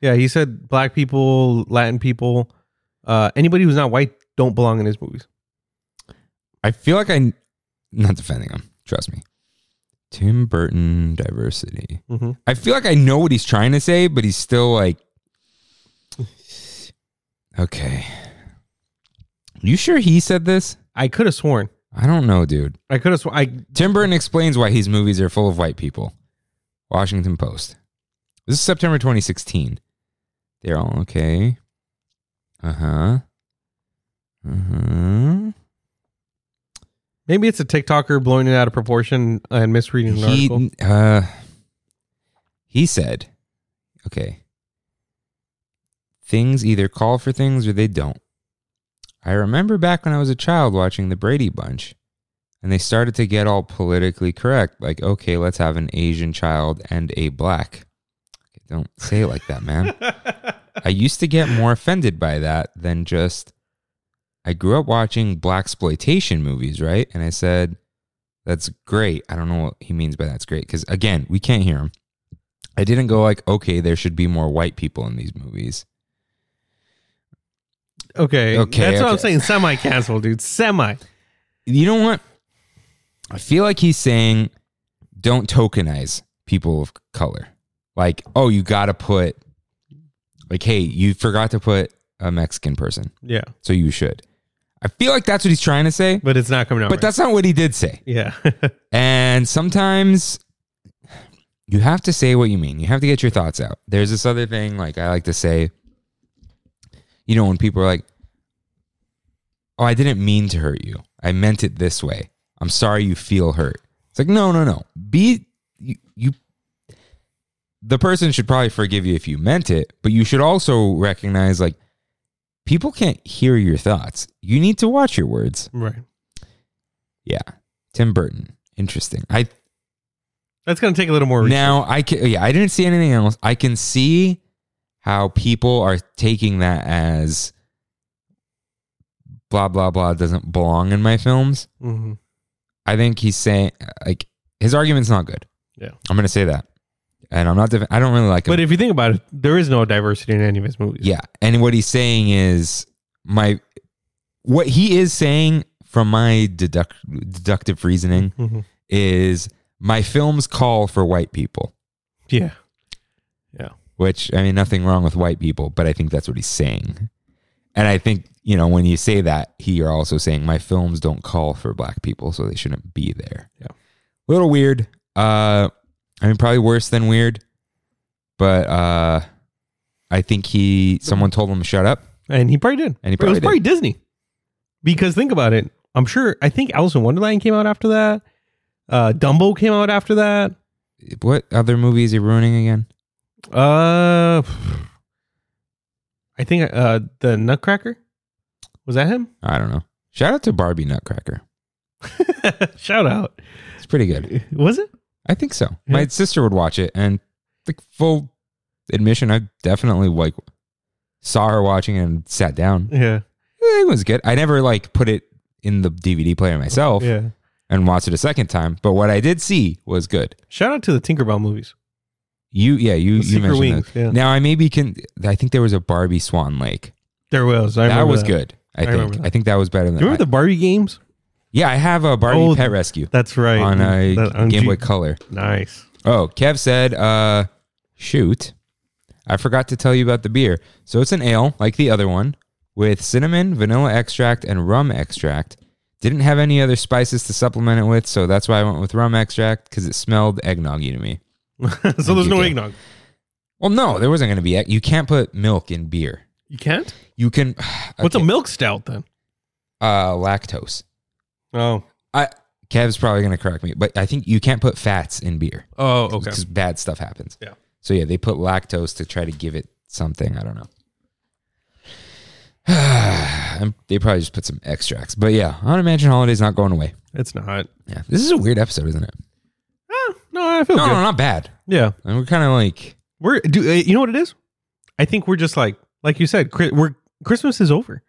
Speaker 2: Yeah, he said black people, Latin people, uh, anybody who's not white don't belong in his movies.
Speaker 1: I feel like I'm not defending him. Trust me. Tim Burton diversity.
Speaker 2: Mm-hmm.
Speaker 1: I feel like I know what he's trying to say, but he's still like, okay. You sure he said this?
Speaker 2: I could have sworn.
Speaker 1: I don't know, dude.
Speaker 2: I could have sworn. I
Speaker 1: Tim Burton explains why his movies are full of white people. Washington Post. This is September 2016. They're all okay. Uh huh. Uh huh.
Speaker 2: maybe it's a TikToker blowing it out of proportion and misreading an article.
Speaker 1: He, uh, he said, okay, things either call for things or they don't. I remember back when I was a child watching the Brady Bunch and they started to get all politically correct. Like, okay, let's have an Asian child and a black. Okay, don't say it like that, man. I used to get more offended by that than just. I grew up watching black exploitation movies, right? And I said, "That's great." I don't know what he means by that's great because again, we can't hear him. I didn't go like, "Okay, there should be more white people in these movies."
Speaker 2: Okay.
Speaker 1: Okay,
Speaker 2: That's what I'm
Speaker 1: okay.
Speaker 2: saying. Semi cancel, dude. Semi.
Speaker 1: You know what? I feel like he's saying, "Don't tokenize people of color." Like, oh, you got to put, like, hey, you forgot to put a Mexican person,
Speaker 2: Yeah.
Speaker 1: so you should. I feel like that's what he's trying to say,
Speaker 2: But it's not coming out.
Speaker 1: but
Speaker 2: right.
Speaker 1: that's not what he did say.
Speaker 2: Yeah.
Speaker 1: And sometimes you have to say what you mean. You have to get your thoughts out. There's this other thing, like I like to say, you know, when people are like, oh, I didn't mean to hurt you. I meant it this way. I'm sorry you feel hurt. It's like, no, no, no. Be, you, you, the person should probably forgive you if you meant it, but you should also recognize, like, people can't hear your thoughts. You need to watch your words.
Speaker 2: right.
Speaker 1: Yeah. Tim Burton. Interesting. I
Speaker 2: That's going to take a little more research.
Speaker 1: now I can yeah, I didn't see anything else. I can see how people are taking that as blah blah blah doesn't belong in my films.
Speaker 2: hmm
Speaker 1: I think he's saying like his argument's not good.
Speaker 2: Yeah.
Speaker 1: I'm gonna say that, and I'm not. Def- I don't really like him.
Speaker 2: But if you think about it, there is no diversity in any of his movies.
Speaker 1: yeah, and what he's saying is my what he is saying from my deduct deductive reasoning
Speaker 2: Mhm.
Speaker 1: is my films call for white people.
Speaker 2: Yeah.
Speaker 1: which I mean, nothing wrong with white people, but I think that's what he's saying. And I think, you know, when you say that, you're also saying my films don't call for black people, so they shouldn't be there.
Speaker 2: Yeah.
Speaker 1: Little weird. Uh, I mean, probably worse than weird, but uh, I think he, someone told him to shut up.
Speaker 2: And he probably did.
Speaker 1: And he
Speaker 2: But it was
Speaker 1: probably
Speaker 2: probably Disney. Because think about it. I'm sure, I think Alice in Wonderland came out after that. Uh, Dumbo came out after that.
Speaker 1: What other movie is he ruining again?
Speaker 2: Uh, I think uh, the Nutcracker. Was that him?
Speaker 1: I don't know. Shout out to Barbie Nutcracker.
Speaker 2: Shout out.
Speaker 1: It's pretty good.
Speaker 2: Was it?
Speaker 1: I think so.
Speaker 2: Yeah.
Speaker 1: My sister would watch it, and the full admission, I definitely like saw her watching it and sat down. Eh,
Speaker 2: Yeah.
Speaker 1: It was good. I never like put it in the DVD player myself
Speaker 2: Yeah.
Speaker 1: and watched it a second time, but what I did see was good.
Speaker 2: Shout out to the Tinkerbell movies.
Speaker 1: You, yeah, you,
Speaker 2: The
Speaker 1: you
Speaker 2: Secret
Speaker 1: mentioned
Speaker 2: Wings.
Speaker 1: that.
Speaker 2: Yeah.
Speaker 1: Now I maybe can. I think there was a Barbie Swan Lake.
Speaker 2: There was.
Speaker 1: that
Speaker 2: I remember
Speaker 1: was good. I,
Speaker 2: remember
Speaker 1: think.
Speaker 2: that.
Speaker 1: I think that was better than.
Speaker 2: Do you remember
Speaker 1: I-
Speaker 2: the Barbie games?
Speaker 1: yeah, I have a Barbie
Speaker 2: Oh,
Speaker 1: Pet Rescue
Speaker 2: That's right.
Speaker 1: on a
Speaker 2: That- on
Speaker 1: Game
Speaker 2: G-
Speaker 1: Boy Color.
Speaker 2: Nice.
Speaker 1: Oh, Kev said, uh, shoot. I forgot to tell you about the beer. So it's an ale, like the other one, with cinnamon, vanilla extract, and rum extract. Didn't have any other spices to supplement it with, so that's why I went with rum extract because it smelled eggnoggy to me.
Speaker 2: so there's
Speaker 1: you,
Speaker 2: no
Speaker 1: Dave.
Speaker 2: eggnog.
Speaker 1: Well, no, there wasn't going to be. Egg. You can't put milk in beer.
Speaker 2: You can't?
Speaker 1: You can.
Speaker 2: What's a
Speaker 1: okay,
Speaker 2: milk stout then?
Speaker 1: uh, lactose?
Speaker 2: Oh.
Speaker 1: I Kev's probably going to correct me, but I think you can't put fats in beer.
Speaker 2: Oh, okay.
Speaker 1: because bad stuff happens.
Speaker 2: Yeah.
Speaker 1: So yeah, they put lactose to try to give it something. I don't know. And they probably just put some extracts, but yeah, I don't imagine holiday's not going away.
Speaker 2: It's not.
Speaker 1: Yeah, this is a weird episode, isn't it?
Speaker 2: Ah, no, I feel
Speaker 1: No,
Speaker 2: good.
Speaker 1: no, not bad.
Speaker 2: Yeah.
Speaker 1: And we're kind of like,
Speaker 2: We're do uh, you know what it is? I think we're just like like you said, Chri- we're Christmas is over.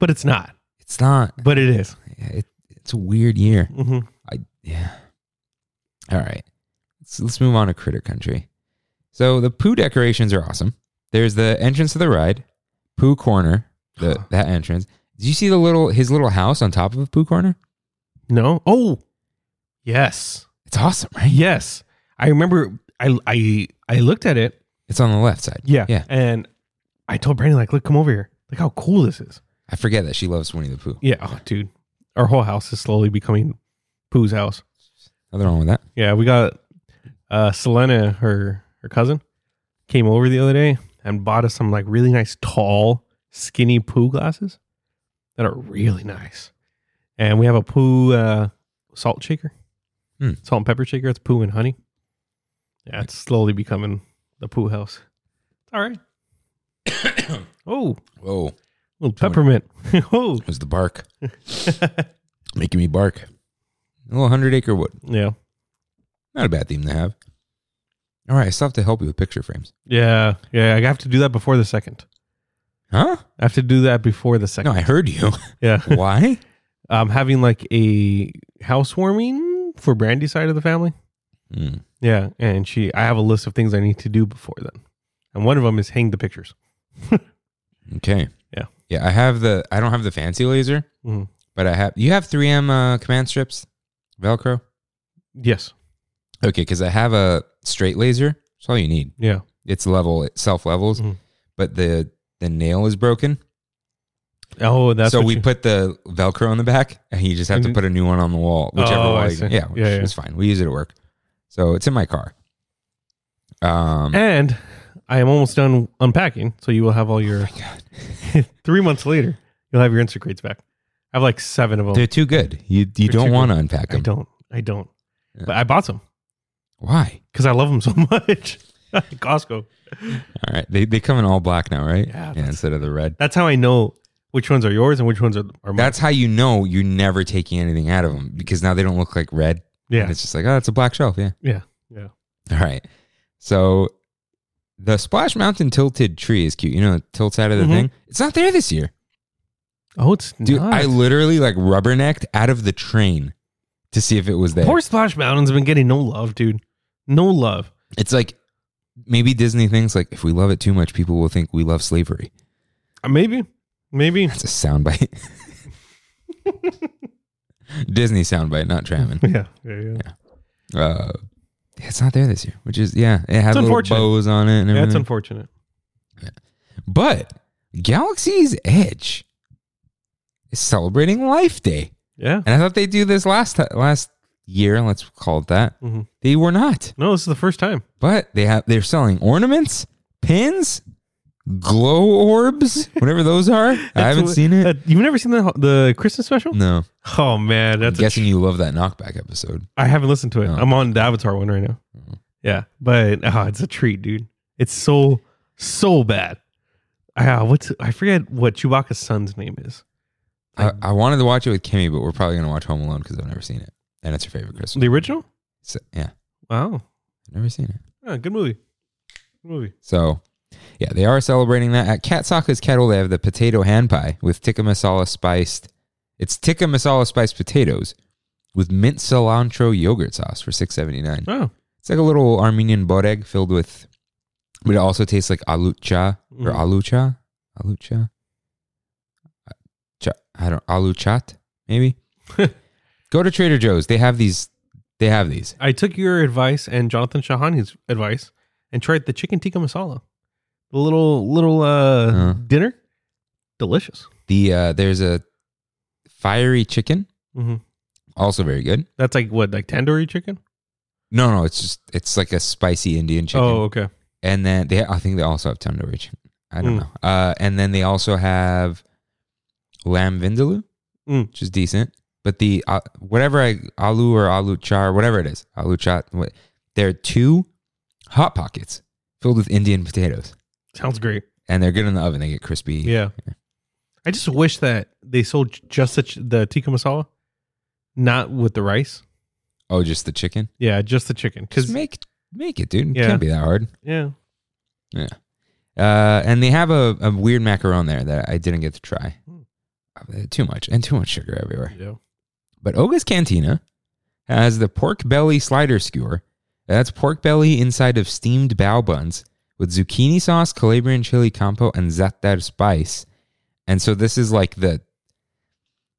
Speaker 2: But it's not.
Speaker 1: it's not.
Speaker 2: But it is. Mm-hmm.
Speaker 1: It, it's a weird year.
Speaker 2: Mhm.
Speaker 1: I yeah. All right. Let's, let's move on to Critter Country. So the poo decorations are awesome. There's the entrance to the ride, poo corner, the, that entrance. Did you see the little his little house on top of poo corner?
Speaker 2: No. Oh, yes,
Speaker 1: It's awesome, right?
Speaker 2: yes. I remember. I I I looked at it.
Speaker 1: It's on the left side.
Speaker 2: Yeah.
Speaker 1: Yeah.
Speaker 2: And I told Brandon, like, look, come over here. Look how cool this is.
Speaker 1: I forget that she loves Winnie the Pooh.
Speaker 2: Yeah. Oh, dude. Our whole house is slowly becoming Pooh's house.
Speaker 1: Nothing wrong with that.
Speaker 2: Yeah. We got uh Selena, her her cousin, came over the other day and bought us some like really nice tall, skinny Pooh glasses that are really nice. And we have a Pooh uh, salt shaker.
Speaker 1: Hmm.
Speaker 2: Salt and pepper shaker. It's Pooh and honey. Yeah, it's slowly becoming the Pooh house. It's all right.
Speaker 1: Whoa.
Speaker 2: oh, little
Speaker 1: Someone-
Speaker 2: peppermint. oh,
Speaker 1: It was the bark. Making me bark. A little hundred acre wood.
Speaker 2: yeah,
Speaker 1: Not a bad theme to have. All right, I still have to help you with picture frames.
Speaker 2: yeah, yeah. I have to do that before the second.
Speaker 1: Huh?
Speaker 2: I have to do that before the
Speaker 1: No,
Speaker 2: second.
Speaker 1: I heard you.
Speaker 2: Yeah,
Speaker 1: Why?
Speaker 2: I'm um, having like a housewarming for Brandy's side of the family.
Speaker 1: Hmm.
Speaker 2: Yeah, and she, I have a list of things I need to do before then, and one of them is hang the pictures.
Speaker 1: Okay.
Speaker 2: Yeah.
Speaker 1: Yeah. I have the. I don't have the fancy laser,
Speaker 2: Mhm.
Speaker 1: but I have. You have 3M uh, command strips, Velcro.
Speaker 2: Yes.
Speaker 1: Okay, because I have a straight laser. That's all you need.
Speaker 2: Yeah.
Speaker 1: It's level. It self levels,
Speaker 2: Mhm.
Speaker 1: but the the nail is broken.
Speaker 2: Oh, that's
Speaker 1: so
Speaker 2: what
Speaker 1: we
Speaker 2: you-
Speaker 1: put the Velcro on the back, and you just have to
Speaker 2: Mhm.
Speaker 1: put a new one on the wall, whichever
Speaker 2: Oh,
Speaker 1: wall.
Speaker 2: I
Speaker 1: you can-
Speaker 2: see.
Speaker 1: Yeah, which
Speaker 2: Yeah, yeah.
Speaker 1: is fine. We use it at work, so it's in my car. Um,
Speaker 2: And I am almost done unpacking, so you will have all your. three months later, you'll have your Instacrates back. I have like seven of them.
Speaker 1: they're too good. You you
Speaker 2: They're too
Speaker 1: don't
Speaker 2: good.
Speaker 1: want to unpack
Speaker 2: I
Speaker 1: them.
Speaker 2: don't. I don't.
Speaker 1: Yeah.
Speaker 2: But I bought some
Speaker 1: Why?
Speaker 2: because I love them so much. Costco.
Speaker 1: All right, they they come in all black now, right?
Speaker 2: Yeah,
Speaker 1: yeah
Speaker 2: that's-
Speaker 1: instead of the red.
Speaker 2: That's how I know which ones are yours and which ones are, are mine.
Speaker 1: That's how you know you're never taking anything out of them because now they don't look like red. And
Speaker 2: yeah.
Speaker 1: it's just like, oh, it's a black shelf. Yeah.
Speaker 2: Yeah. Yeah.
Speaker 1: All right. So the Splash Mountain tilted tree is cute. You know, it tilts out of the
Speaker 2: Mhm.
Speaker 1: thing. It's not there this year.
Speaker 2: Oh, it's
Speaker 1: Dude,
Speaker 2: not.
Speaker 1: I literally like rubbernecked out of the train to see if it was there.
Speaker 2: Poor Splash Mountain's been getting no love, dude. No love.
Speaker 1: It's like maybe Disney thinks like if we love it too much, people will think we love slavery.
Speaker 2: Uh, Maybe. Maybe.
Speaker 1: That's a soundbite. Disney soundbite, not Travin.
Speaker 2: Yeah. Yeah. yeah.
Speaker 1: uh it's not there this year, which is yeah, it had
Speaker 2: It's
Speaker 1: little
Speaker 2: unfortunate.
Speaker 1: bows on it and
Speaker 2: Yeah,
Speaker 1: everything.
Speaker 2: That's unfortunate.
Speaker 1: but Galaxy's Edge is celebrating Life Day,
Speaker 2: Yeah.
Speaker 1: and I thought they do this last ti- last year. Let's call it that.
Speaker 2: Mhm.
Speaker 1: They were not,
Speaker 2: No, this is the first time.
Speaker 1: but they have they're selling ornaments, pins, glow orbs, whatever those are. I
Speaker 2: That's
Speaker 1: haven't
Speaker 2: what-
Speaker 1: seen it.
Speaker 2: that- you've never seen the the Christmas special?
Speaker 1: no,
Speaker 2: Oh man,
Speaker 1: I'm
Speaker 2: that's a
Speaker 1: guessing you love that knockback episode.
Speaker 2: I haven't listened to it.
Speaker 1: Oh.
Speaker 2: I'm on the Avatar one right now.
Speaker 1: Mhm.
Speaker 2: Yeah, but oh, it's a treat, dude. It's so so bad. Ah, what's I forget what Chewbacca's son's name is.
Speaker 1: I, I wanted to watch it with Kimmy, but we're probably gonna watch Home Alone because I've never seen it, and it's her favorite Christmas.
Speaker 2: The original?
Speaker 1: So, yeah,
Speaker 2: Wow,
Speaker 1: I've never seen it.
Speaker 2: yeah, good movie. Good movie.
Speaker 1: So, yeah, they are celebrating that at Cat Saka's Kettle. They have the potato hand pie with tikka masala spiced. It's tikka masala spiced potatoes with mint cilantro yogurt sauce for six seventy nine.
Speaker 2: Oh,
Speaker 1: It's like a little Armenian boreg filled with, but it also tastes like alucha or
Speaker 2: Mhm.
Speaker 1: alucha, alucha, Uh, cha- I don't aluchat maybe. Go to Trader Joe's. They have these. They have these.
Speaker 2: I took your advice and Jonathan Shahani's advice and tried the chicken tikka masala. The little little uh,
Speaker 1: Uh.
Speaker 2: dinner, delicious.
Speaker 1: The uh, there's a fiery chicken,
Speaker 2: hmm
Speaker 1: also very good.
Speaker 2: That's like what like tandoori chicken.
Speaker 1: No, no, it's just it's like a spicy Indian chicken.
Speaker 2: Oh, okay.
Speaker 1: And then they I think they also have tandoori chicken. I don't
Speaker 2: Mm.
Speaker 1: know. Uh and then they also have lamb vindaloo,
Speaker 2: Mm.
Speaker 1: which is decent. But the uh, whatever I alu or alu char, whatever it is, alu chat, what there are two hot pockets filled with Indian potatoes.
Speaker 2: Sounds great.
Speaker 1: And they're good in the oven. They get crispy.
Speaker 2: Yeah. I just wish that they sold j- just the, ch- the tikka masala, not with the rice.
Speaker 1: Oh, just the chicken.
Speaker 2: Yeah, just the chicken.
Speaker 1: Just
Speaker 2: Because
Speaker 1: make make it, dude. It
Speaker 2: Yeah.
Speaker 1: can't be that hard.
Speaker 2: yeah,
Speaker 1: Uh, and they have a, a weird macaron there that I didn't get to try.
Speaker 2: Hmm.
Speaker 1: Uh, Too much and too much sugar everywhere.
Speaker 2: yeah,
Speaker 1: But Oga's Cantina as the pork belly slider skewer. That's pork belly inside of steamed bao buns with zucchini sauce, Calabrian chili campo, and zatar spice. And so this is like the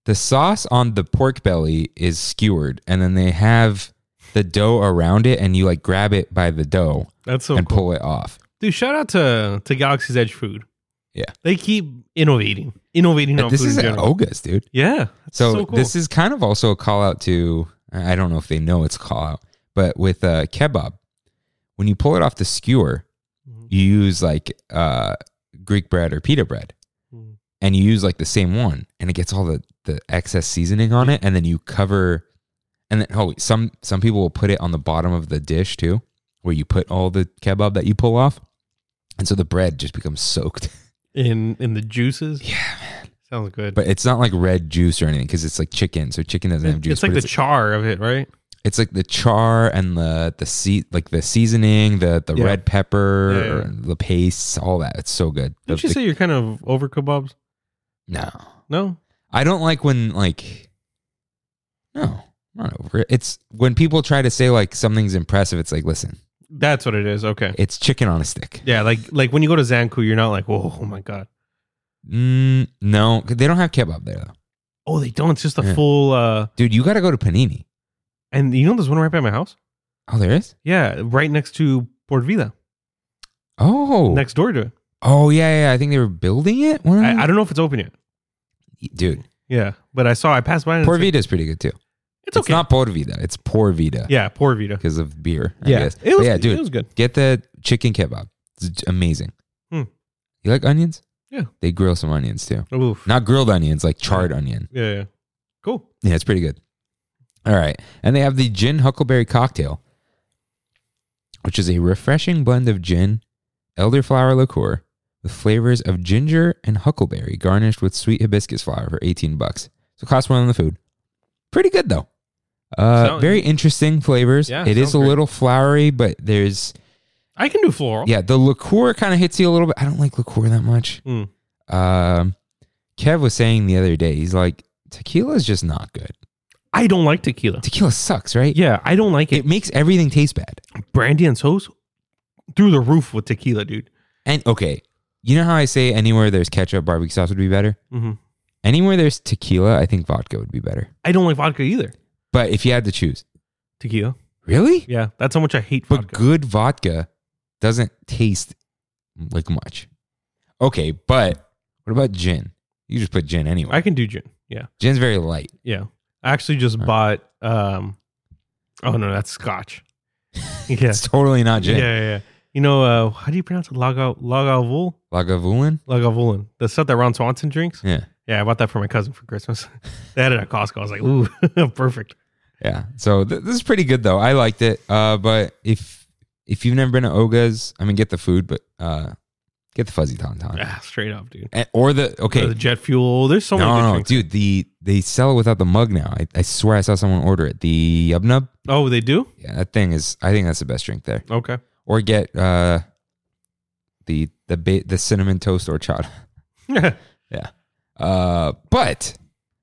Speaker 1: the sauce on the pork belly is skewered, and then they have the dough around it, and you like grab it by the dough
Speaker 2: That's so
Speaker 1: and
Speaker 2: cool.
Speaker 1: pull it off.
Speaker 2: Dude, shout out to to Galaxy's Edge Food.
Speaker 1: Yeah.
Speaker 2: They keep innovating. Innovating on
Speaker 1: this
Speaker 2: food
Speaker 1: is
Speaker 2: in
Speaker 1: at
Speaker 2: general.
Speaker 1: Oga's, dude.
Speaker 2: Yeah. that's
Speaker 1: So,
Speaker 2: cool.
Speaker 1: this is kind of also a call out to I I don't know if they know it's a call out, but with uh, kebab, when you pull it off the skewer,
Speaker 2: Mhm.
Speaker 1: you use like uh, Greek bread or pita bread,
Speaker 2: Mhm.
Speaker 1: and you use like the same one, and it gets all the the excess seasoning on it, and then you cover, and then oh, wait, some some people will put it on the bottom of the dish too, where you put all the kebab that you pull off, and so the bread just becomes soaked.
Speaker 2: in in the juices.
Speaker 1: yeah,
Speaker 2: Sounds good.
Speaker 1: but it's not like red juice or anything because it's like chicken, so chicken doesn't have
Speaker 2: It-
Speaker 1: juice.
Speaker 2: it's like
Speaker 1: but
Speaker 2: the char of it, right?
Speaker 1: it's like the char and the the sea like the seasoning, the the
Speaker 2: Yeah.
Speaker 1: red pepper,
Speaker 2: Yeah, yeah.
Speaker 1: or the paste, all that. It's so good. The-
Speaker 2: Didn't you
Speaker 1: the-
Speaker 2: say you're kind of over kebabs?
Speaker 1: no,
Speaker 2: No.
Speaker 1: I don't like when like no, I'm not over it. It's when people try to say like something's impressive. It's like listen,
Speaker 2: That's what it is. Okay.
Speaker 1: it's chicken on a stick.
Speaker 2: Yeah, like like when you go to Zanku, you're not like, whoa, oh my god.
Speaker 1: Mm, no, 'cause they don't have kebab there though,
Speaker 2: Oh, they don't. It's just a
Speaker 1: Yeah.
Speaker 2: full. uh
Speaker 1: dude. You got to go to Panini.
Speaker 2: And you know, there's one right by my house.
Speaker 1: Oh, there is.
Speaker 2: Yeah, right next to Port Vila,
Speaker 1: Oh,
Speaker 2: next door to it.
Speaker 1: oh yeah, yeah, yeah. I think they were building it. One of them?
Speaker 2: I, I don't know if it's open yet.
Speaker 1: dude,
Speaker 2: Yeah, but I saw I passed by. And
Speaker 1: Por
Speaker 2: it's, like,
Speaker 1: Vida is pretty good too.
Speaker 2: it's okay.
Speaker 1: not Por Vida. It's Por Vida.
Speaker 2: yeah, Port Vita.
Speaker 1: because of beer. I
Speaker 2: yeah,
Speaker 1: guess.
Speaker 2: it was.
Speaker 1: But yeah, dude,
Speaker 2: it was good.
Speaker 1: get the chicken kebab. It's j- amazing.
Speaker 2: Hmm.
Speaker 1: You like onions?
Speaker 2: Yeah.
Speaker 1: They grill some onions too.
Speaker 2: Oof.
Speaker 1: Not grilled onions, like charred onion.
Speaker 2: Yeah, yeah. Cool.
Speaker 1: Yeah, it's pretty good. All right. And they have the gin huckleberry cocktail, which is a refreshing blend of gin, elderflower liqueur, with flavors of ginger and huckleberry, garnished with sweet hibiscus flower for 18 bucks. So cost more than the food. Pretty good though. Uh,
Speaker 2: Sound-
Speaker 1: very interesting flavors.
Speaker 2: Yeah,
Speaker 1: it is
Speaker 2: sounds
Speaker 1: a
Speaker 2: great.
Speaker 1: little flowery, but there's
Speaker 2: I can do floral.
Speaker 1: yeah, the liqueur kind of hits you a little bit. I don't like liqueur that much.
Speaker 2: Mm.
Speaker 1: Um, Kev was saying the other day, he's like, tequila is just not good.
Speaker 2: I don't like tequila.
Speaker 1: Tequila sucks, right?
Speaker 2: Yeah, I don't like it.
Speaker 1: It makes everything taste bad.
Speaker 2: Brandy and so's through the roof with tequila, dude.
Speaker 1: And okay, you know how I say anywhere there's ketchup, barbecue sauce would be better?
Speaker 2: Mm-hmm.
Speaker 1: Anywhere there's tequila, I think vodka would be better.
Speaker 2: I don't like vodka either.
Speaker 1: But if you had to choose,
Speaker 2: Tequila.
Speaker 1: really?
Speaker 2: Yeah, that's how much I hate
Speaker 1: But
Speaker 2: vodka.
Speaker 1: good vodka doesn't taste like much. Okay, but what about gin? You just put gin anyway.
Speaker 2: I can do gin. Yeah,
Speaker 1: Gin's very light.
Speaker 2: yeah. I actually just bought. um Oh no, that's Scotch. Yeah,
Speaker 1: It's totally not
Speaker 2: yeah,
Speaker 1: gin.
Speaker 2: yeah, yeah. You know uh, how do you pronounce it? Laga Lagavulin.
Speaker 1: Lagavulin?
Speaker 2: Lagavulin. The stuff that Ron Swanson drinks.
Speaker 1: Yeah.
Speaker 2: Yeah, I bought that for my cousin for Christmas. they had it at Costco. I was like, ooh, perfect.
Speaker 1: Yeah. So th- this is pretty good though. I liked it. Uh, but if if you've never been to Oga's, I mean, get the food, but uh, get the fuzzy tauntaun
Speaker 2: Ah, straight up, dude. Uh,
Speaker 1: And- or the okay.
Speaker 2: The jet fuel. There's so many
Speaker 1: no,
Speaker 2: good
Speaker 1: no,
Speaker 2: drinks.
Speaker 1: dude. The they sell it without the mug now. I, I swear I saw someone order it. The yub nub.
Speaker 2: Oh, they do?
Speaker 1: Yeah, that thing is. I think that's the best drink there.
Speaker 2: Okay.
Speaker 1: Or get uh, the the ba- the cinnamon toast horchata. Uh, but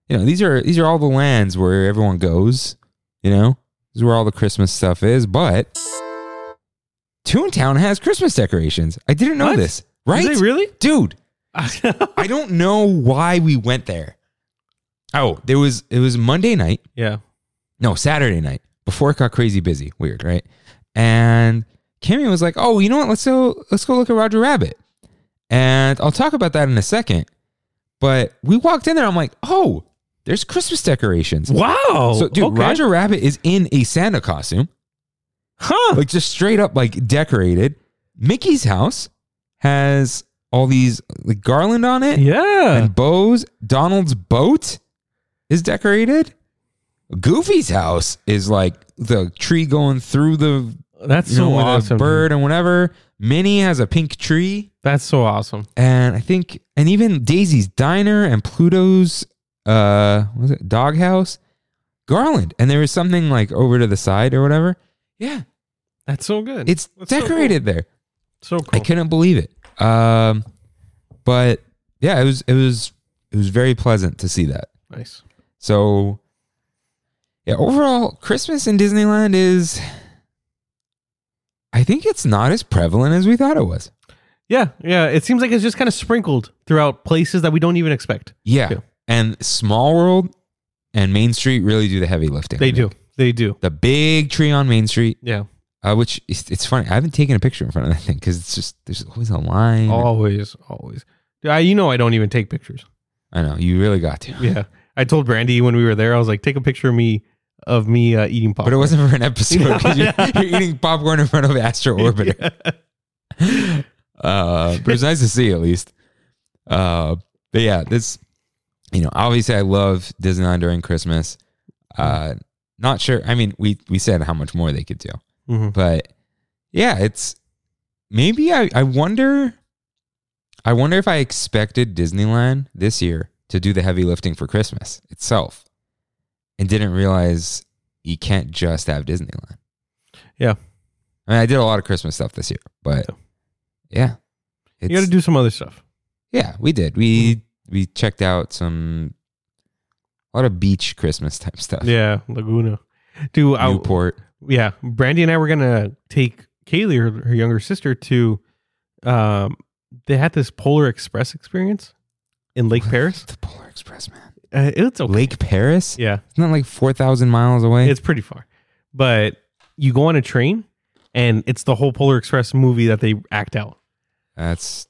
Speaker 1: you know, these are these are all the lands where everyone goes. You know, this is where all the Christmas stuff is. But Toontown has Christmas decorations. I didn't know
Speaker 2: What?
Speaker 1: this. Right,
Speaker 2: Is it really?
Speaker 1: dude? I don't know why we went there. Oh, there was it was Monday night.
Speaker 2: yeah.
Speaker 1: No, Saturday night before it got crazy busy. Weird, right? And Kimmy was like, "Oh, you know what? Let's go. Let's go look at Roger Rabbit." And I'll talk about that in a second. But we walked in there. I'm like, "Oh, there's Christmas decorations."
Speaker 2: Wow.
Speaker 1: So, dude,
Speaker 2: okay.
Speaker 1: Roger Rabbit is in a Santa costume,
Speaker 2: Huh.
Speaker 1: like just straight up, like decorated. Mickey's house has all these like garland on it
Speaker 2: yeah.
Speaker 1: and bows. Donald's boat is decorated. Goofy's house is like the tree going through the
Speaker 2: That's
Speaker 1: you
Speaker 2: so
Speaker 1: know, with
Speaker 2: awesome.
Speaker 1: a bird and whatever. Minnie has a pink tree,
Speaker 2: That's so awesome.
Speaker 1: and I think, and even Daisy's diner and Pluto's uh, what was it doghouse garland, and there was something like over to the side or whatever. Yeah,
Speaker 2: That's so good.
Speaker 1: it's
Speaker 2: That's so
Speaker 1: decorated there.
Speaker 2: So cool.
Speaker 1: I couldn't believe it. Um, but yeah, it was it was it was very pleasant to see that.
Speaker 2: nice.
Speaker 1: So Yeah, overall, Christmas in Disneyland is. I think it's not as prevalent as we thought it was.
Speaker 2: Yeah, yeah. It seems like it's just kind of sprinkled throughout places that we don't even expect.
Speaker 1: Yeah.
Speaker 2: Yeah.
Speaker 1: And Small World and Main Street really do the heavy lifting.
Speaker 2: They do. They do.
Speaker 1: The big tree on Main Street,
Speaker 2: Yeah.
Speaker 1: uh, which is, it's funny. I haven't taken a picture in front of that thing because it's just, there's always a line.
Speaker 2: Always, always. I, you know, I don't even take pictures.
Speaker 1: I know. You really got to.
Speaker 2: Yeah. I told Brandy when we were there, I was like, take a picture of me of me uh, eating popcorn.
Speaker 1: But it wasn't for an episode 'cause you're, you're eating popcorn in front of Astro Orbiter. Uh, but it's nice to see at least. Uh, but yeah, this, you know, obviously I love Disneyland during Christmas.
Speaker 2: Hmm.
Speaker 1: Uh, not sure. I mean, we we said how much more they could do,
Speaker 2: Mhm.
Speaker 1: but yeah, it's maybe I I wonder, I wonder if I expected Disneyland this year to do the heavy lifting for Christmas itself, and didn't realize you can't just have Disneyland.
Speaker 2: Yeah.
Speaker 1: I mean, I did a lot of Christmas stuff this year, but yeah,
Speaker 2: You got to do some other stuff.
Speaker 1: yeah, we did. We
Speaker 2: Mm-hmm.
Speaker 1: we checked out some a lot of beach Christmas type stuff.
Speaker 2: Yeah, Laguna. Do I,
Speaker 1: Newport.
Speaker 2: yeah, Brandy and I were gonna take Kaylee, her, her younger sister, to. Um, they had this Polar Express experience in Lake Paris.
Speaker 1: The Polar Express, man.
Speaker 2: Uh, it's okay.
Speaker 1: Lake Paris?
Speaker 2: Yeah,
Speaker 1: Isn't that like 4,000 miles away?
Speaker 2: it's pretty far, but you go on a train, and it's the whole Polar Express movie that they act out.
Speaker 1: That's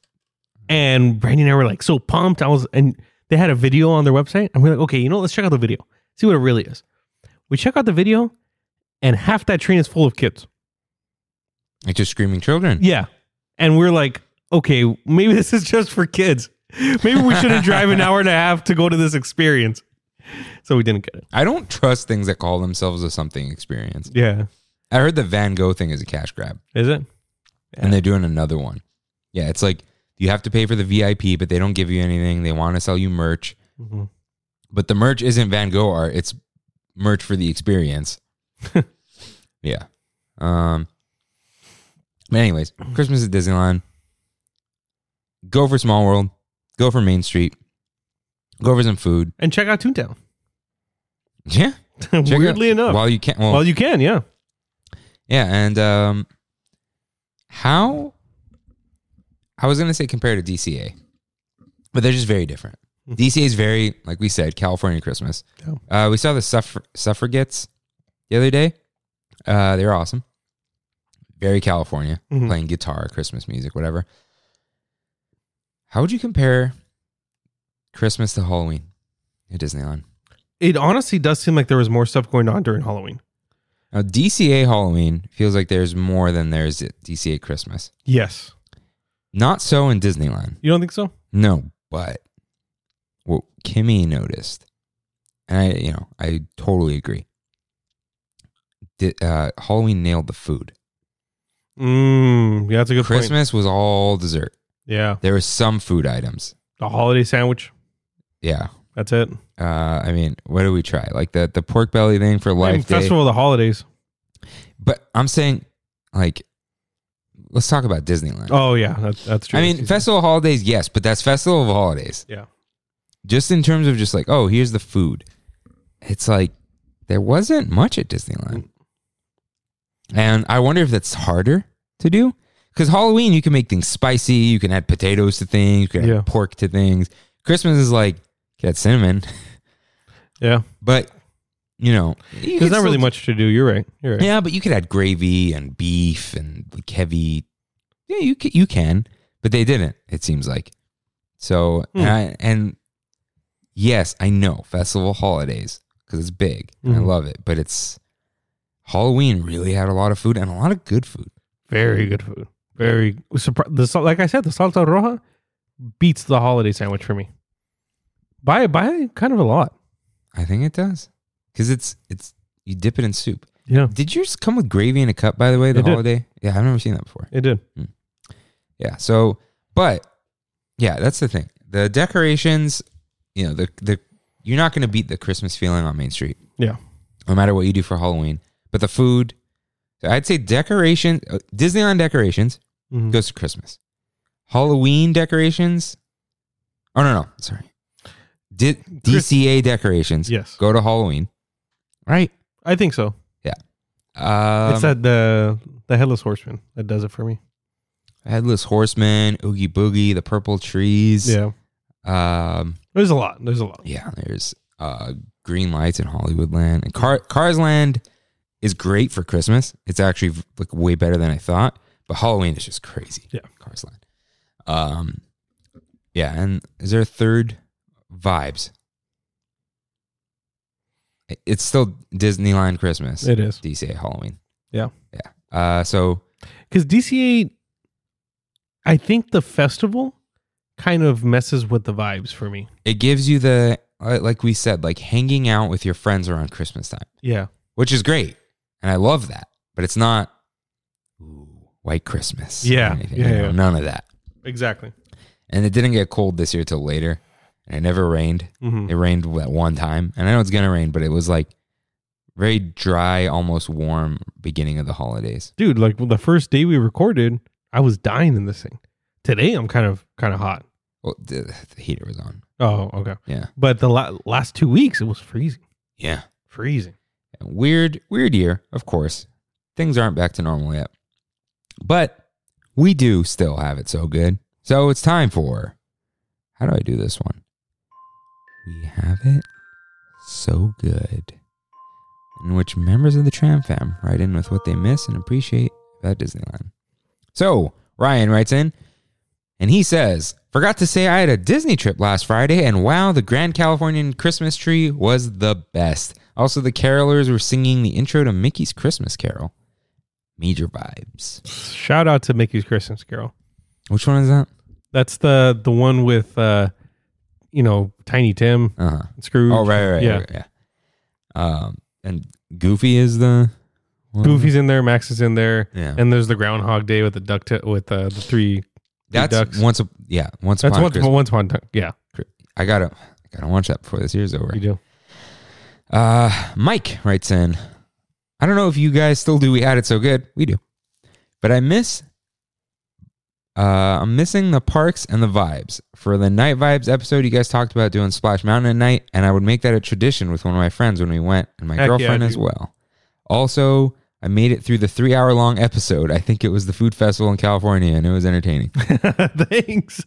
Speaker 2: And Brandy and I were like so pumped. I was, and they had a video on their website. And we're like, okay, you know, let's check out the video, see what it really is. We check out the video, and half that train is full of kids.
Speaker 1: like just screaming children.
Speaker 2: Yeah. And we're like, okay, maybe this is just for kids. Maybe we shouldn't drive an hour and a half to go to this experience. So we didn't get it.
Speaker 1: I don't trust things that call themselves a something experience.
Speaker 2: Yeah.
Speaker 1: I heard the Van Gogh thing is a cash grab
Speaker 2: Is it?
Speaker 1: and they're doing another one. Yeah, it's like you have to pay for the VIP, but they don't give you anything. They want to sell you merch,
Speaker 2: Mhm.
Speaker 1: but the merch isn't Van Gogh art, it's merch for the experience. yeah. Um but anyways, Christmas at Disneyland. Go for Small World. Go for Main Street. Go for some food.
Speaker 2: And check out Toontown.
Speaker 1: Yeah. check it
Speaker 2: Weirdly
Speaker 1: out.
Speaker 2: enough. Well,
Speaker 1: While you can well,
Speaker 2: you can, yeah.
Speaker 1: yeah, and um how I was gonna say compared to DCA. But they're just very different.
Speaker 2: Mhm.
Speaker 1: DCA is very, like we said, California Christmas. Uh, we saw the suffra- suffragettes the other day. Uh, they were awesome. Very California,
Speaker 2: Mhm.
Speaker 1: playing guitar, Christmas music, whatever. How would you compare Christmas to Halloween at Disneyland?
Speaker 2: It honestly does seem like there was more stuff going on during Halloween.
Speaker 1: Now, DCA Halloween feels like there's more than there's at DCA Christmas.
Speaker 2: Yes.
Speaker 1: Not so in Disneyland.
Speaker 2: You don't think so?
Speaker 1: No, but what Kimmy noticed, and I, you know, I totally agree. Di- uh, Halloween nailed the food.
Speaker 2: Mm, yeah, that's a good point.
Speaker 1: Christmas was all dessert.
Speaker 2: Yeah.
Speaker 1: There was some food items.
Speaker 2: The holiday sandwich.
Speaker 1: Yeah.
Speaker 2: That's it.
Speaker 1: Uh, I mean, what do we try? Like the the pork belly thing for
Speaker 2: I mean,
Speaker 1: life day.
Speaker 2: Festival of the holidays.
Speaker 1: But I'm saying, like, let's talk about Disneyland.
Speaker 2: Oh, yeah. That's, that's true.
Speaker 1: I mean, festival of holidays, yes, but that's festival of holidays.
Speaker 2: Yeah.
Speaker 1: Just in terms of just like, oh, here's the food. It's like there wasn't much at Disneyland, and I wonder if that's harder to do because Halloween you can make things spicy, you can add potatoes to things, you can
Speaker 2: Yeah.
Speaker 1: add pork to things. Christmas is like get cinnamon,
Speaker 2: Yeah.
Speaker 1: but you know, you can
Speaker 2: There's not
Speaker 1: still
Speaker 2: really
Speaker 1: do-
Speaker 2: much to do. You're right. You're right.
Speaker 1: yeah, but you could add gravy and beef and like heavy. Yeah, you can, you can, but they didn't. It seems like so.
Speaker 2: Hmm.
Speaker 1: And, I, and yes, I know festival holidays because it's big and I
Speaker 2: Mhm.
Speaker 1: love it, but it's Halloween really had a lot of food and a lot of good food.
Speaker 2: Very good food. Very surpri- the sal- like I said, the salsa roja beats the holiday sandwich for me by by kind of a lot.
Speaker 1: I think it does because it's it's you dip it in soup.
Speaker 2: Yeah,
Speaker 1: Did yours come with gravy in a cup? By the way, the
Speaker 2: It did.
Speaker 1: holiday. Yeah, I've never seen that before.
Speaker 2: it did.
Speaker 1: Yeah. So, but yeah, that's the thing. The decorations, you know, the the you're not going to beat the Christmas feeling on Main Street.
Speaker 2: Yeah.
Speaker 1: No matter what you do for Halloween, but the food, I'd say decoration, uh, Disneyland decorations
Speaker 2: Mhm.
Speaker 1: goes to Christmas. Halloween decorations. Oh no no sorry. Di- DCA decorations
Speaker 2: Yes.
Speaker 1: go to Halloween, right?
Speaker 2: I think so.
Speaker 1: Um,
Speaker 2: it's that the the headless horseman that does it for me.
Speaker 1: Headless Horseman, Oogie Boogie, The Purple Trees.
Speaker 2: Yeah,
Speaker 1: Um,
Speaker 2: there's a lot. There's a lot.
Speaker 1: yeah, there's uh, green lights in Hollywoodland. And Car- Cars Land is great for Christmas. It's actually like way better than I thought. But Halloween is just crazy.
Speaker 2: Yeah.
Speaker 1: Cars Land. Um, yeah, and is there a third? Vibes. It- It's still Disneyland Christmas.
Speaker 2: It is
Speaker 1: DCA Halloween.
Speaker 2: Yeah.
Speaker 1: Yeah. Uh, so
Speaker 2: because DCA. I think the festival kind of messes with the vibes for me.
Speaker 1: it gives you the uh, like we said like hanging out with your friends around christmas time
Speaker 2: Yeah,
Speaker 1: which is great and i love that but it's not ooh, white christmas or
Speaker 2: Yeah,
Speaker 1: anything,
Speaker 2: yeah,
Speaker 1: you know,
Speaker 2: yeah.
Speaker 1: none of that
Speaker 2: exactly.
Speaker 1: and it didn't get cold this year till later and it never rained
Speaker 2: Mm-hmm.
Speaker 1: it rained that one time and i know it's gonna rain but it was like very dry almost warm beginning of the holidays
Speaker 2: Dude, like the first day we recorded, I was dying in this thing. Today, I'm kind of kind of hot.
Speaker 1: well the, the heater was on
Speaker 2: Oh, okay.
Speaker 1: Yeah.
Speaker 2: But the la- last two weeks, it was freezing.
Speaker 1: yeah
Speaker 2: Freezing.
Speaker 1: weird weird year of course things aren't back to normal yet but we do still have it so good so it's time for how do i do this one we have it so good in which members of the tram fam write in with what they miss and appreciate about disneyland so ryan writes in and he says forgot to say i had a disney trip last friday and wow the grand californian christmas tree was the best also the carolers were singing the intro to mickey's christmas carol major vibes
Speaker 2: Shout out to Mickey's Christmas Carol.
Speaker 1: which one is that
Speaker 2: That's the the one with uh you know Tiny Tim
Speaker 1: uh-huh
Speaker 2: Scrooge.
Speaker 1: Oh right, right, right,
Speaker 2: yeah.
Speaker 1: right, yeah. Um, and Goofy is the one?
Speaker 2: Goofy's in there, Max is in there,
Speaker 1: Yeah,
Speaker 2: and there's the Groundhog Day with the duck t- with uh, the three.
Speaker 1: that's
Speaker 2: ducks.
Speaker 1: once. A, yeah, once
Speaker 2: That's
Speaker 1: upon
Speaker 2: once
Speaker 1: Christmas.
Speaker 2: once upon a time. Yeah,
Speaker 1: I gotta, I gotta watch that before this year's over.
Speaker 2: you do.
Speaker 1: Uh, Mike writes in. I don't know if you guys still do. We had it so good. We do, but I miss. Uh, I'm missing the parks and the vibes. For the night vibes episode, you guys talked about doing Splash Mountain at night, and I would make that a tradition with one of my friends when we went, and my
Speaker 2: Heck yeah,
Speaker 1: girlfriend as
Speaker 2: dude.
Speaker 1: well. Also, I made it through the three hour long episode. I think it was the food festival in California, and it was entertaining.
Speaker 2: Thanks.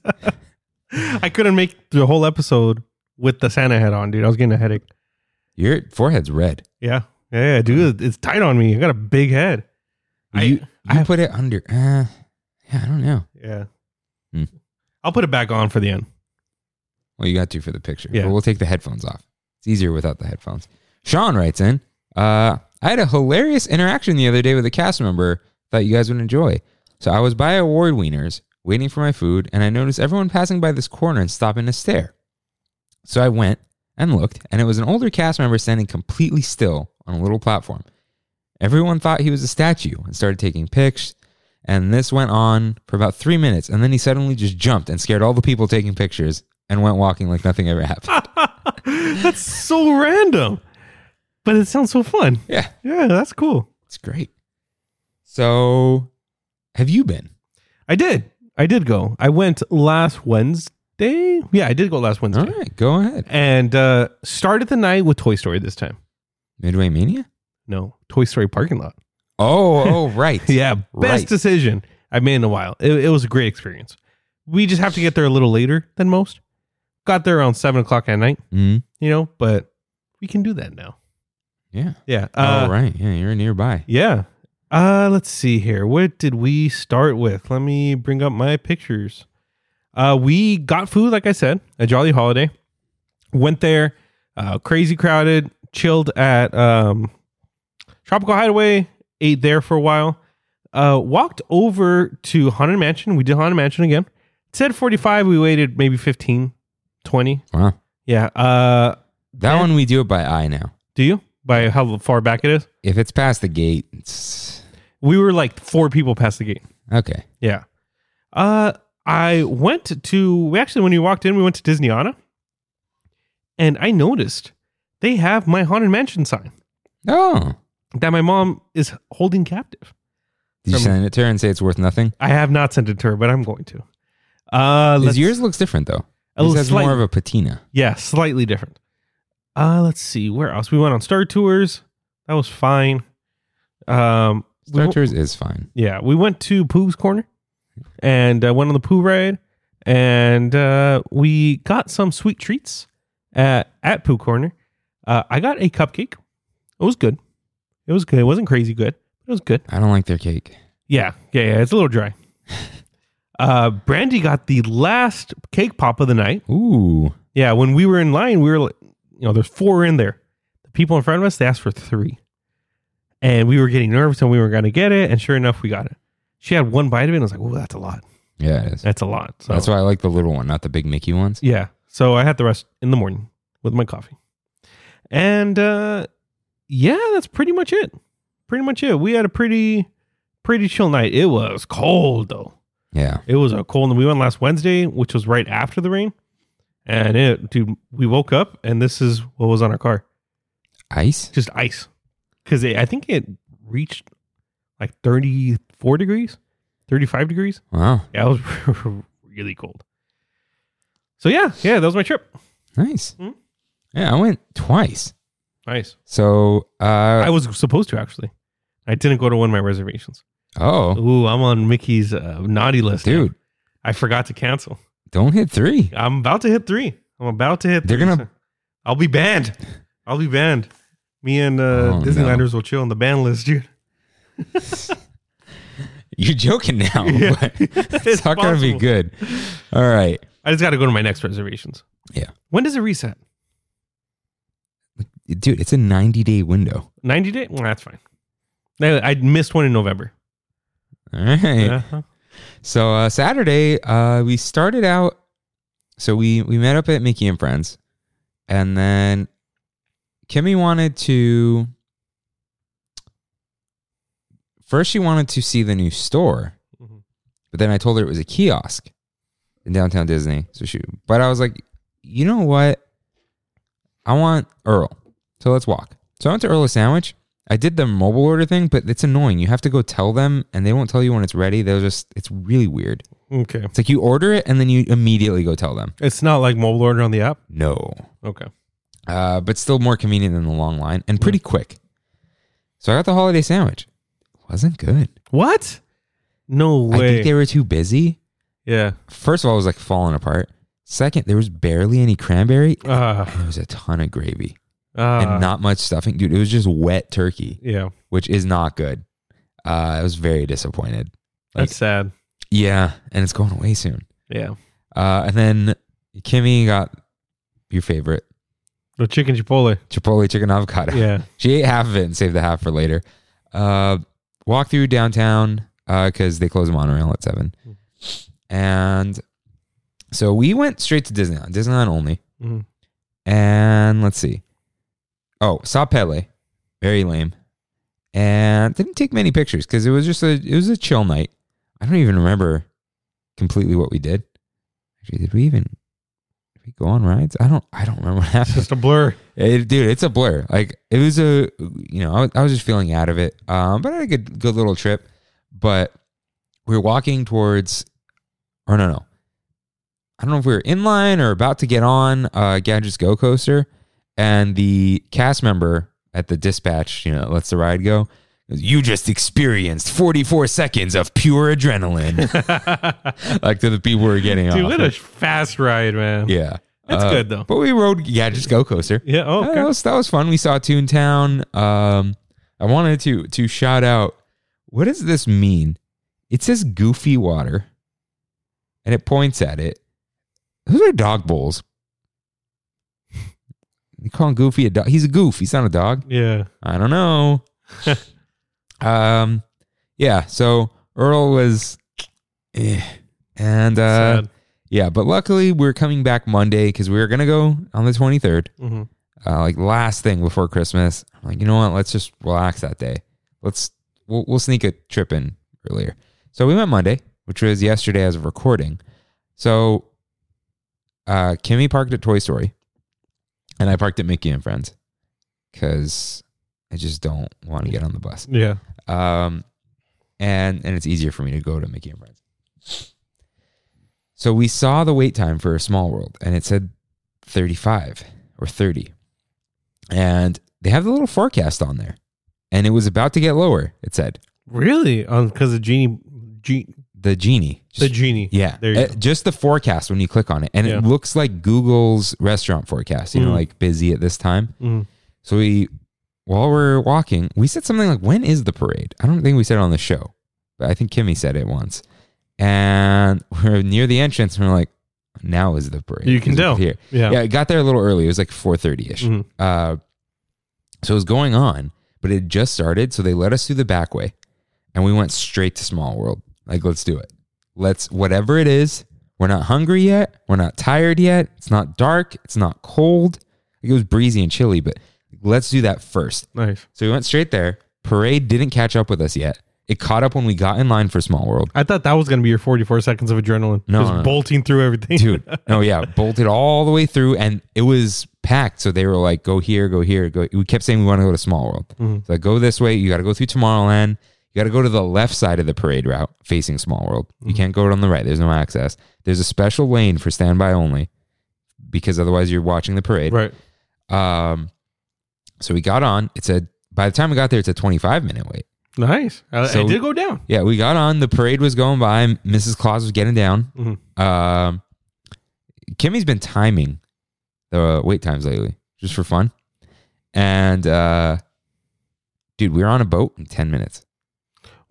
Speaker 2: I couldn't make the whole episode with the Santa hat on, dude. I was getting a headache.
Speaker 1: Your forehead's red.
Speaker 2: Yeah, yeah, yeah, dude. It's tight on me. I got a big head. I-
Speaker 1: you you
Speaker 2: I have-
Speaker 1: put it under. Uh, yeah, I don't know.
Speaker 2: Yeah.
Speaker 1: Hmm.
Speaker 2: I'll put it back on for the end.
Speaker 1: Well, you got to for the picture.
Speaker 2: Yeah.
Speaker 1: But we'll take the headphones off. It's easier without the headphones. Sean writes in, uh, I had a hilarious interaction the other day with a cast member that you guys would enjoy. So I was by Award Wieners waiting for my food, and I noticed everyone passing by this corner and stopping to stare. So I went and looked, and it was an older cast member standing completely still on a little platform. Everyone thought he was a statue and started taking pics. And this went on for about three minutes. And then he suddenly just jumped and scared all the people taking pictures and went walking like nothing ever happened.
Speaker 2: that's so random, but it sounds so fun.
Speaker 1: yeah,
Speaker 2: Yeah, that's cool.
Speaker 1: it's great. So, have you been?
Speaker 2: I did. I did go. I went last Wednesday. Yeah, I did go last Wednesday.
Speaker 1: All right, go ahead.
Speaker 2: And uh started the night with Toy Story this time.
Speaker 1: Midway Mania?
Speaker 2: No, Toy Story parking lot.
Speaker 1: Oh, oh, right.
Speaker 2: Yeah, best
Speaker 1: Right.
Speaker 2: decision I've made in a while. It, it was a great experience. We just have to get there a little later than most. Got there around seven o'clock at night,
Speaker 1: Mm,
Speaker 2: you know, but we can do that now.
Speaker 1: yeah.
Speaker 2: Yeah. uh,
Speaker 1: All right. Yeah, you're nearby.
Speaker 2: Yeah. Uh let's see here. What did we start with? Let me bring up my pictures. Uh we got food like I said, a jolly holiday. Went there, uh crazy crowded, chilled at um Tropical Hideaway, ate there for a while. Uh walked over to Haunted Mansion. We did Haunted Mansion again. It said 45, we waited maybe 15, 20.
Speaker 1: Wow.
Speaker 2: Yeah. Uh
Speaker 1: That
Speaker 2: Yeah.
Speaker 1: one we do it by eye now.
Speaker 2: do you? By how far back it is?
Speaker 1: If it's past the gate, it's
Speaker 2: We were like four people past the gate.
Speaker 1: okay.
Speaker 2: Yeah. Uh I went to we actually when we walked in, we went to Disneyana. And I noticed they have my Haunted Mansion sign
Speaker 1: Oh,
Speaker 2: that my mom is holding captive.
Speaker 1: did you
Speaker 2: From-
Speaker 1: send it to her and say it's worth nothing?
Speaker 2: I have not sent it to her, but I'm going to. Uh
Speaker 1: His
Speaker 2: let's-
Speaker 1: yours looks different though.
Speaker 2: a
Speaker 1: Yours
Speaker 2: little
Speaker 1: has
Speaker 2: slight,
Speaker 1: more of a patina.
Speaker 2: Yeah, slightly different. Uh let's see, where else? We went on Star Tours, That was fine. Um, we
Speaker 1: Star
Speaker 2: w-
Speaker 1: Tours is fine.
Speaker 2: yeah, we went to Pooh's Corner and uh, went on the Pooh ride, and uh, we got some sweet treats at, at Pooh Corner. Uh, I got a cupcake. It was good. It was good. It wasn't crazy good. It was good.
Speaker 1: I don't like their cake.
Speaker 2: Yeah, yeah, yeah. It's a little dry. Uh, Brandy got the last cake pop of the night.
Speaker 1: Ooh.
Speaker 2: Yeah, when we were in line, we were, like, you know, there's four in there. The people in front of us, they asked for three. And we were getting nervous and we were going to get it. And sure enough, we got it. She had one bite of it and I was like, oh, that's a lot.
Speaker 1: Yeah, it is.
Speaker 2: That's a lot. So,
Speaker 1: That's why I like the little one, not the big Mickey ones.
Speaker 2: Yeah. So I had the rest in the morning with my coffee. And uh, yeah, that's pretty much it. Pretty much it. We had a pretty, pretty chill night. It was cold though.
Speaker 1: Yeah.
Speaker 2: It was a cold, and we went last Wednesday, which was right after the rain. And it, dude, we woke up, and this is what was on our car
Speaker 1: Ice?
Speaker 2: just ice. Because I think it reached like 34 degrees, 35 degrees.
Speaker 1: Wow.
Speaker 2: Yeah, it was really cold. So, yeah, yeah, that was my trip.
Speaker 1: Nice.
Speaker 2: Mhm.
Speaker 1: Yeah, I went twice.
Speaker 2: Nice.
Speaker 1: So,
Speaker 2: I
Speaker 1: uh,
Speaker 2: was supposed to actually. I didn't go to one of my reservations.
Speaker 1: oh,
Speaker 2: Ooh, I'm on Mickey's uh, naughty list. now.
Speaker 1: dude,
Speaker 2: I forgot to cancel.
Speaker 1: don't hit three.
Speaker 2: I'm about to hit three. I'm about to hit.
Speaker 1: They're
Speaker 2: three,
Speaker 1: gonna-
Speaker 2: so I'll be banned. I'll be banned. Me and uh,
Speaker 1: Oh,
Speaker 2: Disneylanders will chill on the ban list, dude.
Speaker 1: You're joking now,
Speaker 2: Yeah.
Speaker 1: but Oh, it's,
Speaker 2: It's
Speaker 1: not going to be
Speaker 2: possible.
Speaker 1: good. All right.
Speaker 2: I just got to go to my next reservations.
Speaker 1: Yeah.
Speaker 2: When does it reset?
Speaker 1: Dude, it's a 90 day window.
Speaker 2: Ninety day? Well, that's fine. I, I missed one in November.
Speaker 1: All right.
Speaker 2: Uh-huh.
Speaker 1: So, uh, Saturday, uh, we started out. So, we, we met up at Mickey and Friends. And then Kimmy wanted to. First, she wanted to see the new store.
Speaker 2: Mhm.
Speaker 1: But then I told her it was a kiosk in downtown Disney. So she, but I was like, you know what? I want Earl. So let's walk. So I went to Earl a sandwich. I did the mobile order thing, but it's annoying. You have to go tell them, and they won't tell you when it's ready. They'll just, it's really weird.
Speaker 2: Okay.
Speaker 1: It's like you order it and then you immediately go tell them.
Speaker 2: It's not like mobile order on the app.
Speaker 1: No.
Speaker 2: Okay.
Speaker 1: Uh, but still more convenient than the long line and pretty quick. So I got the holiday sandwich. Wasn't good.
Speaker 2: What? No
Speaker 1: I
Speaker 2: way.
Speaker 1: think they were too busy.
Speaker 2: yeah.
Speaker 1: First of all, it was like falling apart. Second, there was barely any cranberry.
Speaker 2: Uh,
Speaker 1: And there was a ton of gravy
Speaker 2: uh,
Speaker 1: and not much stuffing. Dude, it was just wet turkey,
Speaker 2: yeah.
Speaker 1: which is not good. Uh, I was very disappointed. Like-
Speaker 2: That's sad.
Speaker 1: Yeah. And it's going away soon.
Speaker 2: Yeah.
Speaker 1: Uh, and then Kimmy got your favorite
Speaker 2: The chicken chipotle.
Speaker 1: Chipotle chicken avocado.
Speaker 2: Yeah.
Speaker 1: She ate half of it and saved the half for later. Uh, walk through downtown because they close the monorail at seven. And so we went straight to Disneyland, Disneyland only.
Speaker 2: Mhm.
Speaker 1: And let's see. Oh, saw Pele. Very lame. And didn't take many pictures because it was just a it was a chill night. I don't even remember completely what we did. Actually, did we even did we go on rides? I don't I don't remember what
Speaker 2: It's
Speaker 1: happened.
Speaker 2: just a blur.
Speaker 1: It, dude, it's a blur. Like it was a, you know, I was, I was just feeling out of it. Um, but I had a good, good little trip. But we were walking towards, or no, no, I don't know if we were in line or about to get on uh, Gadgets Go Coaster, and the cast member at the dispatch, you know, lets the ride go. goes, You just experienced 44 seconds of pure adrenaline,
Speaker 2: Dude,
Speaker 1: like to the people who are getting on.
Speaker 2: what a fast ride, man.
Speaker 1: yeah,
Speaker 2: That's
Speaker 1: Uh,
Speaker 2: good though.
Speaker 1: But we rode Gadgets Go Coaster.
Speaker 2: Yeah. Oh,
Speaker 1: Yeah, that
Speaker 2: okay.
Speaker 1: was that was fun. We saw Toontown. Um, I wanted to to shout out. What does this mean? It says Goofy Water, and it points at it. Those are dog bowls. You call him Goofy a dog? He's a goof. He's not a dog.
Speaker 2: Yeah.
Speaker 1: I don't know. um, yeah. So Earl was, eh. and uh,
Speaker 2: sad.
Speaker 1: yeah. But luckily, we're coming back Monday because we were gonna go on the twenty third
Speaker 2: Mhm.
Speaker 1: uh, like last thing before Christmas. I'm like, you know what? Let's just relax that day. Let's we'll, we'll sneak a trip in earlier. So we went Monday, which was yesterday as of recording. So uh, Kimmy parked at Toy Story, and I parked at Mickey and Friends because I just don't want to get on the bus.
Speaker 2: Yeah.
Speaker 1: Um, and and it's easier for me to go to Mickey and Friends. So we saw the wait time for Small World, and it said thirty-five or thirty, and they have the little forecast on there. and it was about to get lower. It said
Speaker 2: Really? Because the genie, ge-
Speaker 1: the genie.
Speaker 2: the
Speaker 1: Just-
Speaker 2: genie.
Speaker 1: yeah,
Speaker 2: There you
Speaker 1: Uh,
Speaker 2: go.
Speaker 1: just the forecast when you click on it, and
Speaker 2: Yeah.
Speaker 1: it looks like Google's restaurant forecast. You know,
Speaker 2: Mm.
Speaker 1: like busy at this time.
Speaker 2: Mm.
Speaker 1: So we, while we're walking, we said something like, "When is the parade?" I don't think we said it on the show, but I think Kimmy said it once. And we're near the entrance, and we're like, "Now is the parade."
Speaker 2: You can
Speaker 1: 'Cause
Speaker 2: tell.
Speaker 1: it's Here.
Speaker 2: Yeah.
Speaker 1: Yeah, it got there a little early. It was like 4:30 ish.
Speaker 2: Mhm.
Speaker 1: Uh, so it was going on, but it had just started. So they let us through the back way, and we went straight to Small World. Like, let's do it. Let's whatever it is. We're not hungry yet. We're not tired yet. It's not dark. It's not cold. Like, it was breezy and chilly, but let's do that first.
Speaker 2: Nice.
Speaker 1: So we went straight there. Parade didn't catch up with us yet. It caught up when we got in line for Small World.
Speaker 2: I thought that was going to be your 44 seconds of adrenaline.
Speaker 1: No,
Speaker 2: Just
Speaker 1: no, no.
Speaker 2: bolting through everything.
Speaker 1: dude. Oh yeah, bolted all the way through, and it was packed. So they were like, "Go here, go here, go." We kept saying we want to go to Small World.
Speaker 2: Mhm.
Speaker 1: So like, go this way. You got to go through Tomorrowland. You got to go to the left side of the parade route facing Small World. You can't go on the right. There's no access. There's a special lane for standby only, because otherwise you're watching the parade.
Speaker 2: Right.
Speaker 1: Um, so we got on. It said by the time we got there, it's a 25 minute wait.
Speaker 2: Nice. I, I
Speaker 1: So-
Speaker 2: did go down.
Speaker 1: Yeah, we got on. The parade was going by. Mrs. Claus was getting down. Um, Kimmy's been timing the wait times lately just for fun. And uh, dude, we were on a boat in 10 minutes.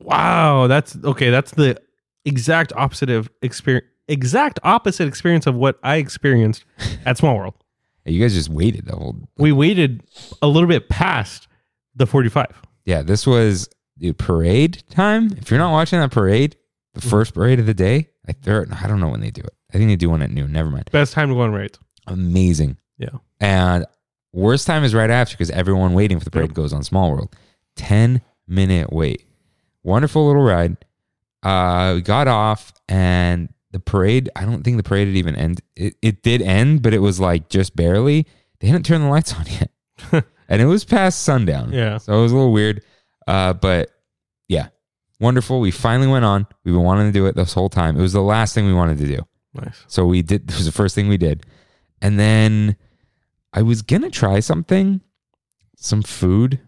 Speaker 2: Wow. That's okay. That's the exact opposite of experience. Exact opposite experience of what I experienced at Small World.
Speaker 1: You guys just waited the whole.
Speaker 2: We waited a little bit past the 45.
Speaker 1: Yeah, this was dude, parade time. If you're not watching that parade, the first parade of the day, I, thir- I don't know when they do it. I think they do one at noon. Never mind.
Speaker 2: Best time to go on rides.
Speaker 1: Amazing.
Speaker 2: Yeah.
Speaker 1: And worst time is right after because everyone waiting for the parade goes on Small World. 10 minute wait. Wonderful little ride. Uh, we got off and the parade, I don't think the parade had even end. It, it did end, but it was like just barely. They hadn't turned the lights on yet. and it was past sundown.
Speaker 2: Yeah.
Speaker 1: So it was a little weird. Uh, but yeah, wonderful. We finally went on. We've been wanting to do it this whole time. It was the last thing we wanted to do.
Speaker 2: Nice.
Speaker 1: So we did. This was the first thing we did, and then I was gonna try something, some food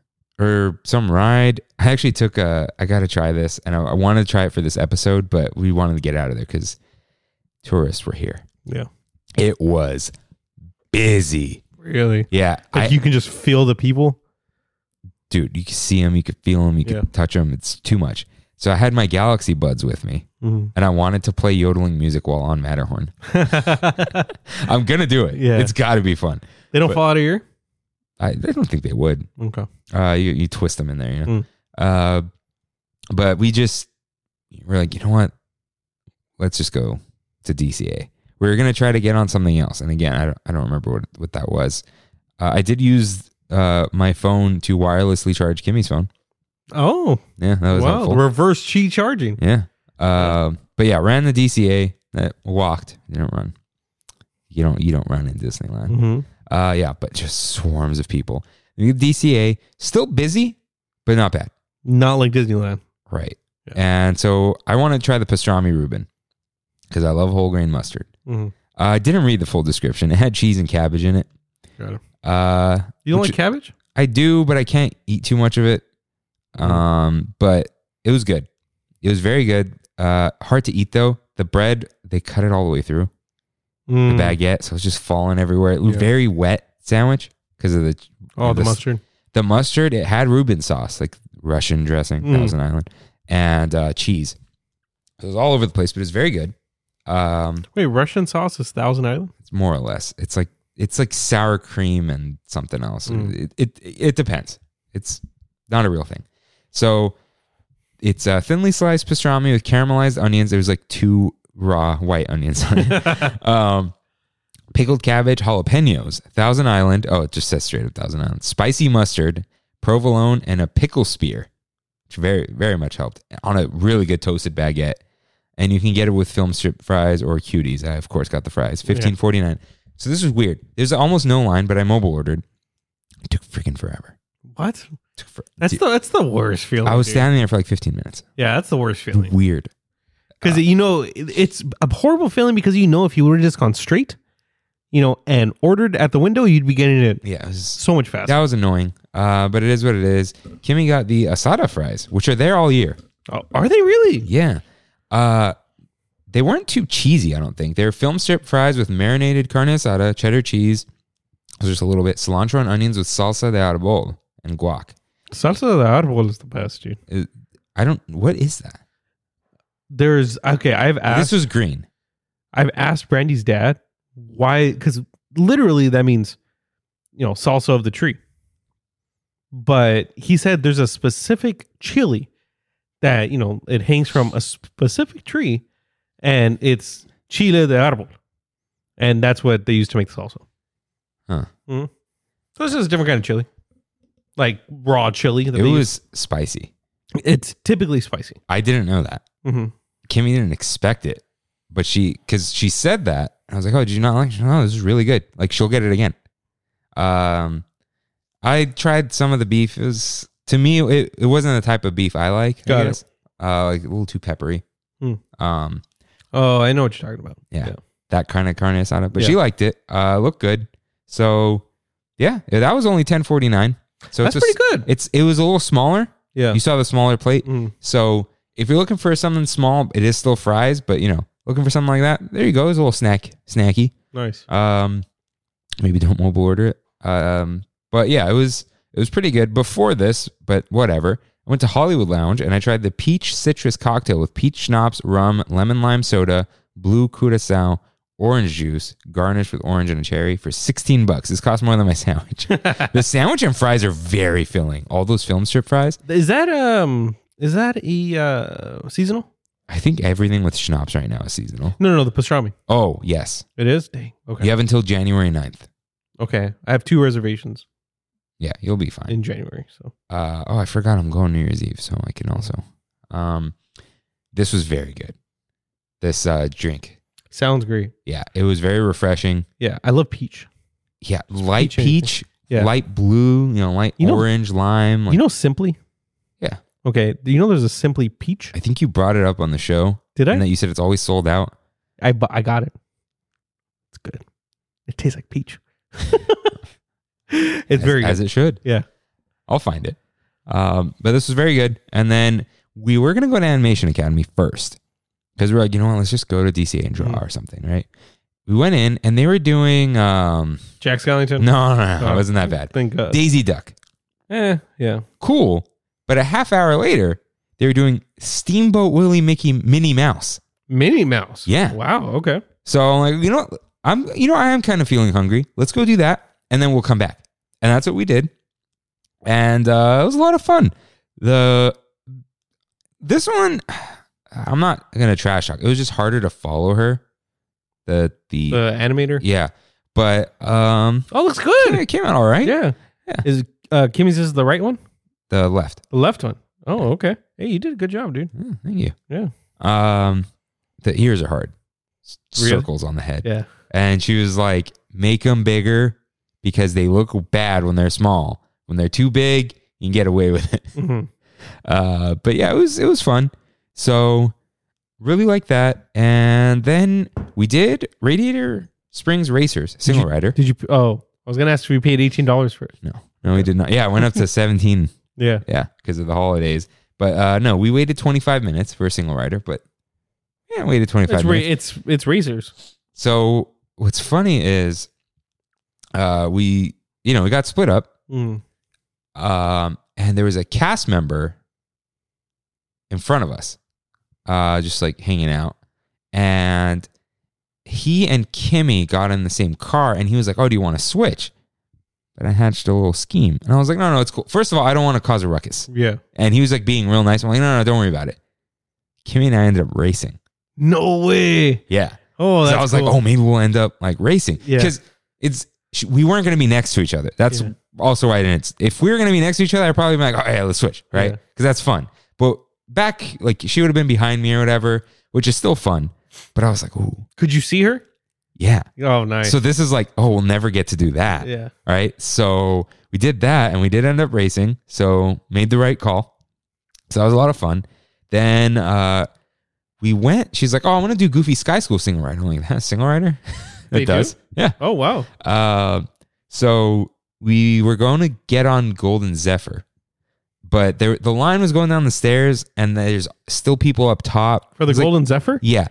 Speaker 1: or some ride. I actually took a. I gotta try this, and I, I wanted to try it for this episode, but we wanted to get out of there because tourists were here.
Speaker 2: Yeah.
Speaker 1: It was busy.
Speaker 2: Really?
Speaker 1: Yeah,
Speaker 2: Like
Speaker 1: I,
Speaker 2: you can just feel the people.
Speaker 1: dude, you could see them, you could feel them, you could
Speaker 2: Yeah.
Speaker 1: touch them. It's too much. So I had my Galaxy Buds with me,
Speaker 2: Mm-hmm.
Speaker 1: and I wanted to play yodeling music while on Matterhorn. I'm gonna do it.
Speaker 2: Yeah.
Speaker 1: it's got to be fun.
Speaker 2: They don't
Speaker 1: But-
Speaker 2: fall out of your ear?
Speaker 1: I, I don't think they would.
Speaker 2: Okay.
Speaker 1: Uh, you you twist them in there, you know. Uh, but we just we're like, you know what? Let's just go to DCA. We were gonna try to get on something else, and again, I don't I don't remember what what that was. Uh, I did use uh my phone to wirelessly charge Kimmy's phone.
Speaker 2: Oh,
Speaker 1: Yeah, that was
Speaker 2: wow.
Speaker 1: helpful.
Speaker 2: Reverse chi charging.
Speaker 1: Yeah. Um, but yeah, ran the DCA. uh, Walked. Didn't run. You don't. You don't run in Disneyland.
Speaker 2: Mm-hmm.
Speaker 1: Uh, yeah, but just swarms of people. The DCA still busy, but not bad,
Speaker 2: Not like Disneyland.
Speaker 1: right?
Speaker 2: Yeah.
Speaker 1: And so I want to try the pastrami Reuben because I love whole grain mustard.
Speaker 2: Mhm.
Speaker 1: Uh, I didn't read the full description. It had cheese and cabbage in it.
Speaker 2: Got it.
Speaker 1: Uh,
Speaker 2: You don't
Speaker 1: Which-
Speaker 2: like cabbage?
Speaker 1: I do, but I can't eat too much of it.
Speaker 2: Mm-hmm.
Speaker 1: Um, but it was good. It was very good. Uh, hard to eat though. The bread they cut it all the way through
Speaker 2: Mm.
Speaker 1: the baguette, so it was just falling everywhere. It was
Speaker 2: Yeah.
Speaker 1: very wet sandwich because of the
Speaker 2: Oh, the
Speaker 1: this-
Speaker 2: mustard.
Speaker 1: the mustard it had Reuben sauce like Russian dressing
Speaker 2: Mm.
Speaker 1: Thousand Island and uh, cheese so it was all over the place but it's very good um,
Speaker 2: Wait, Russian sauce is Thousand Island?
Speaker 1: it's more or less it's like it's like sour cream and something else
Speaker 2: Mm.
Speaker 1: it, it it depends it's not a real thing so it's uh, thinly sliced pastrami with caramelized onions there was like two raw white onions on it um, pickled cabbage, jalapenos, Thousand Island. Oh, it just says straight up Thousand Island. Spicy mustard, provolone, and a pickle spear, which very very much helped on a really good toasted baguette. And you can get it with film strip fries or cuties. I of course got the fries, fifteen forty nine. So this was weird. There's almost no line, but I mobile ordered. It took freaking forever.
Speaker 2: What?
Speaker 1: It took for-
Speaker 2: That's
Speaker 1: Dude,
Speaker 2: the that's the worst feeling.
Speaker 1: I was Uh.
Speaker 2: dude.
Speaker 1: standing there for like fifteen minutes.
Speaker 2: Yeah, that's the worst feeling.
Speaker 1: Weird.
Speaker 2: Because you know it- it's a horrible feeling because you know if you would have just gone straight, you know, and ordered at the window, you'd be getting it
Speaker 1: Yeah, it was-
Speaker 2: so much faster.
Speaker 1: that was annoying. Uh, but it is what it is. Kimmy got the asada fries, which are there all year.
Speaker 2: Oh, Are they really?
Speaker 1: Yeah. Uh, they weren't too cheesy, I don't think. They were film strip fries with marinated carne asada, cheddar cheese, just a little bit, cilantro and onions with salsa de arbol and guac.
Speaker 2: Salsa de árbol is the best, dude.
Speaker 1: I don't, what is that?
Speaker 2: There's okay. I've asked.
Speaker 1: This was green.
Speaker 2: I've asked Brandy's dad why, because literally that means, you know, salsa of the tree. But he said there's a specific chili that, you know, it hangs from a specific tree and it's chile de árbol. And that's what they use to make the salsa.
Speaker 1: Huh.
Speaker 2: Mhm. So this is a different kind of chili, like raw chili. That
Speaker 1: It
Speaker 2: they
Speaker 1: was
Speaker 2: use.
Speaker 1: spicy.
Speaker 2: It's typically spicy.
Speaker 1: I didn't know that.
Speaker 2: hmm
Speaker 1: Kimmy didn't expect it, but she because she said that and I was like, oh, did you not like? it?" No, this is really good. Like she'll get it again. Um, I tried some of the beef. It was to me, it, it wasn't the type of beef I like.
Speaker 2: Got
Speaker 1: I
Speaker 2: it.
Speaker 1: guess. Uh, like a little too peppery.
Speaker 2: Hmm.
Speaker 1: Um,
Speaker 2: Oh, I know what you're talking about.
Speaker 1: yeah, that kind of carne asada. But she
Speaker 2: Yeah.
Speaker 1: liked it. Uh, looked good. So yeah, yeah, that was only ten forty nine. So
Speaker 2: That's
Speaker 1: it's a s-
Speaker 2: pretty good.
Speaker 1: It's it was a little smaller.
Speaker 2: Yeah.
Speaker 1: You saw the smaller plate.
Speaker 2: Mhm.
Speaker 1: So if you're looking for something small, it is still fries, but you know, looking for something like that, there you go. It's a little snack, snacky.
Speaker 2: Nice.
Speaker 1: Um, maybe don't mobile order it. Um, but yeah, it was it was pretty good before this, but whatever. I went to Hollywood Lounge and I tried the peach citrus cocktail with peach schnapps, rum, lemon lime soda, blue curacao, orange juice, garnished with orange and a cherry for 16 bucks. This cost more than my sandwich. the sandwich and fries are very filling. All those film strip fries.
Speaker 2: Is that um is that a uh seasonal?
Speaker 1: I think everything with schnapps right now is seasonal.
Speaker 2: No, no, no, the pastrami.
Speaker 1: Oh, yes.
Speaker 2: It is. Dang. Okay.
Speaker 1: You have until January 9th.
Speaker 2: Okay. I have two reservations
Speaker 1: Yeah, you'll be fine.
Speaker 2: in January, so
Speaker 1: Uh, oh, I forgot I'm going New Year's Eve, so I can also. Um, this was very good. This uh, drink.
Speaker 2: sounds great.
Speaker 1: Yeah, it was very refreshing.
Speaker 2: Yeah, I love peach.
Speaker 1: Yeah, light
Speaker 2: peach anything.
Speaker 1: peach,
Speaker 2: Yeah.
Speaker 1: light blue, you know, light
Speaker 2: You know-
Speaker 1: orange, lime. Like,
Speaker 2: you know Simply?
Speaker 1: Yeah.
Speaker 2: Okay. You know there's a Simply peach?
Speaker 1: I think you brought it up on the show,
Speaker 2: Did
Speaker 1: and that
Speaker 2: I?
Speaker 1: you said it's always sold out.
Speaker 2: I bu- I got it. It's good. It tastes like peach. it's
Speaker 1: as,
Speaker 2: very good.
Speaker 1: as it should.
Speaker 2: Yeah.
Speaker 1: I'll find it. Um, but this was very good. And then we were gonna go to Animation Academy first because we are like, you know what, let's just go to DCA and draw
Speaker 2: Mhm.
Speaker 1: or something, right? We went in and they were doing. Um,
Speaker 2: Jack
Speaker 1: no,
Speaker 2: Skellington?
Speaker 1: no, no, no,
Speaker 2: Oh.
Speaker 1: it wasn't that bad.
Speaker 2: Thank God.
Speaker 1: Daisy Duck,
Speaker 2: eh, yeah.
Speaker 1: cool. But a half hour later, they were doing Steamboat Willie Mickey Minnie Mouse.
Speaker 2: Minnie Mouse.
Speaker 1: Yeah.
Speaker 2: Wow, okay.
Speaker 1: So I'm like, you know, what? I'm you know, I am kind of feeling hungry. Let's go do that, and then we'll come back. And that's what we did. And uh, it was a lot of fun. The this one, I'm not gonna trash talk. It was just harder to follow her. The the
Speaker 2: The animator.
Speaker 1: yeah, but um,
Speaker 2: Oh, looks good.
Speaker 1: it came out all right.
Speaker 2: Yeah.
Speaker 1: Yeah.
Speaker 2: Is uh Kimmy's is the right one?
Speaker 1: The left.
Speaker 2: The left one. Oh, okay. Hey, you did a good job, dude.
Speaker 1: Mm, thank you.
Speaker 2: Yeah.
Speaker 1: Um, the ears are hard. S-
Speaker 2: Really?
Speaker 1: Circles on the head.
Speaker 2: Yeah.
Speaker 1: And she was like, make them bigger because they look bad when they're small. When they're too big, you can get away with it.
Speaker 2: hmm
Speaker 1: Uh, but yeah, it was it was fun. So really like that. And then we did Radiator Springs Racers single rider.
Speaker 2: Did you? Oh, I was gonna ask if you paid eighteen dollars for it.
Speaker 1: No, no, we did not. Yeah, it went up to seventeen.
Speaker 2: Yeah.
Speaker 1: Yeah, because of the holidays. But uh, no, we waited twenty five minutes for a single rider. But yeah, waited twenty five
Speaker 2: It's
Speaker 1: minutes.
Speaker 2: ra- it's it's razors.
Speaker 1: So what's funny is, uh, we you know we got split up,
Speaker 2: Mm.
Speaker 1: um, and there was a cast member in front of us, uh, just like hanging out, and he and Kimmy got in the same car, and he was like, "Oh, do you want to switch?" But I hatched a little scheme, and I was like, "No, no, it's cool. First of all, I don't want to cause a ruckus."
Speaker 2: Yeah.
Speaker 1: And he was like being real nice. I'm like, "No, no, no don't worry about it." Kimmy and I ended up racing.
Speaker 2: No way.
Speaker 1: Yeah.
Speaker 2: Oh,
Speaker 1: So
Speaker 2: that's
Speaker 1: I was
Speaker 2: cool.
Speaker 1: like, oh, maybe we'll end up like racing
Speaker 2: Yeah.
Speaker 1: because it's sh- we weren't going to be next to each other. That's
Speaker 2: Yeah.
Speaker 1: also why I didn't. If we were going to be next to each other, I'd probably be like, oh yeah, let's switch, right?
Speaker 2: Yeah.
Speaker 1: Because that's fun. But back, like she would have been behind me or whatever, which is still fun. But I was like, ooh,
Speaker 2: could you see her?
Speaker 1: yeah.
Speaker 2: Oh, nice.
Speaker 1: So this is like, oh, we'll never get to do that,
Speaker 2: yeah.
Speaker 1: right? So we did that, and we did end up racing. So made the right call. So that was a lot of fun. Then uh, we went. She's like, oh, I'm going to do Goofy Sky School single rider. I'm like, that single rider.
Speaker 2: They
Speaker 1: it does.
Speaker 2: do?
Speaker 1: Yeah.
Speaker 2: Oh wow.
Speaker 1: Uh, so we were going to get on Golden Zephyr, but there, the line was going down the stairs, and there's still people up top
Speaker 2: For the
Speaker 1: It's like-
Speaker 2: Golden Zephyr?
Speaker 1: yeah,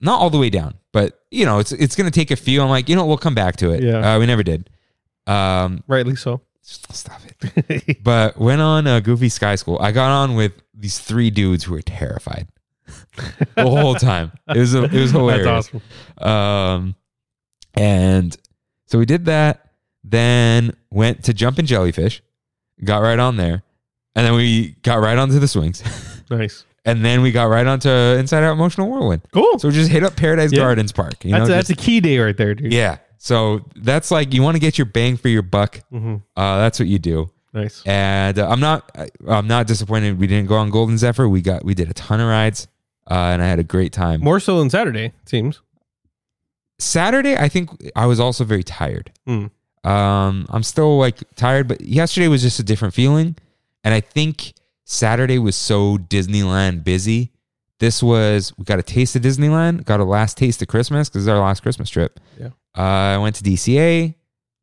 Speaker 1: not all the way down, but you know, it's it's gonna take a few. I'm like, you know, we'll come back to it.
Speaker 2: Yeah.
Speaker 1: uh, we never did. Um,
Speaker 2: Rightly so.
Speaker 1: stop it. But went on uh, Goofy Sky School. I got on with these three dudes who were terrified the whole time. It was it was hilarious.
Speaker 2: That's awesome.
Speaker 1: Um, and so we did that. Then went to Jumpin' Jellyfish, got right on there, and then we got right onto the swings,
Speaker 2: Nice.
Speaker 1: and then we got right onto Inside Out Emotional Whirlwind.
Speaker 2: Cool.
Speaker 1: So just hit up Paradise
Speaker 2: Yeah.
Speaker 1: Gardens Park. You know, just-
Speaker 2: that's, that's a key day right there, dude.
Speaker 1: yeah. So that's like you want to get your bang for your buck.
Speaker 2: hmm
Speaker 1: Uh, that's what you do.
Speaker 2: Nice.
Speaker 1: And uh, I'm not I- I'm not disappointed. We didn't go on Golden Zephyr. We got we did a ton of rides, uh, and I had a great time.
Speaker 2: More so than Saturday, it seems.
Speaker 1: Saturday, I think I was also very tired.
Speaker 2: Hmm.
Speaker 1: Um, I'm still like tired, but yesterday was just a different feeling. And I think Saturday was so Disneyland busy. This was we got a taste of Disneyland, got a last taste of Christmas because it's our last Christmas trip.
Speaker 2: Yeah.
Speaker 1: Uh, I went to DCA.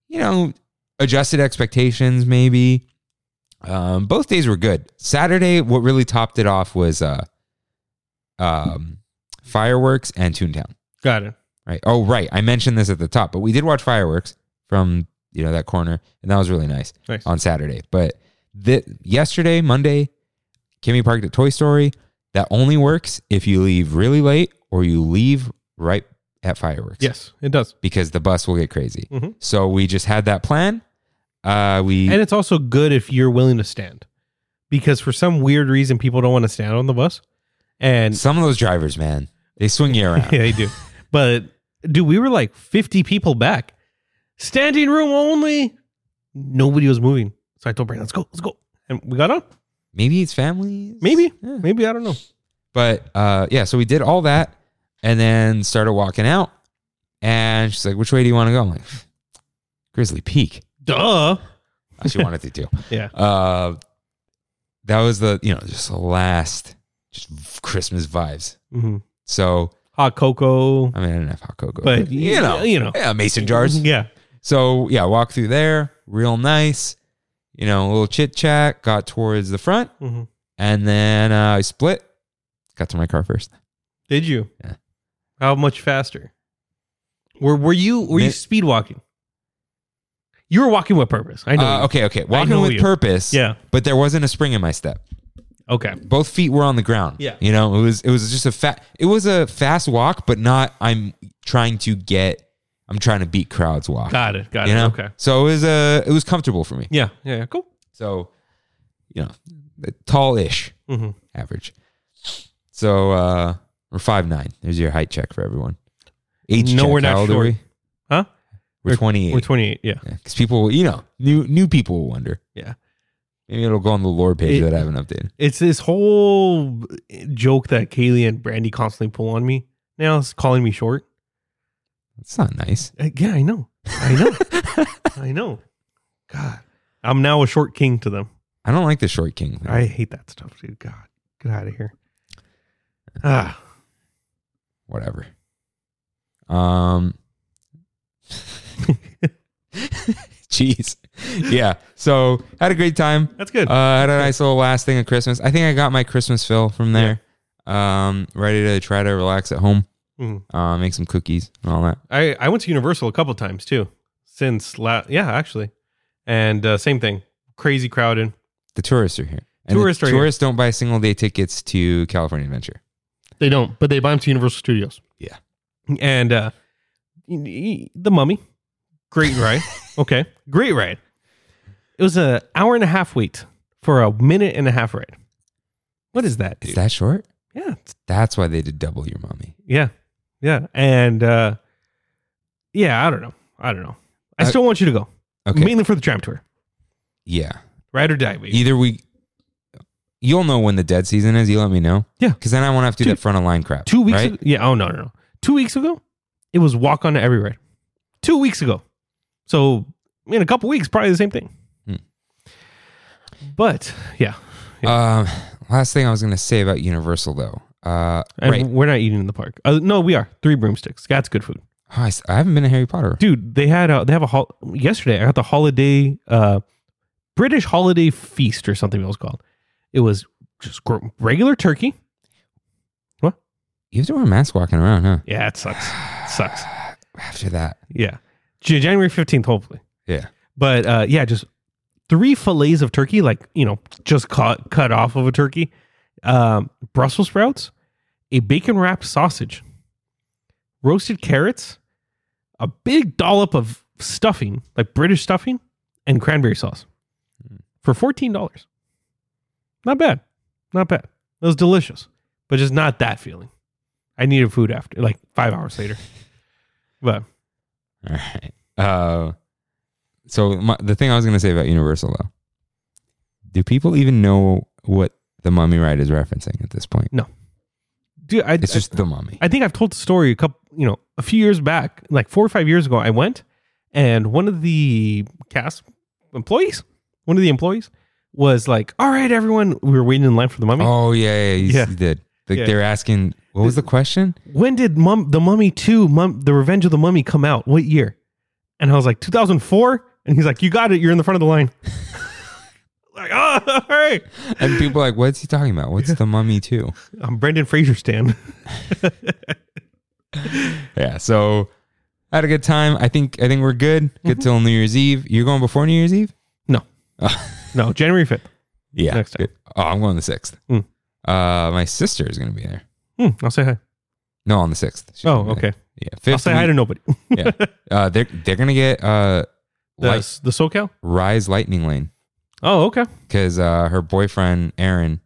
Speaker 1: You know, adjusted expectations maybe. Um, both days were good. Saturday, what really topped it off was uh, um, fireworks and Toontown.
Speaker 2: Got it.
Speaker 1: Right. Oh, right. I mentioned this at the top, but we did watch fireworks from you know that corner, and that was really nice
Speaker 2: Nice.
Speaker 1: on Saturday. But the, yesterday, Monday, Kimmy parked at Toy Story. That only works if you leave really late or you leave right at fireworks.
Speaker 2: Yes, it does.
Speaker 1: Because the bus will get crazy.
Speaker 2: Mhm.
Speaker 1: So we just had that plan. Uh, we
Speaker 2: And it's also good if you're willing to stand. Because for some weird reason people don't want to stand on the bus. And
Speaker 1: some of those drivers, man, they swing you around.
Speaker 2: yeah, they do. But dude, we were like 50 people back. Standing room only. Nobody was moving. So I told Brandon, let's go, let's go. And we got on.
Speaker 1: Maybe it's families.
Speaker 2: Maybe.
Speaker 1: Yeah.
Speaker 2: Maybe I don't know.
Speaker 1: But uh, yeah, so we did all that and then started walking out. And she's like, which way do you want to go? I'm like, Grizzly Peak.
Speaker 2: Duh.
Speaker 1: She wanted to do.
Speaker 2: Yeah.
Speaker 1: Uh, that was the, you know, just the last just Christmas vibes.
Speaker 2: Mhm.
Speaker 1: So,
Speaker 2: Hot cocoa.
Speaker 1: I mean, I didn't have hot cocoa,
Speaker 2: But
Speaker 1: you know,
Speaker 2: you know.
Speaker 1: yeah, mason jars.
Speaker 2: Yeah.
Speaker 1: So yeah, walk through there, real nice, you know, a little chit chat, got towards the front
Speaker 2: hmm
Speaker 1: and then uh, I split, got to my car first.
Speaker 2: Did you?
Speaker 1: Yeah.
Speaker 2: How much faster? Were were you were you
Speaker 1: Min-
Speaker 2: speed walking? You were walking with purpose. I know.
Speaker 1: Uh,
Speaker 2: you.
Speaker 1: okay, okay. Walking
Speaker 2: know
Speaker 1: with
Speaker 2: you.
Speaker 1: purpose.
Speaker 2: Yeah.
Speaker 1: but there wasn't a spring in my step.
Speaker 2: Okay.
Speaker 1: Both feet were on the ground.
Speaker 2: Yeah.
Speaker 1: you know, it was it was just a fat. It was a fast walk, but not. I'm trying to get. I'm trying to beat crowds walk.
Speaker 2: Got it. Got
Speaker 1: you
Speaker 2: it.
Speaker 1: know.
Speaker 2: Okay.
Speaker 1: So it was uh it was comfortable for me.
Speaker 2: Yeah. Yeah. yeah. Cool.
Speaker 1: So, you know, tall ish
Speaker 2: hmm
Speaker 1: average. So uh we're five nine. There's your height check for everyone. Age
Speaker 2: No,
Speaker 1: check.
Speaker 2: we're not
Speaker 1: How old are
Speaker 2: short.
Speaker 1: we?
Speaker 2: Huh?
Speaker 1: We're twenty
Speaker 2: We're
Speaker 1: eight.
Speaker 2: 28. Yeah.
Speaker 1: Because people, you know, new new people will wonder.
Speaker 2: Yeah.
Speaker 1: Maybe it'll go on the lore page
Speaker 2: It-
Speaker 1: that I haven't updated.
Speaker 2: It's this whole joke that Kaylee and Brandy constantly pull on me. Now it's calling me short.
Speaker 1: It's not nice.
Speaker 2: Uh, yeah, I know. I know. I know. God. I'm now a short king to them.
Speaker 1: I don't like the short king. Thing.
Speaker 2: I hate that stuff, dude. God, get out of here. Ah,
Speaker 1: Whatever. Um. Jeez. Yeah. So had a great time.
Speaker 2: that's good.
Speaker 1: Uh, had a nice little last thing of Christmas. I think I got my Christmas fill from there. Um, ready to try to relax at home.
Speaker 2: Mhm.
Speaker 1: Uh, make some cookies and all that.
Speaker 2: I I went to Universal a couple times too since last. Yeah, actually, and uh, same thing. Crazy crowded.
Speaker 1: The tourists are here. And
Speaker 2: Tourists
Speaker 1: the
Speaker 2: are here.
Speaker 1: tourists don't buy single day tickets to California Adventure.
Speaker 2: They don't, but they buy them to Universal Studios.
Speaker 1: Yeah.
Speaker 2: and uh, y- y- the Mummy, great ride. okay, great ride. It was a hour and a half wait for a minute and a half ride. What is that?
Speaker 1: Is
Speaker 2: Dude?
Speaker 1: that short?
Speaker 2: yeah, it's
Speaker 1: That's why they did double your mommy.
Speaker 2: Yeah. Yeah. And uh yeah, I don't know. I don't know. I
Speaker 1: Uh,
Speaker 2: still want you to go.
Speaker 1: Okay.
Speaker 2: Mainly for the tram tour.
Speaker 1: yeah.
Speaker 2: Ride or die, baby.
Speaker 1: Either we, you'll know when the dead season is. You let me know.
Speaker 2: Yeah.
Speaker 1: Because then I won't have to do
Speaker 2: Dude,
Speaker 1: that front of line crap.
Speaker 2: Two weeks
Speaker 1: right?
Speaker 2: ago. Yeah, oh no, no, no. Two weeks ago, it was walk on to every ride. Two weeks ago. So in a couple weeks, probably the same thing.
Speaker 1: Hmm.
Speaker 2: But yeah.
Speaker 1: Um, last thing I was gonna say about Universal though. Uh,
Speaker 2: And
Speaker 1: right.
Speaker 2: we're not eating in the park. Uh, no, we are. Three broomsticks. That's good food.
Speaker 1: Oh, I, s- I haven't been to Harry Potter.
Speaker 2: dude they had a they have a hol- yesterday i got the holiday uh british holiday feast or something it was called it was just gr- regular turkey
Speaker 1: You have to wear a mask walking around, huh?
Speaker 2: yeah it sucks Sucks.
Speaker 1: After that,
Speaker 2: yeah J- january 15th hopefully
Speaker 1: Yeah.
Speaker 2: but uh yeah just three fillets of turkey like you know just cut cut off of a turkey um brussels sprouts a bacon wrapped sausage roasted carrots a big dollop of stuffing like british stuffing and cranberry sauce for $14 not bad not bad it was delicious but just not that feeling i needed food after like five hours later but
Speaker 1: all right. Uh, so my, the thing I was gonna say about Universal though, do people even know what the Mummy ride is referencing at this point?
Speaker 2: dude i
Speaker 1: It's just the Mummy.
Speaker 2: I think I've told the story a couple, you know, a few years back, like four or five years ago. I went, and one of the cast employees, one of the employees, was like, "All right, everyone, we were waiting in line for the mummy.
Speaker 1: oh yeah, yeah, you
Speaker 2: Yeah.
Speaker 1: s- you did. Like
Speaker 2: Yeah.
Speaker 1: they're asking, what was the question?
Speaker 2: When did Mum the Mummy Two, Mum the Revenge of the Mummy come out? What year?" And I was like, "2004." And he's like, "You got it. You're in the front of the line." like, oh, all right.
Speaker 1: And people are like, what's he talking about? What's the Mummy too?
Speaker 2: I'm Brendan Fraser Stan.
Speaker 1: Yeah. So I had a good time. I think I think we're good. Good
Speaker 2: Mm-hmm.
Speaker 1: till New Year's Eve. You're going before New Year's Eve?
Speaker 2: No. no, January 5th.
Speaker 1: Yeah.
Speaker 2: Next time.
Speaker 1: Oh, I'm going the sixth.
Speaker 2: Mm.
Speaker 1: Uh, my sister is gonna be there.
Speaker 2: Hmm, I'll say hi.
Speaker 1: No, on the sixth. She's
Speaker 2: Oh,
Speaker 1: gonna be
Speaker 2: okay.
Speaker 1: there. Yeah,
Speaker 2: I'll
Speaker 1: fifth.
Speaker 2: say hi to nobody.
Speaker 1: uh, they're they're gonna get uh,
Speaker 2: The,
Speaker 1: light,
Speaker 2: the SoCal.
Speaker 1: Rise Lightning Lane
Speaker 2: Oh, okay.
Speaker 1: because uh, her boyfriend Aaron,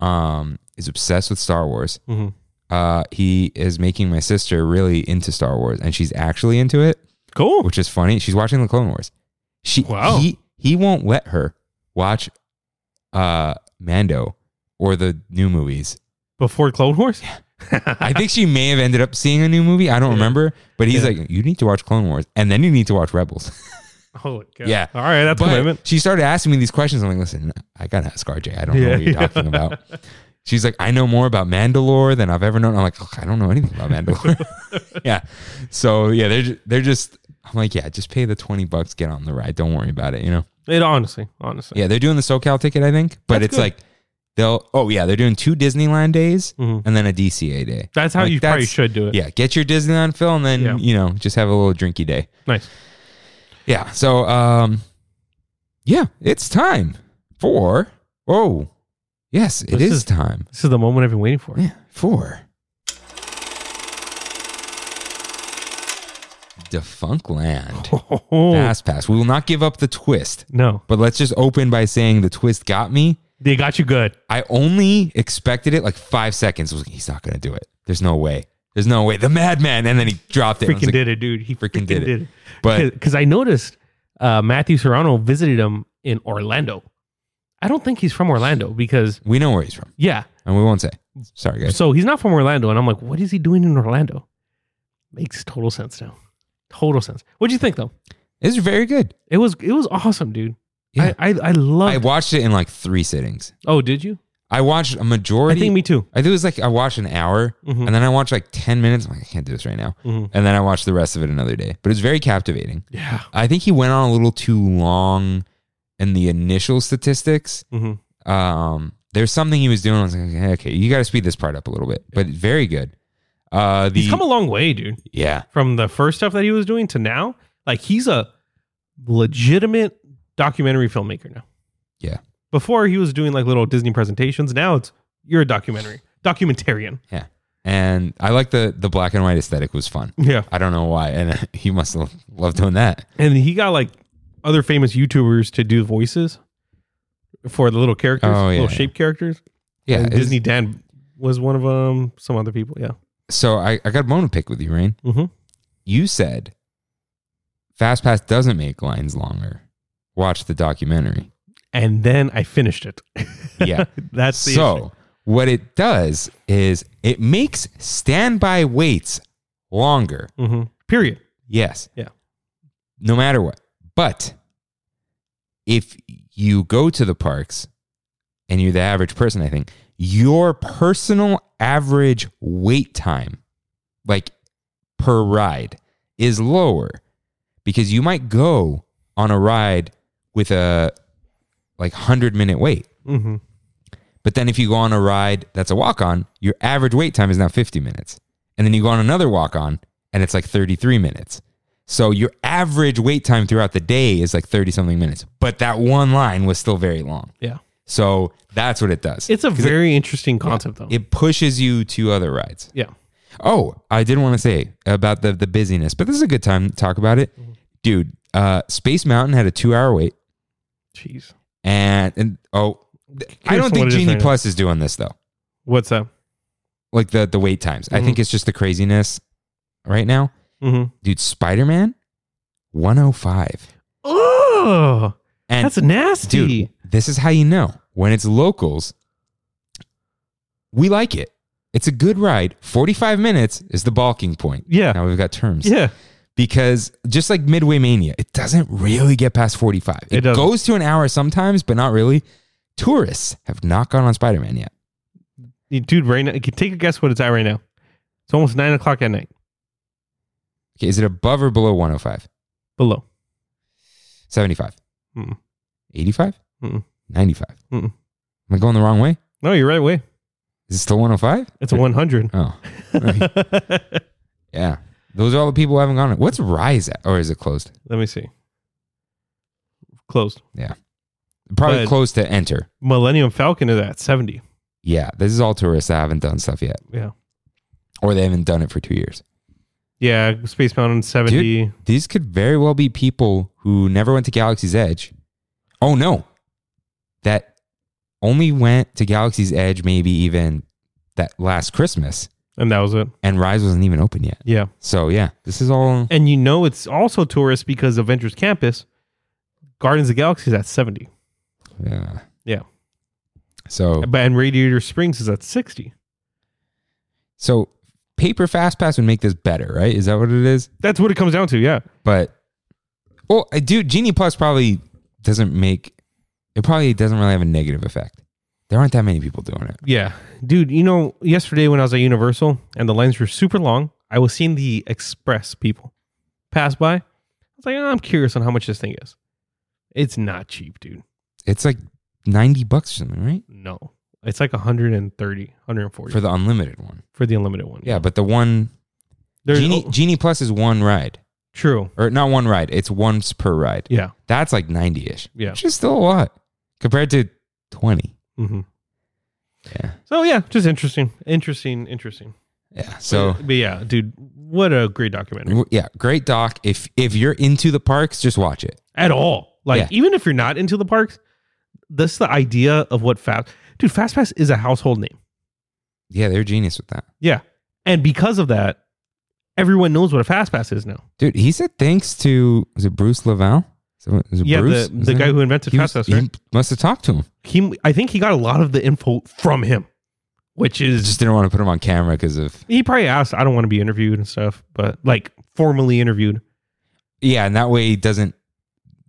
Speaker 1: um, is obsessed with Star Wars.
Speaker 2: Mm-hmm.
Speaker 1: Uh, he is making my sister really into Star Wars, and she's actually into it,
Speaker 2: Cool.
Speaker 1: which is funny. She's watching the Clone Wars. She
Speaker 2: Wow.
Speaker 1: he he won't let her watch, uh, Mando or the new movies.
Speaker 2: Before Clone Wars?
Speaker 1: I think she may have ended up seeing a new movie. I don't
Speaker 2: Yeah.
Speaker 1: remember, but he's
Speaker 2: Yeah.
Speaker 1: like, you need to watch Clone Wars, and then you need to watch Rebels.
Speaker 2: Holy cow.
Speaker 1: Yeah.
Speaker 2: All right, that's a
Speaker 1: But
Speaker 2: commitment.
Speaker 1: she started asking me these questions. I'm like, listen, I gotta ask RJ. I don't know
Speaker 2: Yeah,
Speaker 1: what you're
Speaker 2: yeah.
Speaker 1: talking about. She's like, I know more about Mandalore than I've ever known. I'm like, "Ugh, I don't know anything about Mandalore. yeah. So yeah, they're ju- they're just. I'm like, yeah, just pay the twenty bucks, get on the ride. Don't worry about it. You know.
Speaker 2: It honestly, honestly.
Speaker 1: Yeah, they're doing the SoCal ticket, I think, but
Speaker 2: That's
Speaker 1: it's
Speaker 2: good.
Speaker 1: like they'll. Oh yeah, they're doing two Disneyland days
Speaker 2: Mhm.
Speaker 1: and then a DCA day.
Speaker 2: That's how
Speaker 1: Like,
Speaker 2: you probably
Speaker 1: that's-
Speaker 2: should do it.
Speaker 1: Yeah, get your Disneyland fill and then
Speaker 2: Yeah.
Speaker 1: you know just have a little drinky day.
Speaker 2: Nice.
Speaker 1: Yeah. So, um, yeah, it's time for. Oh, yes, it
Speaker 2: This
Speaker 1: is
Speaker 2: is-
Speaker 1: time.
Speaker 2: This is the moment I've been waiting for.
Speaker 1: Yeah, for Defunct Land.
Speaker 2: Oh.
Speaker 1: Fast pass. We will not give up the twist,
Speaker 2: No.
Speaker 1: but let's just open by saying the twist got me.
Speaker 2: They got you good.
Speaker 1: I only expected it like five seconds. I was like, he's not going to do it. There's no way. There's no way. The madman. And then he dropped it. I was
Speaker 2: Freaking
Speaker 1: like,
Speaker 2: did it, dude. He
Speaker 1: freaking did it.
Speaker 2: did it.
Speaker 1: But
Speaker 2: Because I noticed uh, Matthew Serrano visited him in Orlando. I don't think he's from Orlando because,
Speaker 1: we know where he's from,
Speaker 2: yeah.
Speaker 1: and we won't say. Sorry, guys.
Speaker 2: So he's not from Orlando. And I'm like, what is he doing in Orlando? Makes total sense now. Total sense. What'd you think, though?
Speaker 1: It's very good.
Speaker 2: It was it was awesome, dude.
Speaker 1: Yeah.
Speaker 2: I, I, I love
Speaker 1: I watched it in like three sittings.
Speaker 2: Oh, did you?
Speaker 1: I watched a
Speaker 2: I
Speaker 1: majority.
Speaker 2: think me too.
Speaker 1: I think it was like I watched an hour,
Speaker 2: Mhm.
Speaker 1: and then I watched like ten minutes. I'm like, I can't do this right now.
Speaker 2: Mhm.
Speaker 1: And then I watched the rest of it another day. But it's very captivating.
Speaker 2: Yeah.
Speaker 1: I think he went on a little too long in the initial statistics.
Speaker 2: Mhm.
Speaker 1: Um, there's something he was doing. I was like, okay, okay, you got to speed this part up a little bit. But very good. Uh, the
Speaker 2: He's come a long way, dude.
Speaker 1: yeah,
Speaker 2: From the first stuff that he was doing to now, like he's a legitimate documentary filmmaker now.
Speaker 1: Yeah.
Speaker 2: Before he was doing like little Disney presentations. Now it's you're a documentary documentarian.
Speaker 1: and I like the the black and white aesthetic was fun.
Speaker 2: Yeah.
Speaker 1: I don't know why, and he must have loved doing that.
Speaker 2: And he got like other famous YouTubers to do voices for the little characters,
Speaker 1: Oh, yeah,
Speaker 2: little
Speaker 1: yeah.
Speaker 2: shape characters.
Speaker 1: Yeah,
Speaker 2: And
Speaker 1: it's-
Speaker 2: Disney Dan was one of them. Some other people. Yeah.
Speaker 1: So I, I got a bone to pick with you, Rain.
Speaker 2: Mhm.
Speaker 1: You said Fast Pass doesn't make lines longer. Watch the documentary.
Speaker 2: And then I finished it.
Speaker 1: Yeah.
Speaker 2: That's the
Speaker 1: so what it does is it makes standby waits longer.
Speaker 2: issue. Mhm. Period.
Speaker 1: Yes.
Speaker 2: Yeah.
Speaker 1: No matter what. But if you go to the parks and you're the average person, I think your personal average wait time, like per ride is lower because you might go on a ride with a like 100 minute wait.
Speaker 2: Mm-hmm.
Speaker 1: But then if you go on a ride that's a walk on, your average wait time is now 50 minutes. And then you go on another walk on and it's like 33 minutes. So your average wait time throughout the day is like 30 something minutes. But that one line was still very long.
Speaker 2: Yeah.
Speaker 1: So that's what it does.
Speaker 2: It's a
Speaker 1: 'Cause it-
Speaker 2: very interesting concept, though.
Speaker 1: it pushes you to other rides.
Speaker 2: yeah.
Speaker 1: Oh, I did want to say about the the busyness, but this is a good time to talk about it.
Speaker 2: Mm-hmm.
Speaker 1: Dude, uh Space Mountain had a 2-hour wait
Speaker 2: Jeez.
Speaker 1: and, and oh, I
Speaker 2: Curious
Speaker 1: don't
Speaker 2: what it
Speaker 1: think
Speaker 2: is
Speaker 1: Genie
Speaker 2: right now.
Speaker 1: Plus is doing this though.
Speaker 2: What's up?
Speaker 1: like the the wait times. I
Speaker 2: Mhm.
Speaker 1: think it's just the craziness right now.
Speaker 2: Mm-hmm.
Speaker 1: Dude, Spider-Man 105.
Speaker 2: Oh,
Speaker 1: And
Speaker 2: that's nasty.
Speaker 1: dude, this is how you know when it's locals. We like it. It's a good ride. 45 minutes is the balking point.
Speaker 2: Yeah.
Speaker 1: Now we've got terms.
Speaker 2: Yeah.
Speaker 1: Because just like Midway Mania, it doesn't really get past 45.
Speaker 2: It
Speaker 1: It,
Speaker 2: doesn't.
Speaker 1: goes to an hour sometimes, but not really. Tourists have not gone on Spider-Man yet.
Speaker 2: Dude, right now, take a guess what it's at right now. It's almost nine o'clock at night.
Speaker 1: Okay, is it above or below 105?
Speaker 2: Below.
Speaker 1: 75.
Speaker 2: Mm-mm.
Speaker 1: 85?
Speaker 2: Mm-mm.
Speaker 1: 95.
Speaker 2: Mm-mm.
Speaker 1: Am I going the wrong way?
Speaker 2: No, you're right away.
Speaker 1: Is it still 105?
Speaker 2: It's a 100.
Speaker 1: Oh, Right.
Speaker 2: Let
Speaker 1: yeah. Those are all the people who haven't gone. What's Rise at? Or is it closed?
Speaker 2: me see. Closed.
Speaker 1: Probably
Speaker 2: But-
Speaker 1: closed to enter.
Speaker 2: Millennium Falcon is at 70.
Speaker 1: Yeah. This is all tourists that haven't done stuff yet.
Speaker 2: Yeah.
Speaker 1: Or they haven't done it for two years.
Speaker 2: Yeah. Space Mountain 70.
Speaker 1: These could very well be people who never went to Galaxy's Edge. Oh, no. That only went to Galaxy's Edge maybe even that last Christmas.
Speaker 2: And that was it.
Speaker 1: And Rise wasn't even open yet.
Speaker 2: Yeah.
Speaker 1: So, yeah. This is all.
Speaker 2: And you know it's also tourist because Avengers Campus, Gardens of the Galaxy is at 70.
Speaker 1: Yeah.
Speaker 2: Yeah.
Speaker 1: So
Speaker 2: But and Radiator Springs is at 60.
Speaker 1: so paper fast pass would make this better, right? Is that what it is?
Speaker 2: That's what it comes down to. Yeah.
Speaker 1: But well, I do Genie Plus probably doesn't make it probably doesn't really have a negative effect. There aren't that many people doing it.
Speaker 2: Yeah. Dude, you know, yesterday when I was at Universal and the lines were super long, I was seeing the express people pass by. I was like, "Oh, I'm curious on how much this thing is. It's not cheap, dude.
Speaker 1: It's like 90 bucks or something, right?
Speaker 2: No. It's like 130, 140
Speaker 1: For the unlimited one.
Speaker 2: for the unlimited one.
Speaker 1: Yeah, but the one
Speaker 2: There's,
Speaker 1: Genie,
Speaker 2: oh,
Speaker 1: Genie Plus is one ride.
Speaker 2: true.
Speaker 1: Or not one ride, it's once per ride.
Speaker 2: Yeah.
Speaker 1: That's like 90ish.
Speaker 2: Yeah.
Speaker 1: Which is still a lot compared to 20.
Speaker 2: hmm
Speaker 1: Yeah.
Speaker 2: So, yeah, just interesting. Interesting. Interesting.
Speaker 1: Yeah. So
Speaker 2: but, but yeah, dude, what a great documentary.
Speaker 1: W- Yeah, great doc. If if you're into the parks, just watch it.
Speaker 2: At all. Like,
Speaker 1: Yeah.
Speaker 2: even if you're not into the parks, that's the idea of what Fast, dude, FastPass is a household name.
Speaker 1: Yeah, they're genius with that.
Speaker 2: Yeah. And because of that, everyone knows what a fast pass is now.
Speaker 1: Dude, he said thanks to was it Bruce Laval? Is it, is it
Speaker 2: yeah,
Speaker 1: Bruce?
Speaker 2: the, the guy who invented
Speaker 1: he,
Speaker 2: fast
Speaker 1: was,
Speaker 2: pass,
Speaker 1: he
Speaker 2: right?
Speaker 1: must have talked to him.
Speaker 2: He, I think he got a lot of the info from him, which is
Speaker 1: Just didn't want to put him on camera because of
Speaker 2: he probably asked, I don't want to be interviewed and stuff, but like formally interviewed.
Speaker 1: yeah, and that way he doesn't.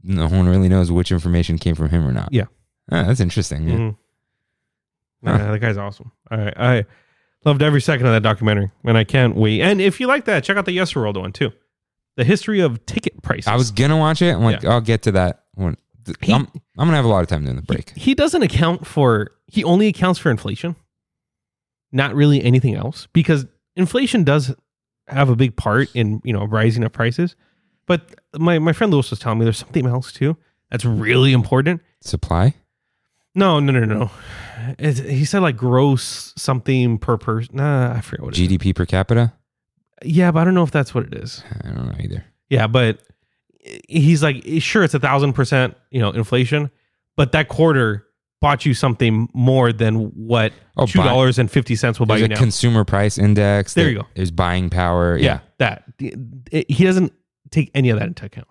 Speaker 1: No one really knows which information came from him or not.
Speaker 2: Yeah.
Speaker 1: Ah, that's interesting. Yeah.
Speaker 2: Mhm. Mm-hmm. Nah, that guy's awesome. I, I loved every second of that documentary, and I can't wait. And if you like that, check out the Yes World one too. The history of ticket prices.
Speaker 1: I was gonna watch it. I'm like, I'll get to that one.
Speaker 2: He-
Speaker 1: I'm, I'm gonna have a lot of time during the break.
Speaker 2: he doesn't account for he only accounts for inflation not really anything else because inflation does have a big part in you know rising of prices but my, my friend lewis was telling me there's something else too that's really important
Speaker 1: Supply.
Speaker 2: no no no no it's, he said like gross something per person nah i forget what it is.
Speaker 1: GDP per capita.
Speaker 2: yeah but i don't know if that's what it is
Speaker 1: I don't know either.
Speaker 2: yeah, but he's like, sure, it's a thousand percent, you know, inflation, but that quarter bought you something more than what
Speaker 1: Oh,
Speaker 2: two dollars and fifty cents will buy
Speaker 1: There's
Speaker 2: you
Speaker 1: a
Speaker 2: now.
Speaker 1: consumer price index.
Speaker 2: There you go.
Speaker 1: There's buying power.
Speaker 2: yeah, that It- he doesn't take any of that into account.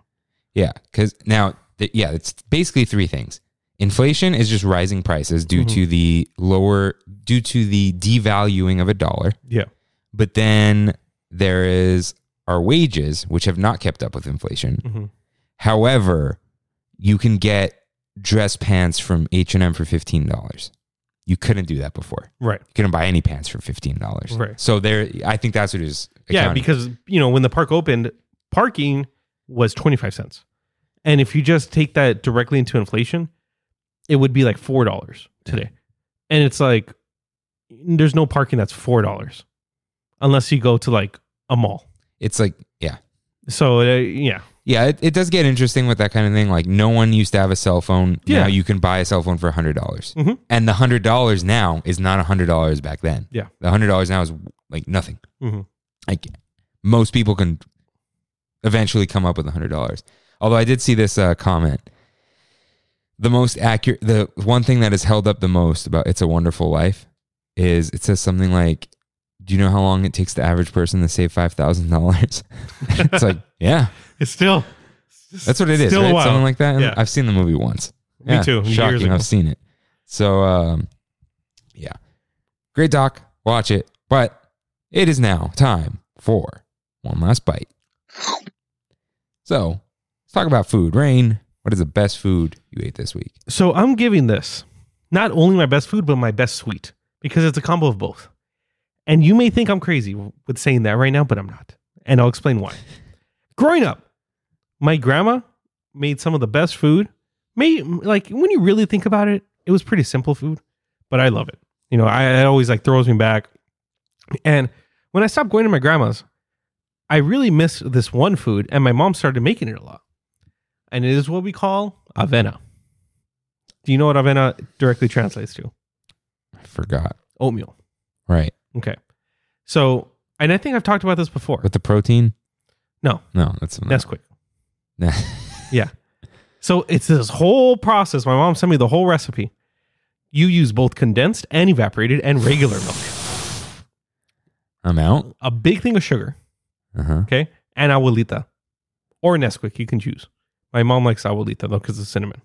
Speaker 1: Yeah, because now, th- yeah, it's basically three things. Inflation is just rising prices due
Speaker 2: Mm-hmm.
Speaker 1: to the lower, due to the devaluing of a dollar.
Speaker 2: Yeah,
Speaker 1: But then there is our wages, which have not kept up with inflation.
Speaker 2: Mhm.
Speaker 1: However, you can get dress pants from H and M for fifteen dollars. You couldn't do that before.
Speaker 2: Right.
Speaker 1: You couldn't buy any pants for fifteen dollars.
Speaker 2: Right.
Speaker 1: So there, I think that's what is.
Speaker 2: Yeah, because you know when the park opened, parking was twenty five cents, and if you just take that directly into inflation, it would be like four dollars today, and it's like there's no parking that's four dollars, unless you go to like a mall.
Speaker 1: it's like yeah,
Speaker 2: So uh, yeah,
Speaker 1: yeah. It, it does get interesting with that kind of thing. Like no one used to have a cell phone.
Speaker 2: Yeah.
Speaker 1: Now you can buy a cell phone for hundred dollars,
Speaker 2: Mhm.
Speaker 1: and the hundred dollars now is not hundred dollars back then.
Speaker 2: Yeah.
Speaker 1: the hundred dollars now is like nothing.
Speaker 2: Mhm.
Speaker 1: Like most people can eventually come up with hundred dollars. Although I did see this uh, comment. The most accurate, the one thing that is held up the most about "It's a Wonderful Life" is it says something like, "Do you know how long it takes the average person to save five thousand dollars?" It's like, yeah,
Speaker 2: it's still
Speaker 1: that's what it is.
Speaker 2: Still a
Speaker 1: right?
Speaker 2: while.
Speaker 1: Something like that. And
Speaker 2: Yeah.
Speaker 1: I've seen the movie once.
Speaker 2: Me
Speaker 1: Yeah,
Speaker 2: too, years
Speaker 1: Shocking.
Speaker 2: ago.
Speaker 1: I've seen it. So, um, yeah, great doc. Watch it. But it is now time for one last bite. So let's talk about food. Rain, what is the best food you ate this week?
Speaker 2: So I'm giving this not only my best food, but my best sweet because it's a combo of both. And you may think I'm crazy with saying that right now, but I'm not. And I'll explain why. Growing up, my grandma made some of the best food. May like when you really think about it, it was pretty simple food, but I love it. You know, I it always like throws me back. And when I stopped going to my grandma's, I really missed this one food, and my mom started making it a lot. And it is what we call avena. Do you know what avena directly translates to?
Speaker 1: I forgot.
Speaker 2: Oatmeal.
Speaker 1: Right.
Speaker 2: Okay. So, and I think I've talked about this before.
Speaker 1: With the protein?
Speaker 2: No.
Speaker 1: No, that's
Speaker 2: That's quick.
Speaker 1: Nah.
Speaker 2: So it's this whole process. My mom sent me the whole recipe. You use both condensed and evaporated and regular milk.
Speaker 1: I'm out.
Speaker 2: A big thing of sugar.
Speaker 1: Uh huh.
Speaker 2: Okay. And abuelita or Nesquik. You can choose. My mom likes abuelita though because of cinnamon.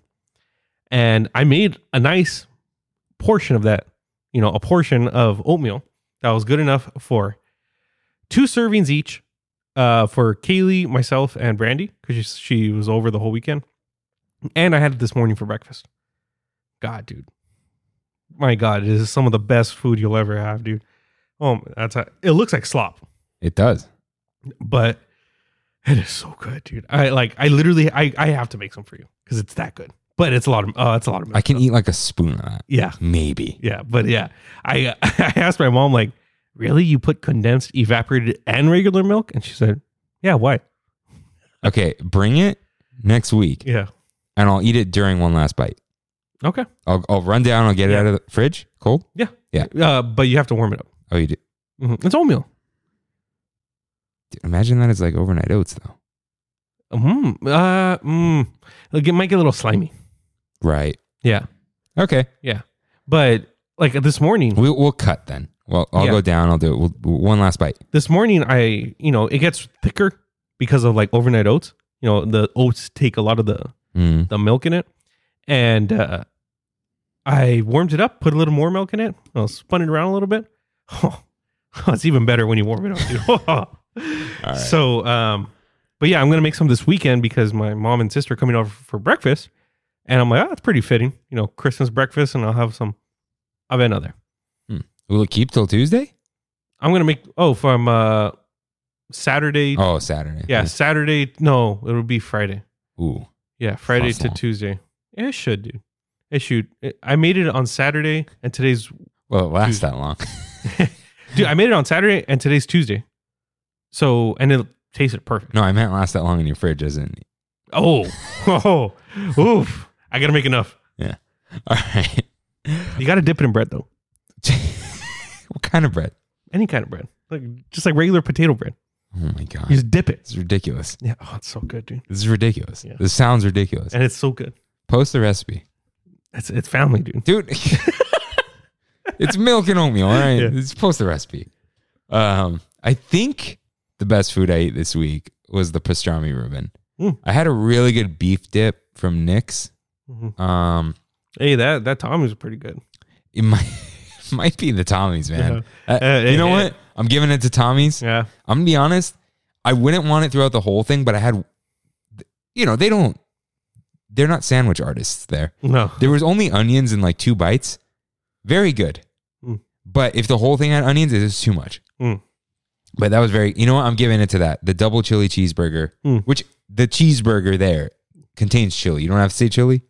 Speaker 2: And I made a nice portion of that, you know, a portion of oatmeal that was good enough for two servings each uh, for Kaylee, myself, and Brandy because she, she was over the whole weekend. And I had it this morning for breakfast. God, dude. My God, it is some of the best food you'll ever have, dude. Oh, that's a, it looks like slop
Speaker 1: It does.
Speaker 2: but it is so good, dude. I like. I literally. I I have to make some for you because it's that good. But it's a lot of. Uh, it's a lot of. Milk,
Speaker 1: I can
Speaker 2: though.
Speaker 1: eat like a spoon of that.
Speaker 2: Yeah,
Speaker 1: Maybe.
Speaker 2: yeah, but yeah. I I asked my mom like, really? You put condensed, evaporated, and regular milk? And she said, Yeah. Why?
Speaker 1: Okay, bring it next week
Speaker 2: Yeah.
Speaker 1: and I'll eat it during one last bite.
Speaker 2: Okay.
Speaker 1: I'll, I'll run down. I'll get it
Speaker 2: Yeah.
Speaker 1: out of the fridge. Cold.
Speaker 2: Uh, but you have to warm it up.
Speaker 1: Oh, you do.
Speaker 2: Mhm. It's oatmeal.
Speaker 1: Dude, imagine that it's like overnight oats, though.
Speaker 2: Mm. Uh. Mm. Like it might get a little slimy.
Speaker 1: Right.
Speaker 2: Yeah.
Speaker 1: Okay.
Speaker 2: But like this morning,
Speaker 1: We, we'll cut then. Well, I'll
Speaker 2: Yeah.
Speaker 1: go down. I'll do it. We'll, one last bite.
Speaker 2: this morning I, you know, it gets thicker because of like overnight oats. You know, the oats take a lot of the
Speaker 1: Mm.
Speaker 2: the milk in it, and uh, I warmed it up, put a little more milk in it, I spun it around a little bit. Oh, it's even better when you warm it up. Dude.
Speaker 1: right.
Speaker 2: So, um, but yeah, I'm gonna make some this weekend because my mom and sister are coming over for breakfast, and I'm like, oh, that's pretty fitting, you know, Christmas breakfast, and I'll have some avena there.
Speaker 1: Will it keep till Tuesday?
Speaker 2: I'm gonna make oh from uh, Saturday
Speaker 1: Oh, Saturday.
Speaker 2: Yeah, Saturday. No, it'll be Friday.
Speaker 1: Ooh.
Speaker 2: Yeah, Friday
Speaker 1: Awesome.
Speaker 2: to Tuesday. It should, dude. It should. It- I made it on Saturday, and today's
Speaker 1: Well, it lasts
Speaker 2: Tuesday.
Speaker 1: that long.
Speaker 2: dude. I made it on Saturday, and today's Tuesday. So, and it tasted perfect.
Speaker 1: No, I meant last that long in your fridge, isn't it?
Speaker 2: Oh, oh, oof! I gotta make enough.
Speaker 1: All right.
Speaker 2: You gotta dip it in bread though.
Speaker 1: what kind of bread?
Speaker 2: Any kind of bread, like just like regular potato bread.
Speaker 1: Oh my god,
Speaker 2: You just dip it.
Speaker 1: it's ridiculous.
Speaker 2: Yeah, oh, it's so good, dude.
Speaker 1: This is ridiculous.
Speaker 2: Yeah.
Speaker 1: This sounds ridiculous.
Speaker 2: And it's so good.
Speaker 1: Post the recipe,
Speaker 2: It's it's family, dude.
Speaker 1: dude. it's milk and oatmeal. All right,
Speaker 2: Yeah.
Speaker 1: Let's post the recipe. Um, I think the best food I ate this week was the pastrami Reuben.
Speaker 2: Mm.
Speaker 1: I had a really good beef dip from Nick's.
Speaker 2: Mhm.
Speaker 1: Um,
Speaker 2: Hey, that that Tommy's pretty good.
Speaker 1: it might might be the Tommy's, man. Uh,
Speaker 2: Uh,
Speaker 1: you know
Speaker 2: uh,
Speaker 1: what? I'm giving it to Tommy's.
Speaker 2: Yeah,
Speaker 1: I'm gonna be honest. I wouldn't want it throughout the whole thing, but I had, you know, they don't, they're not sandwich artists there.
Speaker 2: no,
Speaker 1: There was only onions in like two bites. Very good.
Speaker 2: Mm.
Speaker 1: But if the whole thing had onions, it is too much.
Speaker 2: Mm.
Speaker 1: But that was very, you know what? I'm giving it to that. The double chili cheeseburger,
Speaker 2: Mm.
Speaker 1: which the cheeseburger there contains chili. You don't have to say chili,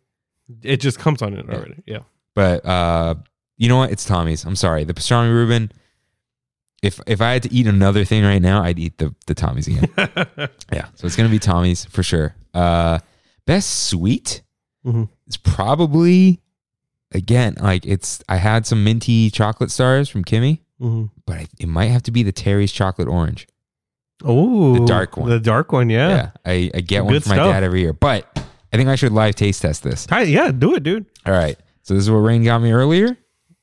Speaker 2: It just comes on it already. Yeah.
Speaker 1: but uh, you know what? It's Tommy's. I'm sorry. The pastrami Reuben. If if I had to eat another thing right now, I'd eat the, the Tommy's again. Yeah. So it's gonna be Tommy's for sure. Uh best sweet
Speaker 2: Mhm.
Speaker 1: is probably again, like it's I had some minty chocolate stars from Kimmy,
Speaker 2: hmm
Speaker 1: but I, it might have to be the Terry's chocolate orange.
Speaker 2: Oh,
Speaker 1: The dark one.
Speaker 2: The dark one. Yeah. Yeah.
Speaker 1: I, I get one
Speaker 2: Good
Speaker 1: for my
Speaker 2: stuff.
Speaker 1: dad every year. But I think I should live taste test this.
Speaker 2: Ty, yeah. Do it, dude.
Speaker 1: All right. So this is what Rain got me earlier.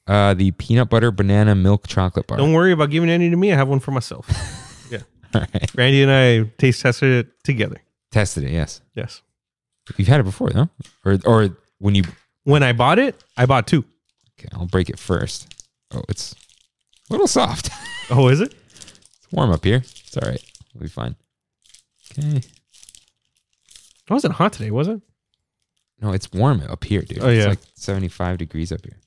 Speaker 1: Uh the peanut butter banana milk chocolate bar.
Speaker 2: Don't worry about giving any to me. I have one for myself.
Speaker 1: All right.
Speaker 2: Randy and I taste tested it together.
Speaker 1: Tested it, yes.
Speaker 2: Yes.
Speaker 1: You've had it before, though? Or or when you
Speaker 2: When I bought it, I bought two.
Speaker 1: okay, I'll break it first. Oh, it's a little soft.
Speaker 2: Oh, is it?
Speaker 1: It's warm up here. It's all right. We'll be fine. Okay.
Speaker 2: It wasn't hot today, was it?
Speaker 1: No, it's warm up here, dude.
Speaker 2: Oh,
Speaker 1: It's
Speaker 2: yeah.
Speaker 1: like 75 degrees up here.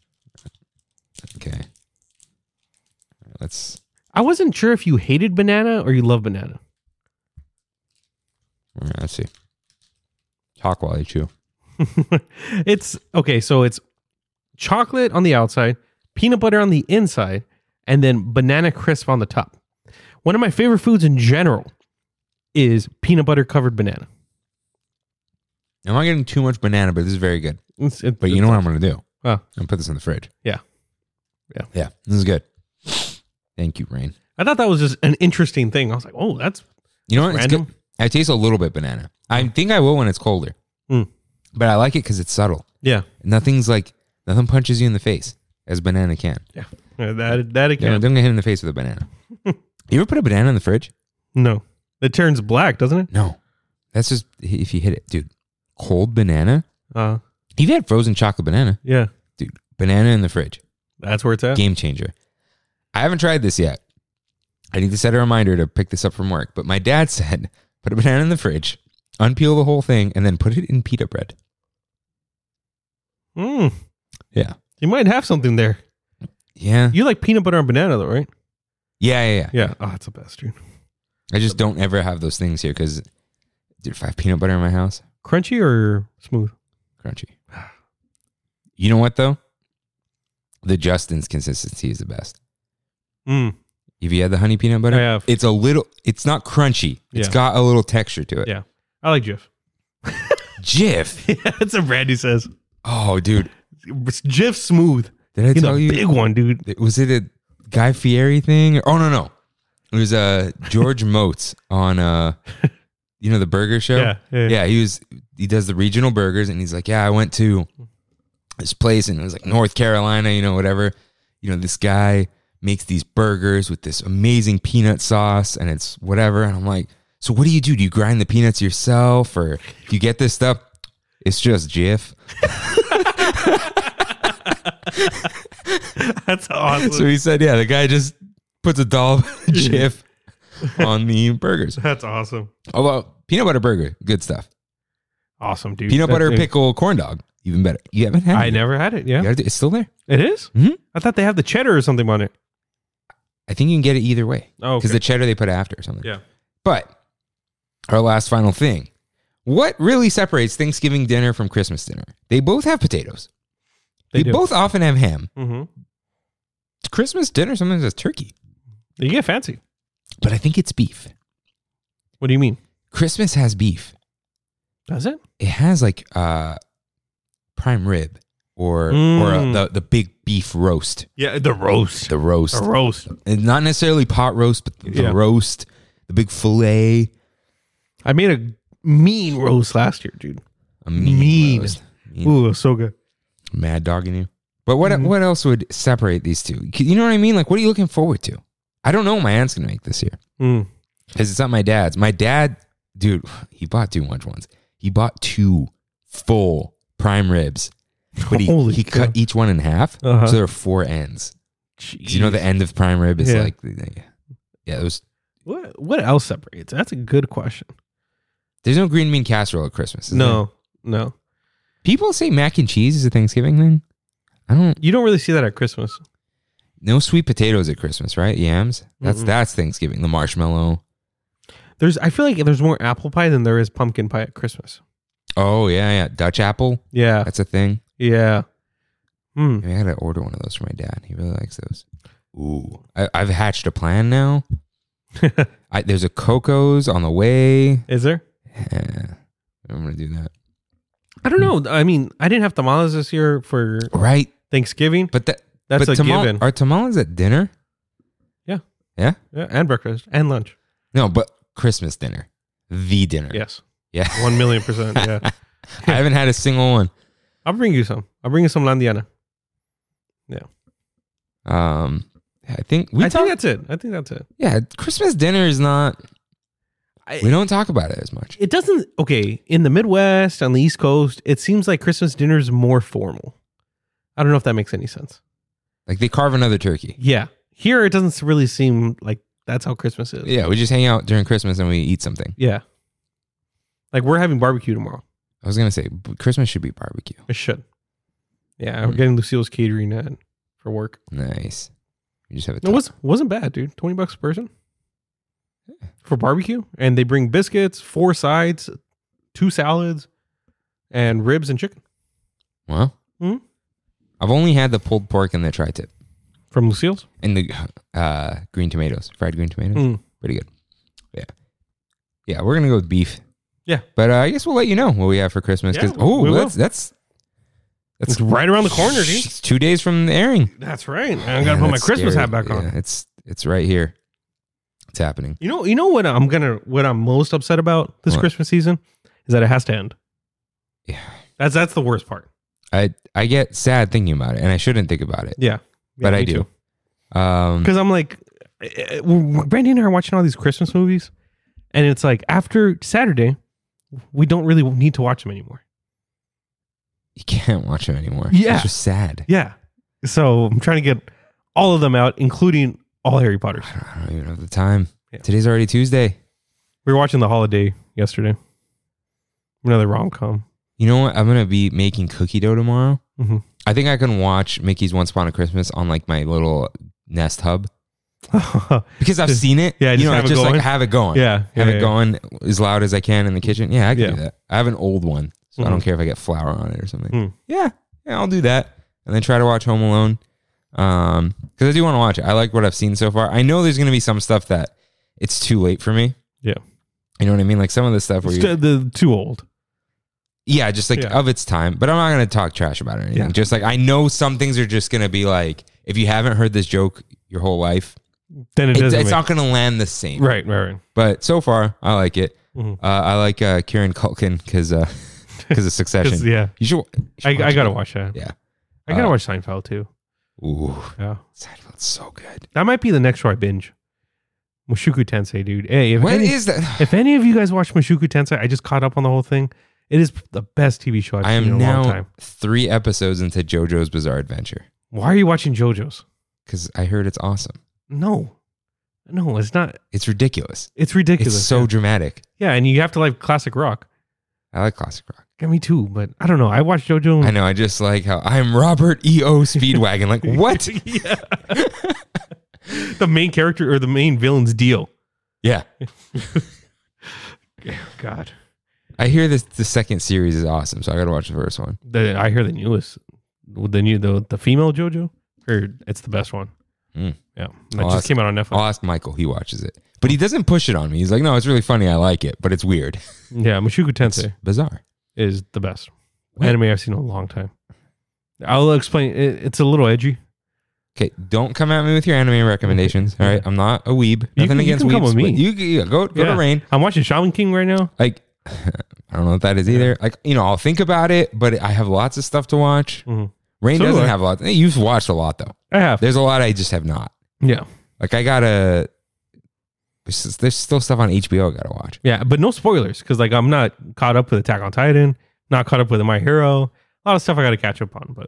Speaker 1: Okay. All right, let's.
Speaker 2: I wasn't sure if you hated banana or you love banana.
Speaker 1: All right, let's see. Talk while you chew.
Speaker 2: it's okay. So it's chocolate on the outside, peanut butter on the inside, and then banana crisp on the top. One of my favorite foods in general is peanut butter covered banana.
Speaker 1: I'm not getting too much banana, but this is very good.
Speaker 2: It's- it-
Speaker 1: But you know what I'm going to do?
Speaker 2: Huh.
Speaker 1: I'm going to put this in the fridge.
Speaker 2: Yeah. Yeah.
Speaker 1: Yeah. This is good. Thank you, Rain.
Speaker 2: I thought that was just an interesting thing. I was like, oh, that's
Speaker 1: You know what? It's
Speaker 2: random. Hmm.
Speaker 1: good. I taste a little bit banana. I think I will when it's colder.
Speaker 2: Mm.
Speaker 1: But I like it because it's subtle.
Speaker 2: Yeah,
Speaker 1: Nothing's like, nothing punches you in the face as banana can.
Speaker 2: yeah. Uh, That that it
Speaker 1: Yeah,
Speaker 2: can.
Speaker 1: don't get hit in the face with a banana. you ever put a banana in the fridge?
Speaker 2: No, it turns black, doesn't it?
Speaker 1: No. That's just if you hit it, dude. Cold banana.
Speaker 2: Uh,
Speaker 1: You've had frozen chocolate banana,
Speaker 2: yeah.
Speaker 1: dude. Banana in the fridge,
Speaker 2: That's where it's at.
Speaker 1: game changer. I haven't tried this yet. I need to set a reminder to pick this up from work. But my dad said, put a banana in the fridge, unpeel the whole thing, and then put it in pita bread.
Speaker 2: Mm,
Speaker 1: Yeah.
Speaker 2: you might have something there.
Speaker 1: Yeah.
Speaker 2: You like peanut butter and banana though, right?
Speaker 1: Yeah. Yeah. yeah.
Speaker 2: Yeah. Oh, it's a bastard.
Speaker 1: I just don't ever have those things here because, dude, if I have peanut butter in my house,
Speaker 2: Crunchy or smooth?
Speaker 1: crunchy. You know what though? The Justin's consistency is the best.
Speaker 2: Mm.
Speaker 1: Have you had the honey peanut butter?
Speaker 2: I have.
Speaker 1: It's a little. It's not crunchy. It's
Speaker 2: Yeah.
Speaker 1: got a little texture to it.
Speaker 2: Yeah. I like Jif.
Speaker 1: Jif.
Speaker 2: That's what Randy says.
Speaker 1: Oh, dude.
Speaker 2: It's Jif smooth.
Speaker 1: Did I
Speaker 2: It's
Speaker 1: tell
Speaker 2: a
Speaker 1: you?
Speaker 2: big one, dude.
Speaker 1: was it a Guy Fieri thing? Oh no no. It was uh George Moats on uh you know the burger show.
Speaker 2: Yeah, yeah, yeah.
Speaker 1: yeah. He was he does the regional burgers and he's like, yeah, I went to this place and it was like North Carolina, you know, whatever. You know, this guy makes these burgers with this amazing peanut sauce and it's whatever. And I'm like, so what do you do? Do you grind the peanuts yourself or do you get this stuff? It's just Jif.
Speaker 2: That's awesome.
Speaker 1: So he said, yeah, the guy just puts a dollop Jif on the burgers.
Speaker 2: That's awesome.
Speaker 1: Although peanut butter burger, good stuff.
Speaker 2: Awesome, dude.
Speaker 1: Peanut
Speaker 2: That
Speaker 1: butter
Speaker 2: thing-
Speaker 1: pickle corn dog, even better. You haven't had
Speaker 2: I
Speaker 1: it.
Speaker 2: never had it.
Speaker 1: You
Speaker 2: Yeah.
Speaker 1: gotta do- it's still there.
Speaker 2: It is?
Speaker 1: Mhm.
Speaker 2: I thought they have the cheddar or something on it.
Speaker 1: I think you can get it either way.
Speaker 2: Oh,
Speaker 1: Because
Speaker 2: okay.
Speaker 1: the cheddar they put after or something.
Speaker 2: Yeah.
Speaker 1: But our last final thing. What really separates Thanksgiving dinner from Christmas dinner? They both have potatoes. They,
Speaker 2: They do.
Speaker 1: both often have ham.
Speaker 2: hmm
Speaker 1: Christmas dinner sometimes has turkey,
Speaker 2: You get fancy.
Speaker 1: but I think it's beef.
Speaker 2: What do you mean?
Speaker 1: Christmas has beef.
Speaker 2: Does it?
Speaker 1: It has like uh prime rib or or uh,
Speaker 2: Mm.
Speaker 1: the the big beef roast,
Speaker 2: Yeah, the roast.
Speaker 1: the roast.
Speaker 2: The roast.
Speaker 1: and not necessarily pot roast, but the
Speaker 2: Yeah.
Speaker 1: roast, the big fillet,
Speaker 2: I made a mean roast last year, dude.
Speaker 1: a mean,
Speaker 2: Mean.
Speaker 1: roast. Mean.
Speaker 2: Ooh, it was so good.
Speaker 1: mad dogging you. But what
Speaker 2: Mm-hmm.
Speaker 1: what else would separate these two? You know what I mean? Like, what are you looking forward to? I don't know what my aunt's gonna make this year
Speaker 2: Mm.
Speaker 1: because it's not my dad's. My dad, dude, he bought too much ones. He bought two full prime ribs, but he,
Speaker 2: Holy
Speaker 1: he cut
Speaker 2: cow.
Speaker 1: each one in half,
Speaker 2: Uh-huh.
Speaker 1: so there are four ends. 'Cause You know, the end of prime rib is
Speaker 2: Yeah.
Speaker 1: like, yeah, yeah. It was,
Speaker 2: What, what else separates? That's a good question.
Speaker 1: there's no green bean casserole at Christmas. is there?
Speaker 2: No, no.
Speaker 1: People say mac and cheese is a Thanksgiving thing. I don't
Speaker 2: You don't really see that at Christmas.
Speaker 1: no sweet potatoes at Christmas, right? Yams. That's
Speaker 2: Mm-mm.
Speaker 1: that's Thanksgiving. The marshmallow.
Speaker 2: There's I feel like there's more apple pie than there is pumpkin pie at Christmas.
Speaker 1: Oh yeah, yeah. Dutch apple.
Speaker 2: Yeah.
Speaker 1: That's a thing.
Speaker 2: Yeah. Hmm.
Speaker 1: I gotta order one of those for my dad. He really likes those. Ooh, I, I've hatched a plan now. I, there's a Coco's on the way.
Speaker 2: Is there?
Speaker 1: Yeah, I'm gonna do that.
Speaker 2: I don't know. I mean, I didn't have tamales this year for
Speaker 1: Right,
Speaker 2: Thanksgiving.
Speaker 1: but that
Speaker 2: That's
Speaker 1: but
Speaker 2: a
Speaker 1: tamal-
Speaker 2: given.
Speaker 1: Are tamales at dinner?
Speaker 2: Yeah.
Speaker 1: Yeah.
Speaker 2: Yeah, and breakfast and lunch.
Speaker 1: No, but Christmas dinner, the dinner.
Speaker 2: Yes.
Speaker 1: yeah.
Speaker 2: One million percent. Yeah.
Speaker 1: I haven't had a single one.
Speaker 2: I'll bring you some. I'll bring you some Landiana.
Speaker 1: Um, I think we
Speaker 2: I
Speaker 1: talk.
Speaker 2: think that's it. I think that's it.
Speaker 1: yeah, Christmas dinner is not.
Speaker 2: I-
Speaker 1: we don't talk about it as much.
Speaker 2: It doesn't okay, in the Midwest, on the East Coast, it seems like Christmas dinner is more formal. I don't know if that makes any sense.
Speaker 1: Like they carve another turkey.
Speaker 2: Yeah. Here it doesn't really seem like that's how Christmas is.
Speaker 1: Yeah, we just hang out during Christmas and we eat something.
Speaker 2: Yeah. Like we're having barbecue tomorrow.
Speaker 1: I was gonna say b- Christmas should be barbecue.
Speaker 2: It should. Yeah,
Speaker 1: Hmm.
Speaker 2: we're getting Lucille's catering in for work.
Speaker 1: Nice. You just have a
Speaker 2: It was wasn't bad, dude. Twenty bucks a person for barbecue, and they bring biscuits, four sides, two salads, and ribs and chicken
Speaker 1: Wow.
Speaker 2: Hmm?
Speaker 1: I've only had the pulled pork and the tri-tip
Speaker 2: from Lucille's.
Speaker 1: and the uh, green tomatoes, fried green tomatoes.
Speaker 2: Hmm.
Speaker 1: Pretty good. Yeah. Yeah, we're gonna go with beef.
Speaker 2: Yeah.
Speaker 1: But uh, I guess we'll let you know what we have for Christmas.
Speaker 2: Yeah,
Speaker 1: Cause,
Speaker 2: we-
Speaker 1: oh,
Speaker 2: we will.
Speaker 1: that's, that's that's
Speaker 2: It's right around the corner, dude.
Speaker 1: It's two days from the airing.
Speaker 2: That's right. I
Speaker 1: Man,
Speaker 2: gotta put my
Speaker 1: that's
Speaker 2: Christmas
Speaker 1: scary.
Speaker 2: hat back on.
Speaker 1: Yeah, it's it's right here. It's happening.
Speaker 2: You know, you know what I'm gonna what I'm most upset about this
Speaker 1: What?
Speaker 2: Christmas season is that it has to end.
Speaker 1: Yeah.
Speaker 2: That's that's the worst part.
Speaker 1: I I get sad thinking about it, and I shouldn't think about it,
Speaker 2: Yeah.
Speaker 1: but I do. Um,
Speaker 2: because I'm like, eh, we're- Brandy and I are watching all these Christmas movies, and it's like after Saturday, we don't really need to watch them anymore.
Speaker 1: you can't watch them anymore.
Speaker 2: Yeah.
Speaker 1: it's just sad.
Speaker 2: Yeah, so I'm trying to get all of them out, including all Harry Potter's.
Speaker 1: I don't, I don't even have the time.
Speaker 2: Yeah.
Speaker 1: Today's already Tuesday.
Speaker 2: We were watching The Holiday yesterday, another rom com.
Speaker 1: You know what? I'm gonna be making cookie dough tomorrow.
Speaker 2: Mhm.
Speaker 1: I think I can watch Mickey's Once Upon a Christmas on like my little Nest Hub because I've
Speaker 2: Just-
Speaker 1: seen it.
Speaker 2: yeah,
Speaker 1: you
Speaker 2: just
Speaker 1: know,
Speaker 2: have it
Speaker 1: just
Speaker 2: going.
Speaker 1: like have it going.
Speaker 2: yeah,
Speaker 1: have
Speaker 2: yeah,
Speaker 1: it
Speaker 2: yeah.
Speaker 1: going as loud as I can in the kitchen. Yeah, I can
Speaker 2: Yeah.
Speaker 1: do that. I have an old one, so I don't
Speaker 2: Mhm.
Speaker 1: care if I get flour on it or something.
Speaker 2: Mm.
Speaker 1: Yeah, yeah, I'll do that, and then try to watch Home Alone Um 'cause because I do want to watch it. I like what I've seen so far. I know there's gonna be some stuff that it's too late for me.
Speaker 2: Yeah.
Speaker 1: you know what I mean. Like some of the stuff where
Speaker 2: It's
Speaker 1: you
Speaker 2: too- the too old.
Speaker 1: Yeah, just like
Speaker 2: Yeah.
Speaker 1: of its time. But I'm not gonna talk trash about it or anything.
Speaker 2: Yeah.
Speaker 1: Just like I know some things are just gonna be like, if you haven't heard this joke your whole life,
Speaker 2: Then it
Speaker 1: it's,
Speaker 2: doesn't.
Speaker 1: it's
Speaker 2: make-
Speaker 1: not gonna land the same.
Speaker 2: right, right, right.
Speaker 1: But so far, I like it.
Speaker 2: Mhm.
Speaker 1: Uh, I like uh, Kieran Culkin because because of
Speaker 2: 'Cause,
Speaker 1: Succession.
Speaker 2: yeah,
Speaker 1: You should. You should
Speaker 2: I,
Speaker 1: watch
Speaker 2: I
Speaker 1: it.
Speaker 2: gotta watch that.
Speaker 1: Yeah.
Speaker 2: I gotta
Speaker 1: Uh,
Speaker 2: watch Seinfeld too.
Speaker 1: Ooh,
Speaker 2: Yeah,
Speaker 1: Seinfeld's so good.
Speaker 2: that might be the next show I binge. Mushoku Tensei, dude. Hey, if
Speaker 1: What
Speaker 2: any-
Speaker 1: is that?
Speaker 2: If any of you guys watch Mushoku Tensei, I just caught up on the whole thing. It is the best TV show I've
Speaker 1: I
Speaker 2: seen in a
Speaker 1: am
Speaker 2: long
Speaker 1: now
Speaker 2: time.
Speaker 1: three episodes into JoJo's Bizarre Adventure
Speaker 2: Why are you watching JoJo's?
Speaker 1: because I heard it's awesome.
Speaker 2: No, no, it's not.
Speaker 1: It's ridiculous.
Speaker 2: It's ridiculous.
Speaker 1: It's so
Speaker 2: yeah.
Speaker 1: dramatic.
Speaker 2: yeah, and you have to like classic rock.
Speaker 1: I like classic rock.
Speaker 2: Yeah, me too. But I don't know. I watched JoJo.
Speaker 1: I know. I just like how I'm Robert E.O. Speedwagon. Like, what?
Speaker 2: yeah. the main character or the main villain's deal.
Speaker 1: Yeah.
Speaker 2: God,
Speaker 1: I hear this the second series is awesome, so I gotta watch the first one.
Speaker 2: the, I hear the newest, the new the, the female JoJo, or it's the best one.
Speaker 1: Mm.
Speaker 2: Yeah, that
Speaker 1: I'll ask-
Speaker 2: just came out on Netflix.
Speaker 1: I'll ask Michael, he watches it. But he doesn't push it on me. He's like, No, it's really funny, I like it, but it's weird.
Speaker 2: Yeah, Mushoku
Speaker 1: It's
Speaker 2: Tensei.
Speaker 1: bizarre.
Speaker 2: is the best
Speaker 1: What?
Speaker 2: anime I've seen in a long time. I'll explain. It, it's a little edgy.
Speaker 1: Okay, don't come at me with your anime recommendations. All right. I'm not a weeb. Nothing
Speaker 2: You can- you
Speaker 1: against
Speaker 2: can
Speaker 1: weebs.
Speaker 2: come with me.
Speaker 1: but You, you go go
Speaker 2: Yeah.
Speaker 1: to rain.
Speaker 2: I'm watching Shaman King right now.
Speaker 1: Like I don't know what that is either. Like, you know, I'll think about it, but I have lots of stuff to watch.
Speaker 2: Mhm.
Speaker 1: Rain
Speaker 2: So do
Speaker 1: doesn't
Speaker 2: I.
Speaker 1: have a lot. eh, You've watched a lot though.
Speaker 2: I have.
Speaker 1: There's a lot I just have not.
Speaker 2: Yeah,
Speaker 1: Like I gotta there's, just- there's still stuff on HBO I gotta watch.
Speaker 2: yeah, but no spoilers because like I'm not caught up with Attack on Titan, not caught up with My Hero. A lot of stuff I got to catch up on. But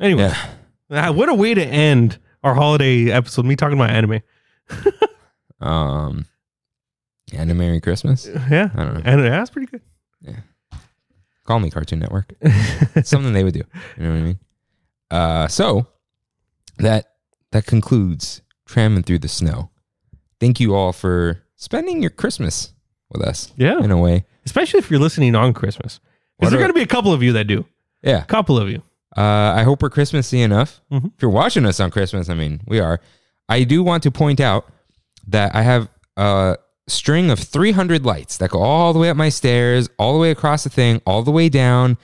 Speaker 2: anyway,
Speaker 1: Yeah.
Speaker 2: Ah, what a way to end our holiday episode. Me talking about anime.
Speaker 1: Um and a Merry Christmas.
Speaker 2: Yeah,
Speaker 1: I don't know.
Speaker 2: and that's pretty good.
Speaker 1: Call me Cartoon Network. It's something they would do. You know what I mean? Uh, so that that concludes tramming through the snow. Thank you all for spending your Christmas with us
Speaker 2: Yeah.
Speaker 1: in a way.
Speaker 2: Especially if you're listening on Christmas.
Speaker 1: What
Speaker 2: Because there
Speaker 1: are-
Speaker 2: are going to be a couple of you that do.
Speaker 1: Yeah.
Speaker 2: A couple of you.
Speaker 1: Uh, I hope we're Christmassy enough.
Speaker 2: Mhm.
Speaker 1: If you're watching us on Christmas, I mean, we are. I do want to point out that I have a string of 300 lights that go all the way up my stairs, all the way across the thing, all the way down,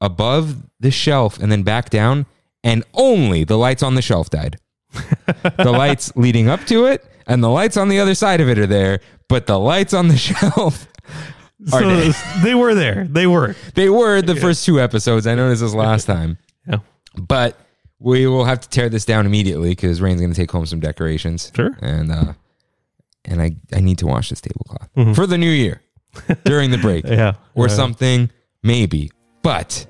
Speaker 1: above the shelf, and then back down. And only the lights on the shelf died. the lights leading up to it and the lights on the other side of it are there, but the lights on the shelf Are
Speaker 2: so
Speaker 1: they?
Speaker 2: they were there. They were.
Speaker 1: They were the first two episodes. I noticed this last time.
Speaker 2: Yeah.
Speaker 1: But we will have to tear this down immediately because Rain's going to take home some decorations.
Speaker 2: Sure.
Speaker 1: And uh, and I, I need to wash this tablecloth for the new year during the break
Speaker 2: Mm-hmm. Yeah.
Speaker 1: or
Speaker 2: Yeah.
Speaker 1: something, maybe. But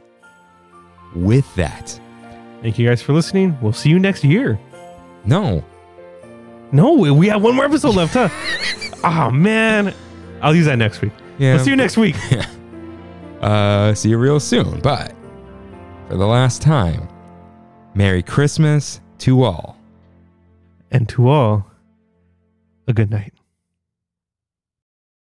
Speaker 1: with that,
Speaker 2: Thank you guys for listening. We'll see you next year.
Speaker 1: no.
Speaker 2: No, we- we have one more episode left, huh? oh, man. I'll use that next week.
Speaker 1: Yeah.
Speaker 2: We'll see you next week.
Speaker 1: Uh, see you real soon. But for the last time, Merry Christmas to all.
Speaker 2: And to all, a good night.